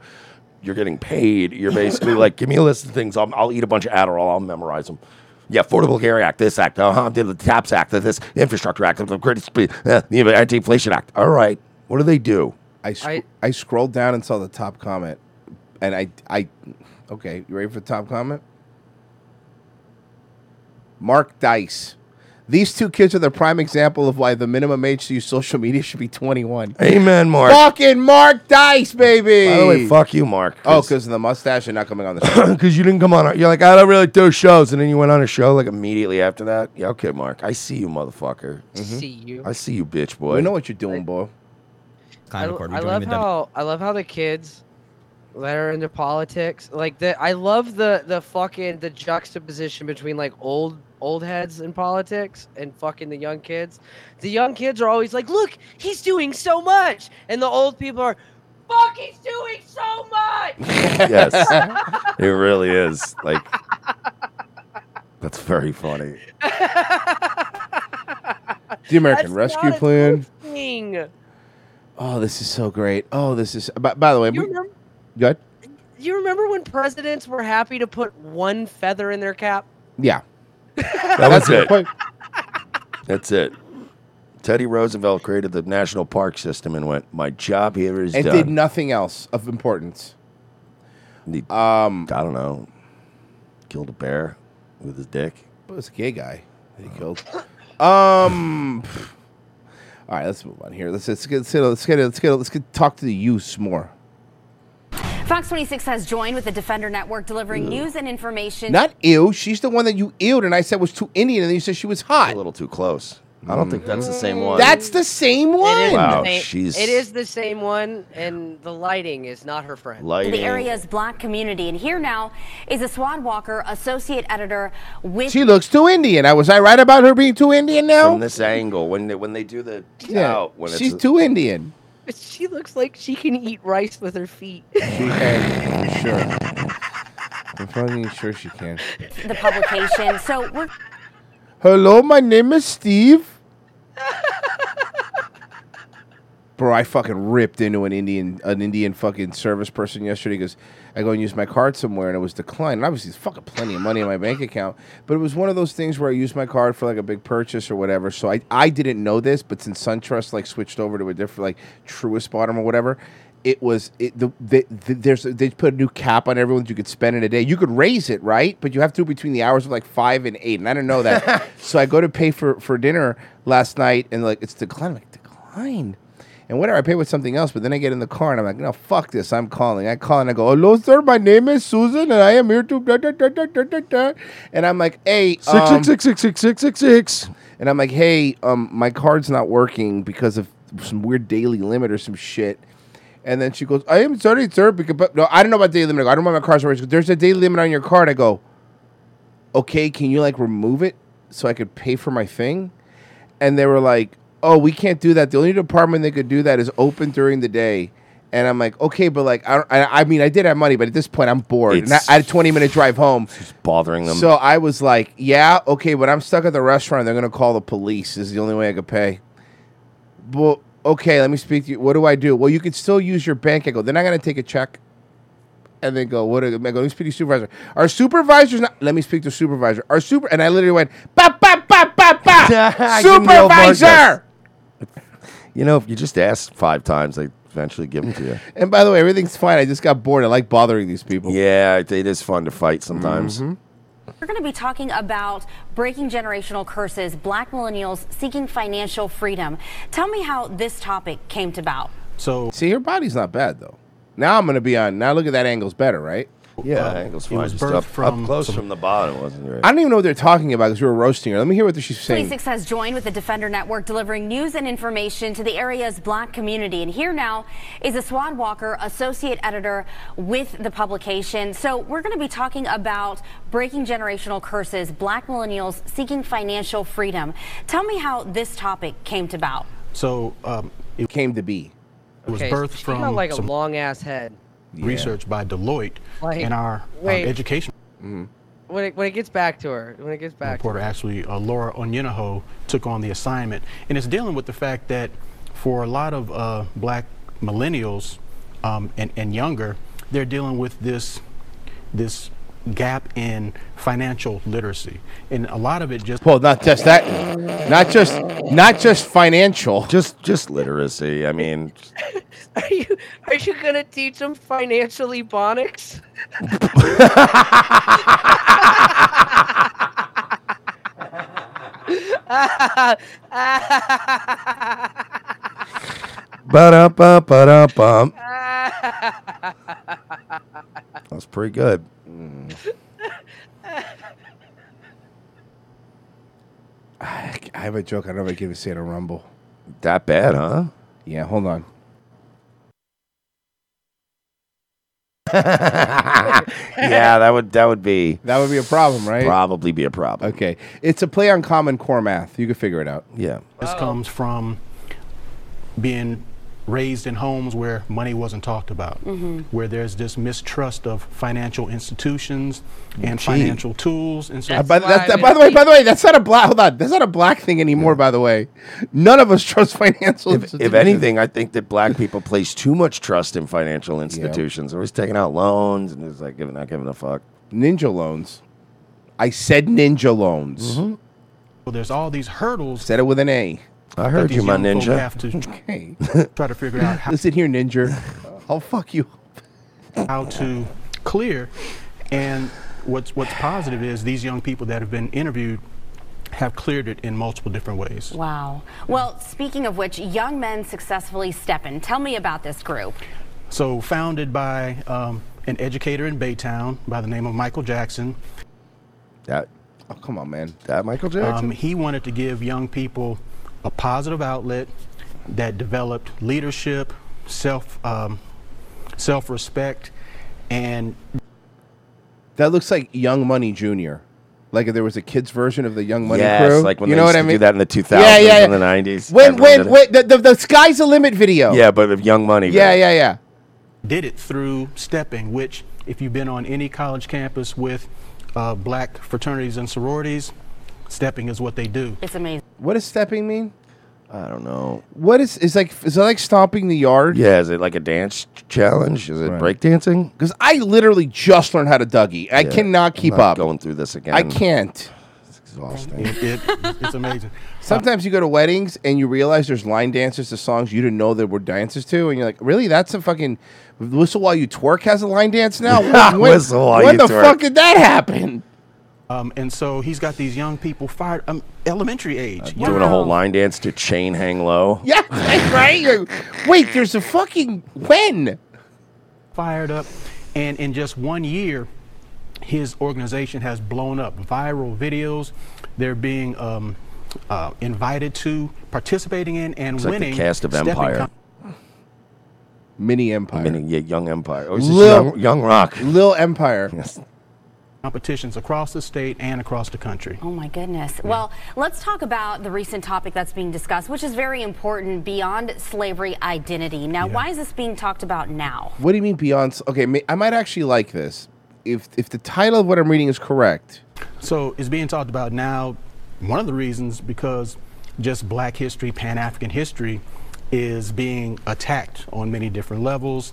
you're getting paid. You're basically like, give me a list of things. I'll, I'll eat a bunch of Adderall. I'll memorize them. Yeah, Affordable Care Act, this act, uh-huh, did the TAPS Act, uh, this Infrastructure Act, uh, the Great Sp- uh, the Anti-Inflation Act. All right, what do they do?
I, sc- I, scrolled down and saw the top comment, and I, I, okay, you ready for the top comment? Mark Dice. These two kids are the prime example of why the minimum age to use social media should be 21.
Amen, Mark.
Fucking Mark Dice, baby.
By the way, fuck you, Mark.
Oh, because of the mustache and not coming on the show.
Because you didn't come on. our- You're like, I don't really do shows, and then you went on a show like immediately after that. Yeah, okay, Mark. I see you, motherfucker.
Mm-hmm.
see you.
I see you, bitch boy.
We know what you're doing, boy.
I, l- I love how I love how the kids that are into politics like the I love the the fucking the juxtaposition between like old old heads in politics and fucking the young kids. The young kids are always like, "Look, he's doing so much," and the old people are, "Fuck, he's doing so much."
yes, it really is. Like, that's very funny.
The American
That's
Rescue
not a
Plan.
thing.
Oh, this is so great. Oh, this is. By, by the way,
You
we,
remember,
good.
you remember when presidents were happy to put one feather in their cap?
Yeah.
That was
That's a good
it.
point.
That's it. Teddy Roosevelt created the national park system and went, "My job here is
and
done."
did nothing else of importance.
um, I don't know. Killed a bear with his dick.
But it was a gay guy that he killed. um. All right, let's move on here. Let's let's get let's get let's get let's get, let's get talk to the youths more.
Fox 26 has joined with the Defender Network, delivering
Ew.
news and information.
Mm. Not ew. She's the one that you ewed, and I said was too Indian, and then you said she was hot. A
little too close. I don't think that's the
Mm.
same one.
That's the same one.
is the Wow,
Same-
she's-
It is the same one, and the lighting is not her friend.
The area's black community. And here now is a Swad Walker associate editor with.
She looks too Indian. I was I right about her being too Indian now?
From this angle, when they, when they do the
yeah,
out, when
she's
it's
too Indian.
She looks like she can eat rice with her feet.
She can, for sure. I'm fucking sure she can.
The publication. So we're
Hello, my name is Steve. Bro, I fucking ripped into an Indian an Indian fucking service person yesterday because I go and use my card somewhere and it was declined. And obviously, there's fucking plenty of money in my bank account. But it was one of those things where I used my card for like a big purchase or whatever. So I, I didn't know this, but since SunTrust like switched over to a different like Truist bottom or whatever, it was it the, the, the there's they put a new cap on everyone that you could spend in a day. You could raise it, right? But you have to do it between the hours of like five and eight. And I didn't know that. so I go to pay for for dinner last night and like it's declined. I'm like, declined. And whatever, I pay with something else, but then I get in the car and I'm like, no, fuck this. I'm calling. I call and I go, hello, sir. My name is Susan and I am here to. Da, da, da, da, da, da, da." And I'm like, hey. um,
Six, six, six, six, six, six, six.
And I'm like, hey, um, my card's not working because of some weird daily limit or some shit. And then she goes, I am sorry, sir. Because, but, no, I don't know about daily limit. I don't know about my card's not working. There's a daily limit on your card. I go, okay, can you like remove it so I could pay for my thing? And they were like, oh, we can't do that. The only department that could do that is open during the day. And I'm like, okay, but like, I, don't, I, I mean, I did have money, but at this point, I'm bored. and I,
It's-
I had a 20 minute drive home.
bothering them.
So I was like, yeah, okay, but I'm stuck at the restaurant. They're going to call the police. This is the only way I could pay. Well, okay, let me speak to you. What do I do? Well, you can still use your bank. I go, they're not going to take a check. And they go, what? Are, I go, let me speak to your supervisor. Our supervisor's not. Let me speak to supervisor. Our super. And I literally went, ba, ba, ba, ba, ba.
Give me old Marcus.
supervisor.
you know, if you just ask five times, they eventually give them to you.
And by the way, everything's fine. I just got bored. I like bothering these people. Mm-hmm.
Yeah, it it is fun to fight sometimes.
We're going to be talking about breaking generational curses, black millennials seeking financial freedom. Tell me how this topic came to about.
So see, her body's not bad though. Now I'm gonna be on. Now look at that angle's better, right?
Yeah,
Uh,
angles
it
fine.
was
Just
birthed
up,
from-
up close from the bottom, wasn't it?
I don't even know what they're talking about because we were roasting her. Let me hear what she's saying.
26 has joined with the Defender Network, delivering news and information to the area's black community. And here now is a Swad Walker, associate editor with the publication. So we're going to be talking about breaking generational curses, black millennials seeking financial freedom. Tell me how this topic came to about.
So um,
it came to be.
It was
Okay,
birthed
she
from
got like a
some
long ass head.
research by Deloitte
Like,
and our um,
wait.
education
Mm-hmm.
When it when it gets back to her, when it gets back.
reporter, actually uh, Laura Onyenaho, took on the assignment, and it's dealing with the fact that for a lot of uh, black millennials um, and, and younger, they're dealing with this this gap in financial literacy, and a lot of it just
Well, not just that, not just not just financial,
just just literacy. I mean,
Are you are you gonna teach them financial ebonics?
ba ba ba bum. That's pretty good. Mm.
I I have a joke. I don't know if I give it say it a rumble.
That bad, huh?
Yeah, hold on.
yeah, that would that would be
that would be a problem, right?
Probably be a problem.
Okay, it's a play on Common Core math. You can figure it out.
Yeah.
This comes from being raised in homes where money wasn't talked about,
Mhm.
Mm-hmm.
where there's this mistrust of financial institutions and
Gee.
financial tools. And so,
Uh, by, that, that- by the way, by the way, that's not a black. Hold on, that's not a black thing anymore. By the way, none of us trust financial.
If, if
institutions.
anything, I think that black people place too much trust in financial institutions. They're always taking out loans and it's like giving not giving a fuck.
Ninja loans. I said ninja loans.
Mm-hmm.
there's all these hurdles.
Said it with an A.
I
that
heard
these
you, my
young folk
ninja.
Have to
okay.
try to figure out how,
Listen here, ninja. I'll fuck you.
how to clear. And what's what's positive is these young people that have been interviewed have cleared it in multiple different ways.
Wow. Well, speaking of which, young men successfully step in. Tell me about this group.
So founded by um, an educator in Baytown by the name of Michael Jackson.
That.
Oh come on, man.
That Michael
Um, he wanted to give young people a positive outlet that developed leadership, self um, self respect, and
That looks like Young Money Junior. Like if there was a kids version of the Young Money
Yes,
crew.
like when
you
they
know
used
what I
to
mean?
do that in the 2000s
Yeah, yeah, yeah.
and the 90s.
When
Everyone did
when
it.
when the, the the sky's the limit video.
Yeah, but of Young Money.
Yeah, yeah, yeah.
did it through stepping, which, if you've been on any college campus with uh, black fraternities and sororities, stepping is what they do.
It's amazing.
What does stepping mean?
I don't know.
What is is like is it like stomping the yard?
Yeah, is it like a dance challenge? Is it breakdancing?
Because I literally just learned how to Dougie. I
Yeah,
cannot
I'm
keep
not
up.
Going through this again.
I can't.
It's exhausting.
It, it- it's amazing.
Sometimes you go to weddings and you realize there's line dancers to songs you didn't know there were dances to, and you're like, really? That's a fucking whistle while you twerk has a line dance now. When, when-
Whistle While
when
You
the
Twerk.
fuck did that happen?
Um, and so he's got these young people fired, um, elementary age. young
Uh, Doing a whole line dance to Chain Hang Low.
Yeah, right. You're- Wait, there's a fucking when?
fired up. And in just one year, his organization has blown up. Viral videos, they're being um, uh, invited to, participating in, and
It's like
winning.
the cast of
stepping
Empire.
com-
Mini Empire.
Mini, yeah, Young Empire. Oh, is this
Lil-
young, young Rock?
Lil Empire.
competitions across the state and across the country.
Oh my
Hmm.
goodness. Well, let's talk about the recent topic that's being discussed, which is very important beyond slavery identity. Now, why is this being talked about now?
What do you mean beyond? s- Okay, may, I might actually like this if if the title of what I'm reading is correct.
So it's being talked about now. One of the reasons because just black history, Pan African history is being attacked on many different levels.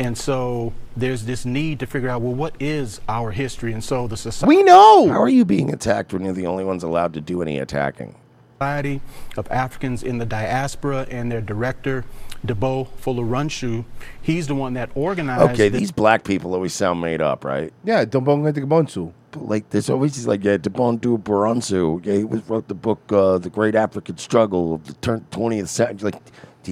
And so there's this need to figure out well, what is our history? And so the society.
We know.
How are you being attacked when you're the only ones allowed to do any attacking?
Society of Africans in the Diaspora and their director, Debo Folorunshu, he's the one that organized.
Okay,
this-
these black people always sound made up, right?
Yeah, Dombonga de Gabonsu.
But like, there's always these like, yeah, Dubondu Baransu. Yeah, he was, wrote the book, uh, The Great African Struggle of the turn- 20th Century. Like,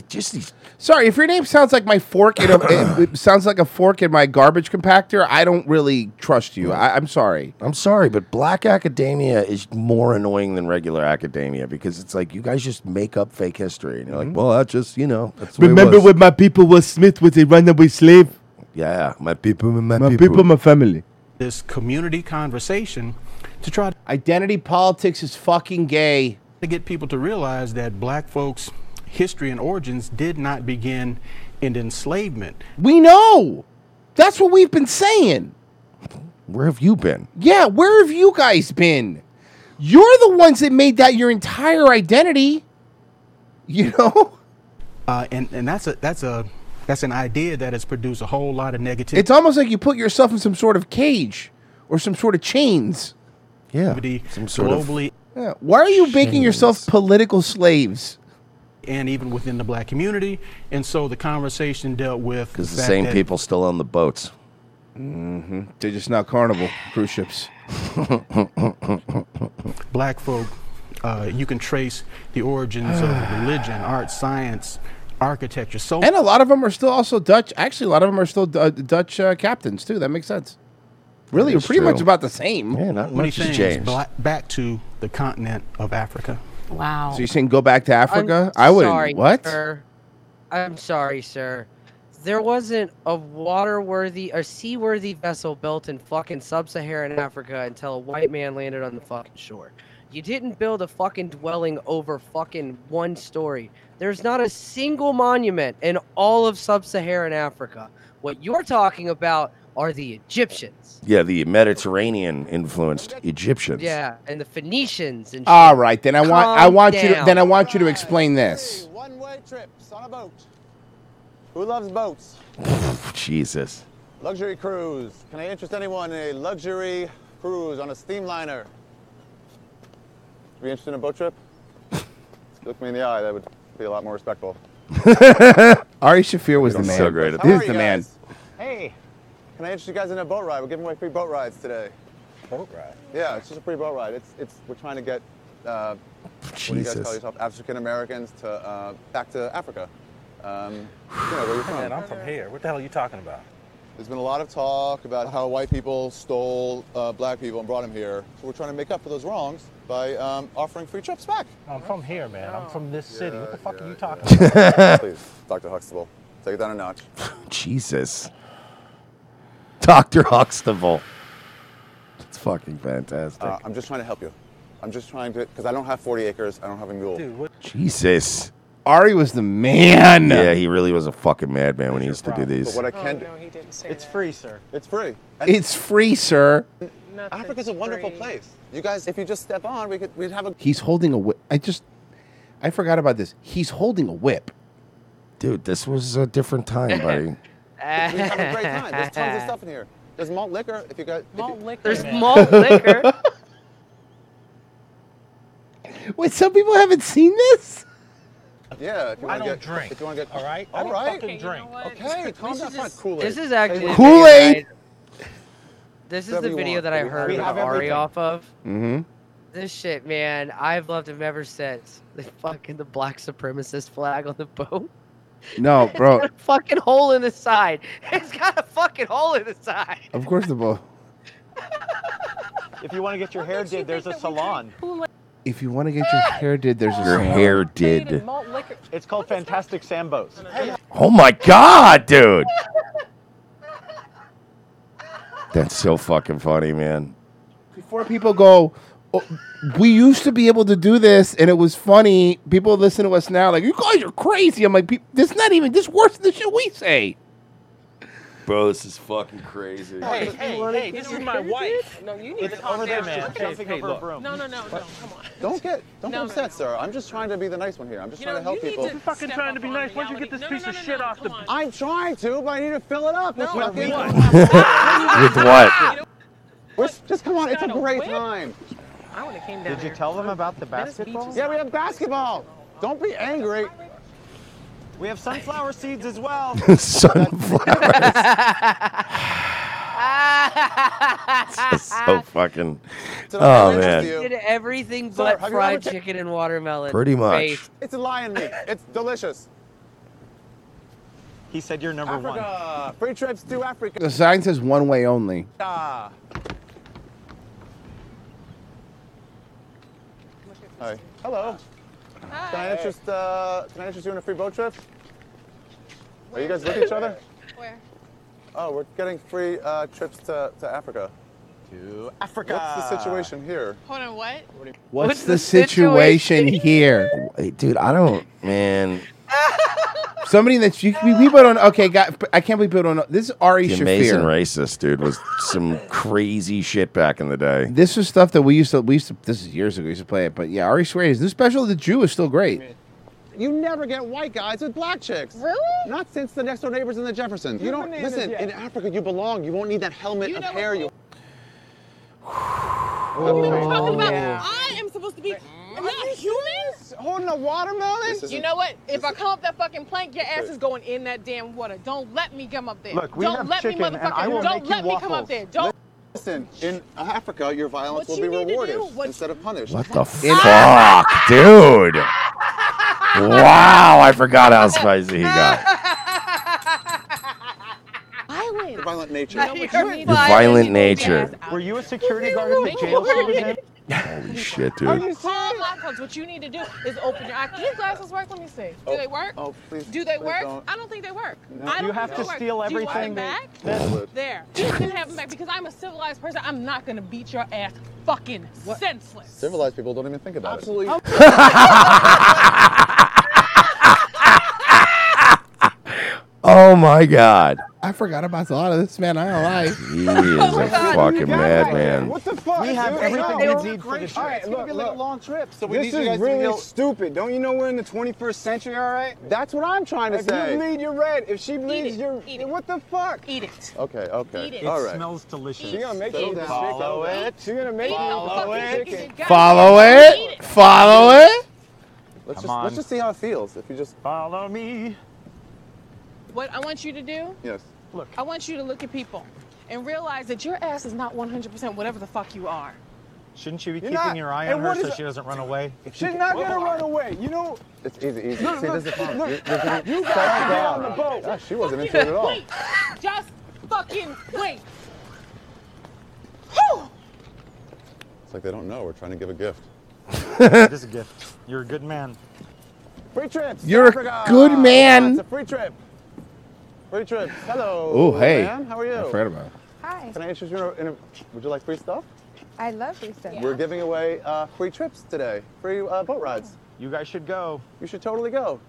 just these
Sorry, if your name sounds like my fork, in a, it, it sounds like a fork in my garbage compactor. I don't really trust you. I, I'm sorry.
I'm sorry, but black academia is more annoying than regular academia because it's like you guys just make up fake history and you're like, well, that's just you know. That's the way it
Remember
was."
when my people was Smith was a runaway slave?
Yeah, my people, my,
My
people.
people, my family.
this community conversation to try
identity politics is fucking gay
to get people to realize that black folks history and origins did not begin in enslavement
We know. That's what we've been saying.
Where have you been?
Yeah, where have you guys been? You're the ones that made that your entire identity. You know?
uh, and and that's a that's a that's an idea that has produced a whole lot of negativity
It's almost like you put yourself in some sort of cage or some sort of chains.
Yeah.
Some sort of- globally.
Yeah. Why are you making yourself political slaves?
and even within the black community and so the conversation dealt with
Because the
fact
same
that
people still own the boats.
Mm-hmm. They're just not carnival cruise ships.
black folk uh, you can trace the origins of religion art science architecture so
And a lot of them are still also Dutch. Actually, a lot of them are still D- uh, Dutch uh, captains too. That makes sense. Really,
That
you're
is
pretty much
true.
about the same.
Yeah, not
many things bla- back to the continent of africa
Wow.
So you're saying go back to Africa?
I'm
I wouldn't.
sorry,
what?
Sir. I'm sorry, sir. There wasn't a waterworthy or seaworthy vessel built in fucking sub-Saharan Africa until a white man landed on the fucking shore. You didn't build a fucking dwelling over fucking one story. There's not a single monument in all of sub-Saharan Africa. What you're talking about are the Egyptians.
Yeah, the Mediterranean influenced Egyptians.
Yeah, and the Phoenicians and shit.
All right, then I want I
Calm
want you to,
down.
then I want you to explain this.
Who loves boats?
Jesus.
Luxury cruise. Can I interest anyone in a luxury cruise on a steamliner? Be interested in a boat trip? Look me in the eye. That would be a lot more respectful.
Ari Shafir was the
He's
man.
so great at
He's
this.
the man.
Hey, can I interest you guys in a boat ride? We're giving away free boat rides today. Boat ride? Yeah, it's just a free boat ride. It's it's we're trying to get uh, what do you guys
Jesus.
call yourself? African Americans to uh, back to Africa. Um, you know where you're from.
Man, I'm from here. What the hell are you talking about?
There's been a lot of talk about how white people stole uh, black people and brought them here. So we're trying to make up for those wrongs by um, offering free trips back.
I'm from here, man. I'm from this city. What the fuck are you talking
Please, Dr. Huxtable, take it down a notch. Uh,
Jesus. Dr. Huxtable. It's fucking fantastic.
Uh, I'm just trying to help you. I'm just trying to, because I don't have 40 acres. I don't have a mule. Dude, what?
Jesus.
Ari was the man.
Yeah, he really was a fucking madman when he used to do
But
these.
what I can do. Oh, No, he didn't say It's free, sir. It's free.
It's free, sir.
Africa's a wonderful place. You guys, if you just step on, we could, we'd have a.
He's holding a whip. I just I forgot about this. He's holding a whip.
Dude, this was a different time, buddy.
We'd have a great time. There's tons of stuff in here. There's malt liquor. If you guys. Malt liquor.
There's malt liquor.
Wait, some people haven't seen this?
Yeah, if you
I
want to
don't
get,
drink,
If you want to get, all right,
I
all
don't
right,
fucking Okay, you drink. know what?
okay,
This
calm
is
down. It's
just-
not Kool-Aid.
This is actually the
Kool-Aid.
video that I- This is
Whatever
the
you
video
want.
that I
We
heard
have
of Ari
everything.
off of.
Mm-hmm.
This shit, man, I've loved him ever since. The fucking the black supremacist flag on the boat.
No, bro.
Got a fucking hole in the side. It's got a fucking hole in the side.
of course the ball.
If you want to get your hair did, there's a salon.
If you want to get your hair did, there's a
Your
song.
hair did.
It's called Fantastic Sambo's.
Oh my god, dude. That's so fucking funny, man.
Before people go, "Oh, we used to be able to do this, and it was funny. People listen to us now, like you guys are crazy. I'm like, "Pe- this is not even this is worse than the shit we say.
Bro, this is fucking crazy.
Hey, hey, hey, this is my wife. No, you
need to calm down. Just jumping over a broom.
No, no, no, no.
Don't get, don't get upset, sir. I'm just trying to be the nice one here. I'm just
You
trying
know,
to help
you need
people.
to fucking trying to be nice. Why don't you get this piece of shit off the...
I'm trying to, but I need to fill it up. No, with
With what?
We're, s- just come on, it's a great time.
I would've came
Did you tell them about the
Venice Beach basketball? is-
Yeah, we have basketball. Don't be angry. We have sunflower seeds as well.
That's so fucking.
Did I
Oh
mention
man.
you Did everything
Sir,
but
have you ever
fried
ta-
chicken and watermelon.
Pretty much.
Base.
It's a lion meat. It's delicious.
He said you're number
Africa. Free trips to Africa.
The sign says one way only.
Ah. Hi. Hello. Can I interest uh, Can I interest you in a free boat trip? Are you guys with each other?
Where?
Oh, we're getting free uh, trips to, to Africa. To Africa. What's the situation here?
Hold on, what?
What's, the, situation, here?
dude, I don't, man.
Somebody that you people don't. Okay, got, I can't believe people don't know. This is Ari
The
Shafir.
amazing racist, dude, was some crazy shit back in the day.
This is stuff that we used to. We used to. This is years ago. We used to play it, but yeah, Ari Shafir. His new special, The Jew, is still great.
You never get white guys with black chicks. Really? Not since the next door neighbors in the Jeffersons. You
Never
don't
made it
listen.
yet.
In Africa, you belong. You won't need that helmet of hair. You.
Talking
Oh,
about I am supposed to be. Are not humans?
Holding a watermelon?
You know what? If I come up that fucking plank, your ass is going in that damn water. Don't let me come up there.
Look, we
Don't
have
let me,
chicken, and
motherfucker.
I will
Don't
make you
let me come up
waffles.
there. Don't.
Listen, in Africa, your violence
What
will
you
be
need to
rewarded
do- what-
instead of punished.
What the fuck, dude? Wow, I forgot how spicy he got.
Violent. Your
violent nature.
You know what you need?
Your violent nature.
Were you a security guard at the jail she was in?
Holy shit,
Are
dude.
you All lockouts, what you need to do is open your eye. Do these glasses work? Let me see. Do
Oh,
they work?
oh, please,
Do they
please
work?
don't.
I don't think they work.
No.
I don't
You
think
have
they
to
work.
steal
Do you want
everything
them
that-
back?
that-
There. You can have them back because I'm a civilized person. I'm not going to beat your ass fucking senseless.
Civilized people don't even think about it.
Oh my god. Oh
I forgot about a lot of this man. I don't lie.
He is
Oh
a fucking madman.
What the fuck? We have everything we need for the trip. It's gonna be like a long trip, so we
this
need you guys
is
to be
really
able-
stupid. Don't you know we're in the 21st century, all right?
That's what I'm trying to
if
say.
you bleed, you're red. If she bleeds,
it.
you're what the fuck?
Eat it.
Okay, okay.
Eat it.
All right.
It smells delicious. She's gonna make
Settle
you
down.
follow it. She's gonna make
Follow
you
it.
chicken.
Follow it. Follow it.
Let's
Come
just let's
on.
just see how it feels. If you just follow me.
What I want you to do,
Yes. Look.
I want you to look at people and realize that your ass is not 100% whatever the fuck you are.
Shouldn't you be
You're
keeping
not-
your eye
and
on her
what
so
is-
she doesn't run away?
She's not gonna run away. You know.
It's easy, easy.
Look,
see,
look,
this is the problem.
look,
You're, you're getting
you
settled
gotta get
down.
on the boat.
Gosh, she wasn't into it at all.
Wait. Just fucking wait.
It's like they don't know. We're trying to give a gift.
it is a gift. You're a good man.
Free trips.
You're a
Africa.
good man.
It's a free trip. Free trips. Hello.
Oh, hey.
Ma'am. How are you?
I forgot about it.
Hi. Can I interest you in a, in a? Would you like free stuff?
I love free stuff.
We're giving away uh, free trips today, free uh, boat rides. You guys should go. You should totally go.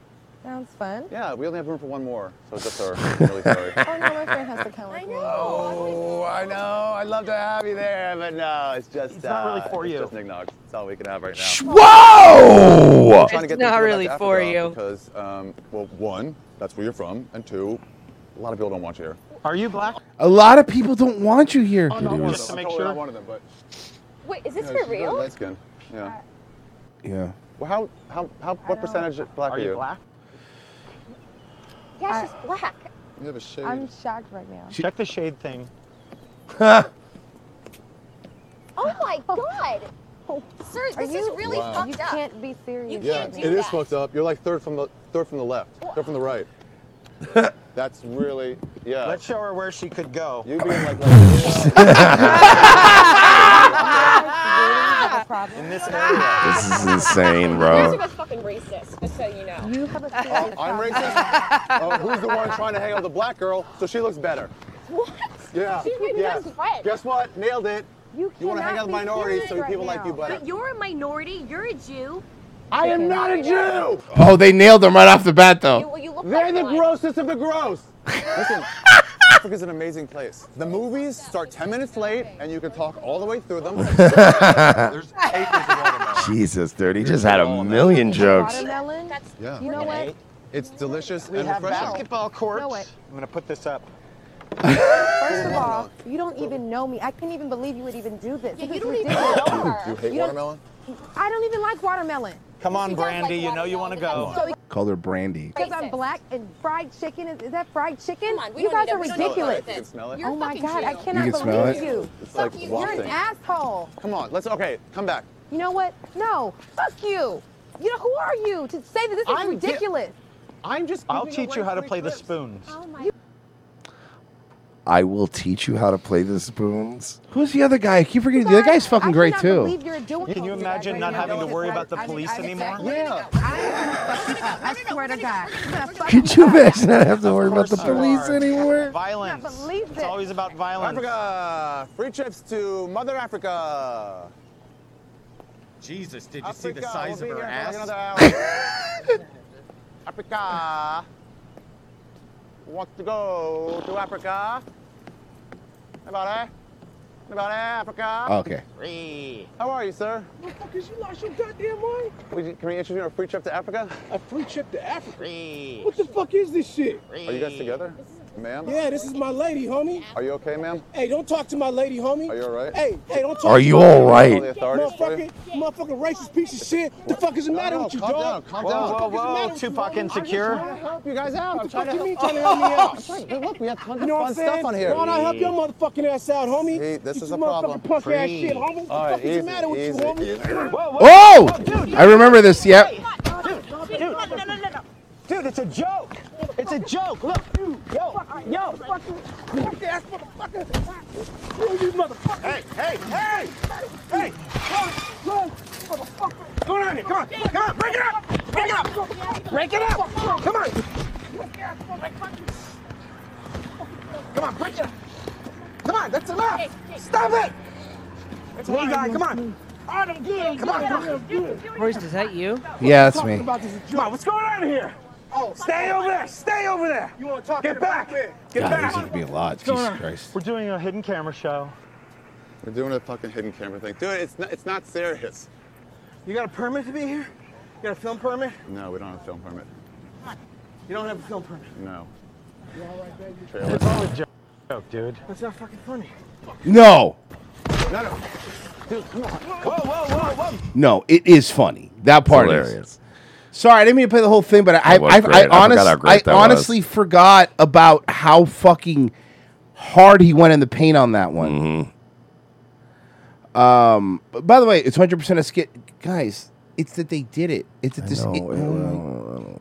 Sounds fun.
Yeah, we only have room for one more, so just our really sorry.
Oh no, my friend has to come with me.
Oh, I know. I'd love to have you there, but no, it's just. It's
not really for
it's
you.
Just eggnog. It's all we can have right now.
Whoa!
Trying
It's
to
not
get these people back
really
to
for
Africa
you.
Because, um, well, one, that's where you're from, and two, a lot of people don't want you here.
Are you black?
A lot of people don't want you here.
Oh,
Just to make sure. I'm one of them, but.
Wait, is
yeah, she's really Light skin.
Uh,
Yeah.
Yeah.
Well, how, how, how, what percentage black are,
Are you
black?
Yeah, she's black.
You have a shade.
I'm shocked right now.
Check the shade thing.
Oh my god. Sir,
this is
really Wow. fucked
you
up.
You can't be serious.
yeah, it is fucked up. You're like third from the third from the left, third from the right. That's really yeah. Let's show her where she could go. You being like,
in
this
This is insane, bro.
fucking racist, just so you know.
You have a
oh, I'm racist. oh, who's the one trying to hang out with the black girl so she looks better?
What?
Yeah.
She really
yes.
looks red.
Guess what? Nailed it.
You,
want to hang out with minorities so people like you better.
But you're a minority. You're a Jew.
I am not a Jew.
Oh, they nailed him right off the bat, though.
They're the grossest of the gross. Listen, Africa's an amazing place. The movies start 10 minutes late, and you can talk all the way through them. There's acres of watermelon.
Jesus, dude, he just had a million jokes.
Watermelon?
Yeah.
You know what?
It's delicious
We
and
have
refreshing.
basketball courts.
No, wait.
I'm gonna put this up.
First of all, you don't even know me. I can't even believe you would even do this. This
you
is
don't even
ridiculous.
Do you hate
You don't-
watermelon?
I don't even like watermelon.
Come on, Brandy. you know you want to go.
So
Called her Brandy.
because I'm black and fried chicken is, is that fried chicken?
Come on, we
you
don't
guys
need
are
to- we don't need to
ridiculous.
You can smell it.
Oh my god, I cannot
You can smell
believe
it?
you.
It's Fuck like you.
You're an
wafting.
asshole.
Come on, let's. Okay, come back.
You know what? No, fuck you. You know who are you to say that this is
I'm di-
ridiculous?
I'm just.
I'll
giving
teach you
away
how to
free
play the
clips.
spoons.
Oh
I will teach you how to play the spoons.
Who's the other guy? I keep forgetting. The other guy's fucking great too.
Can you imagine not having to worry about the police anymore?
Yeah.
I swear to God.
Could you imagine not have to worry about the
course you
police
are.
anymore?
Violence. it's always about violence. Africa. Free trips to Mother Africa.
Jesus, did you see the
Africa,
size of
we'll be
her
here for
ass?
another hour. Africa. Want to go to Africa? Anybody? Anybody? Africa.
Okay.
Free. How are you, sir?
Motherfuckers, you lost your goddamn mind.
Would you- Can we interest you on a free trip to Africa?
A free trip to Africa.
Free.
What the fuck is this shit?
Are you guys together, ma'am?
Yeah, this is my lady, homie.
Are you okay, ma'am?
Hey, don't talk to my lady, homie. Are you
alright?
Hey, hey, don't talk.
Are you all right?
The authorities for you?
Motherfucking, motherfucking racist piece of shit. The fuck is the matter with you,
calm
dog?
down, calm
What the fuck
down. Whoa,
is the
whoa,
matter with you,
Tupac
homie? I'm just
Insecure.
trying to help you guys
I'm
out. What the
trying
fuck
to
you mean
help-
trying to help me
I'm
out?
trying- look, we have tons
You know
of
what I'm
fun stuff
saying?
on here.
Why don't I help your motherfucking ass out, homie?
See, this
You
is a
motherfucking
problem.
punk ass
Free.
shit, homie. What the
All right,
fuck is
easy,
the matter with
easy.
you, homie?
Oh, I remember this. Yep.
Dude, no, no, no, no.
Dude, it's a joke. It's a joke. Look.
Yo, yo, fucking ass motherfucker. You motherfucker. Hey, hey, hey, hey. Run, run, motherfucker. Go down there, come on, come on, break it up, break it up, break it up. Come on. Come on, break it up. Come on, that's enough. Stop it. That's one guy, come on. I'm good. Come on.
Royce, is that you?
Yeah, that's me.
Come on, what's going on here? Oh, stay over there. Stay over there. You want to talk? Get back. Get
God,
back.
these would be a lot.
What's going
Jesus
on?
Christ.
We're doing a hidden camera show.
We're doing a fucking hidden camera thing. Dude, it's not, it's not serious.
You got a permit to be here? You got a film permit?
No, we don't have a film permit.
You don't have a film permit.
No.
You're all right, baby.
Trailer.
It's all a jo- joke, dude.
That's not fucking funny.
No,
No, no. Dude, come on. Whoa, whoa, whoa, whoa.
no, it is funny. That part
hilarious.
is. Sorry, I didn't mean to play the whole thing, but I,
That was
I,
great.
I,
I forgot how
honest- I
great that was.
honestly forgot about how fucking hard he went in the paint on that one.
Mm-hmm.
Um, but by the way, it's hundred percent a skit, guys. It's that they did it. It's that this. it- oh my-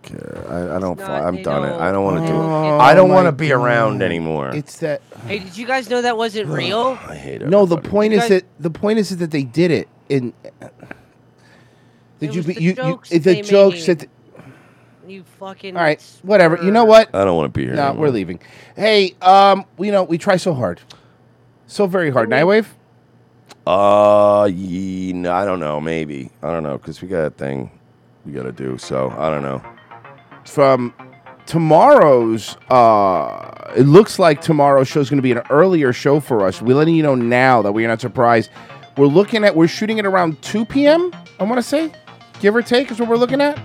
I don't care. I, I don't.
It's
fu-
not-
I'm
they
done it.
don't-
I don't want to do it.
Oh
I don't
my
want to be around
God.
anymore.
It's that.
Hey, did you guys know that wasn't real?
I hate it.
No, the point
You
is
guys-
that the point is that they did it. And did
It
you
was
be
the
you,
jokes
you
they
the jokes
made.
that
You fucking.
all right, whatever. You know what?
I don't want to be here.
No,
anymore.
we're leaving. Hey, um, we- you know we try so hard, so very hard. Nightwave.
Uh, ye, no, I don't know. Maybe I don't know because we got a thing we got to do. So I don't know.
from tomorrow's uh it looks like tomorrow's show is going to be an earlier show for us we're letting you know now that we're not surprised we're looking at we're shooting at around 2 p.m i want to say give or take is what we're looking at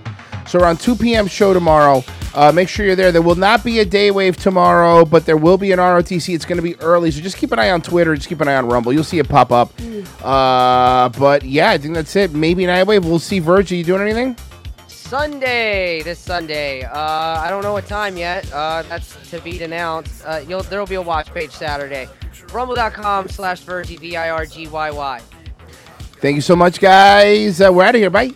so around 2 p.m show tomorrow uh, make sure you're there there will not be a day wave tomorrow but there will be an rotc it's going to be early so just keep an eye on twitter just keep an eye on rumble you'll see it pop up uh, but yeah i think that's it maybe night wave we'll see virgie you doing anything
Sunday, this Sunday. Uh, I don't know what time yet. Uh, that's to be announced. Uh, you'll there'll be a watch page Saturday. Rumble.com slash Virgy V I R G Y Y.
thank you so much guys uh, we're out of here bye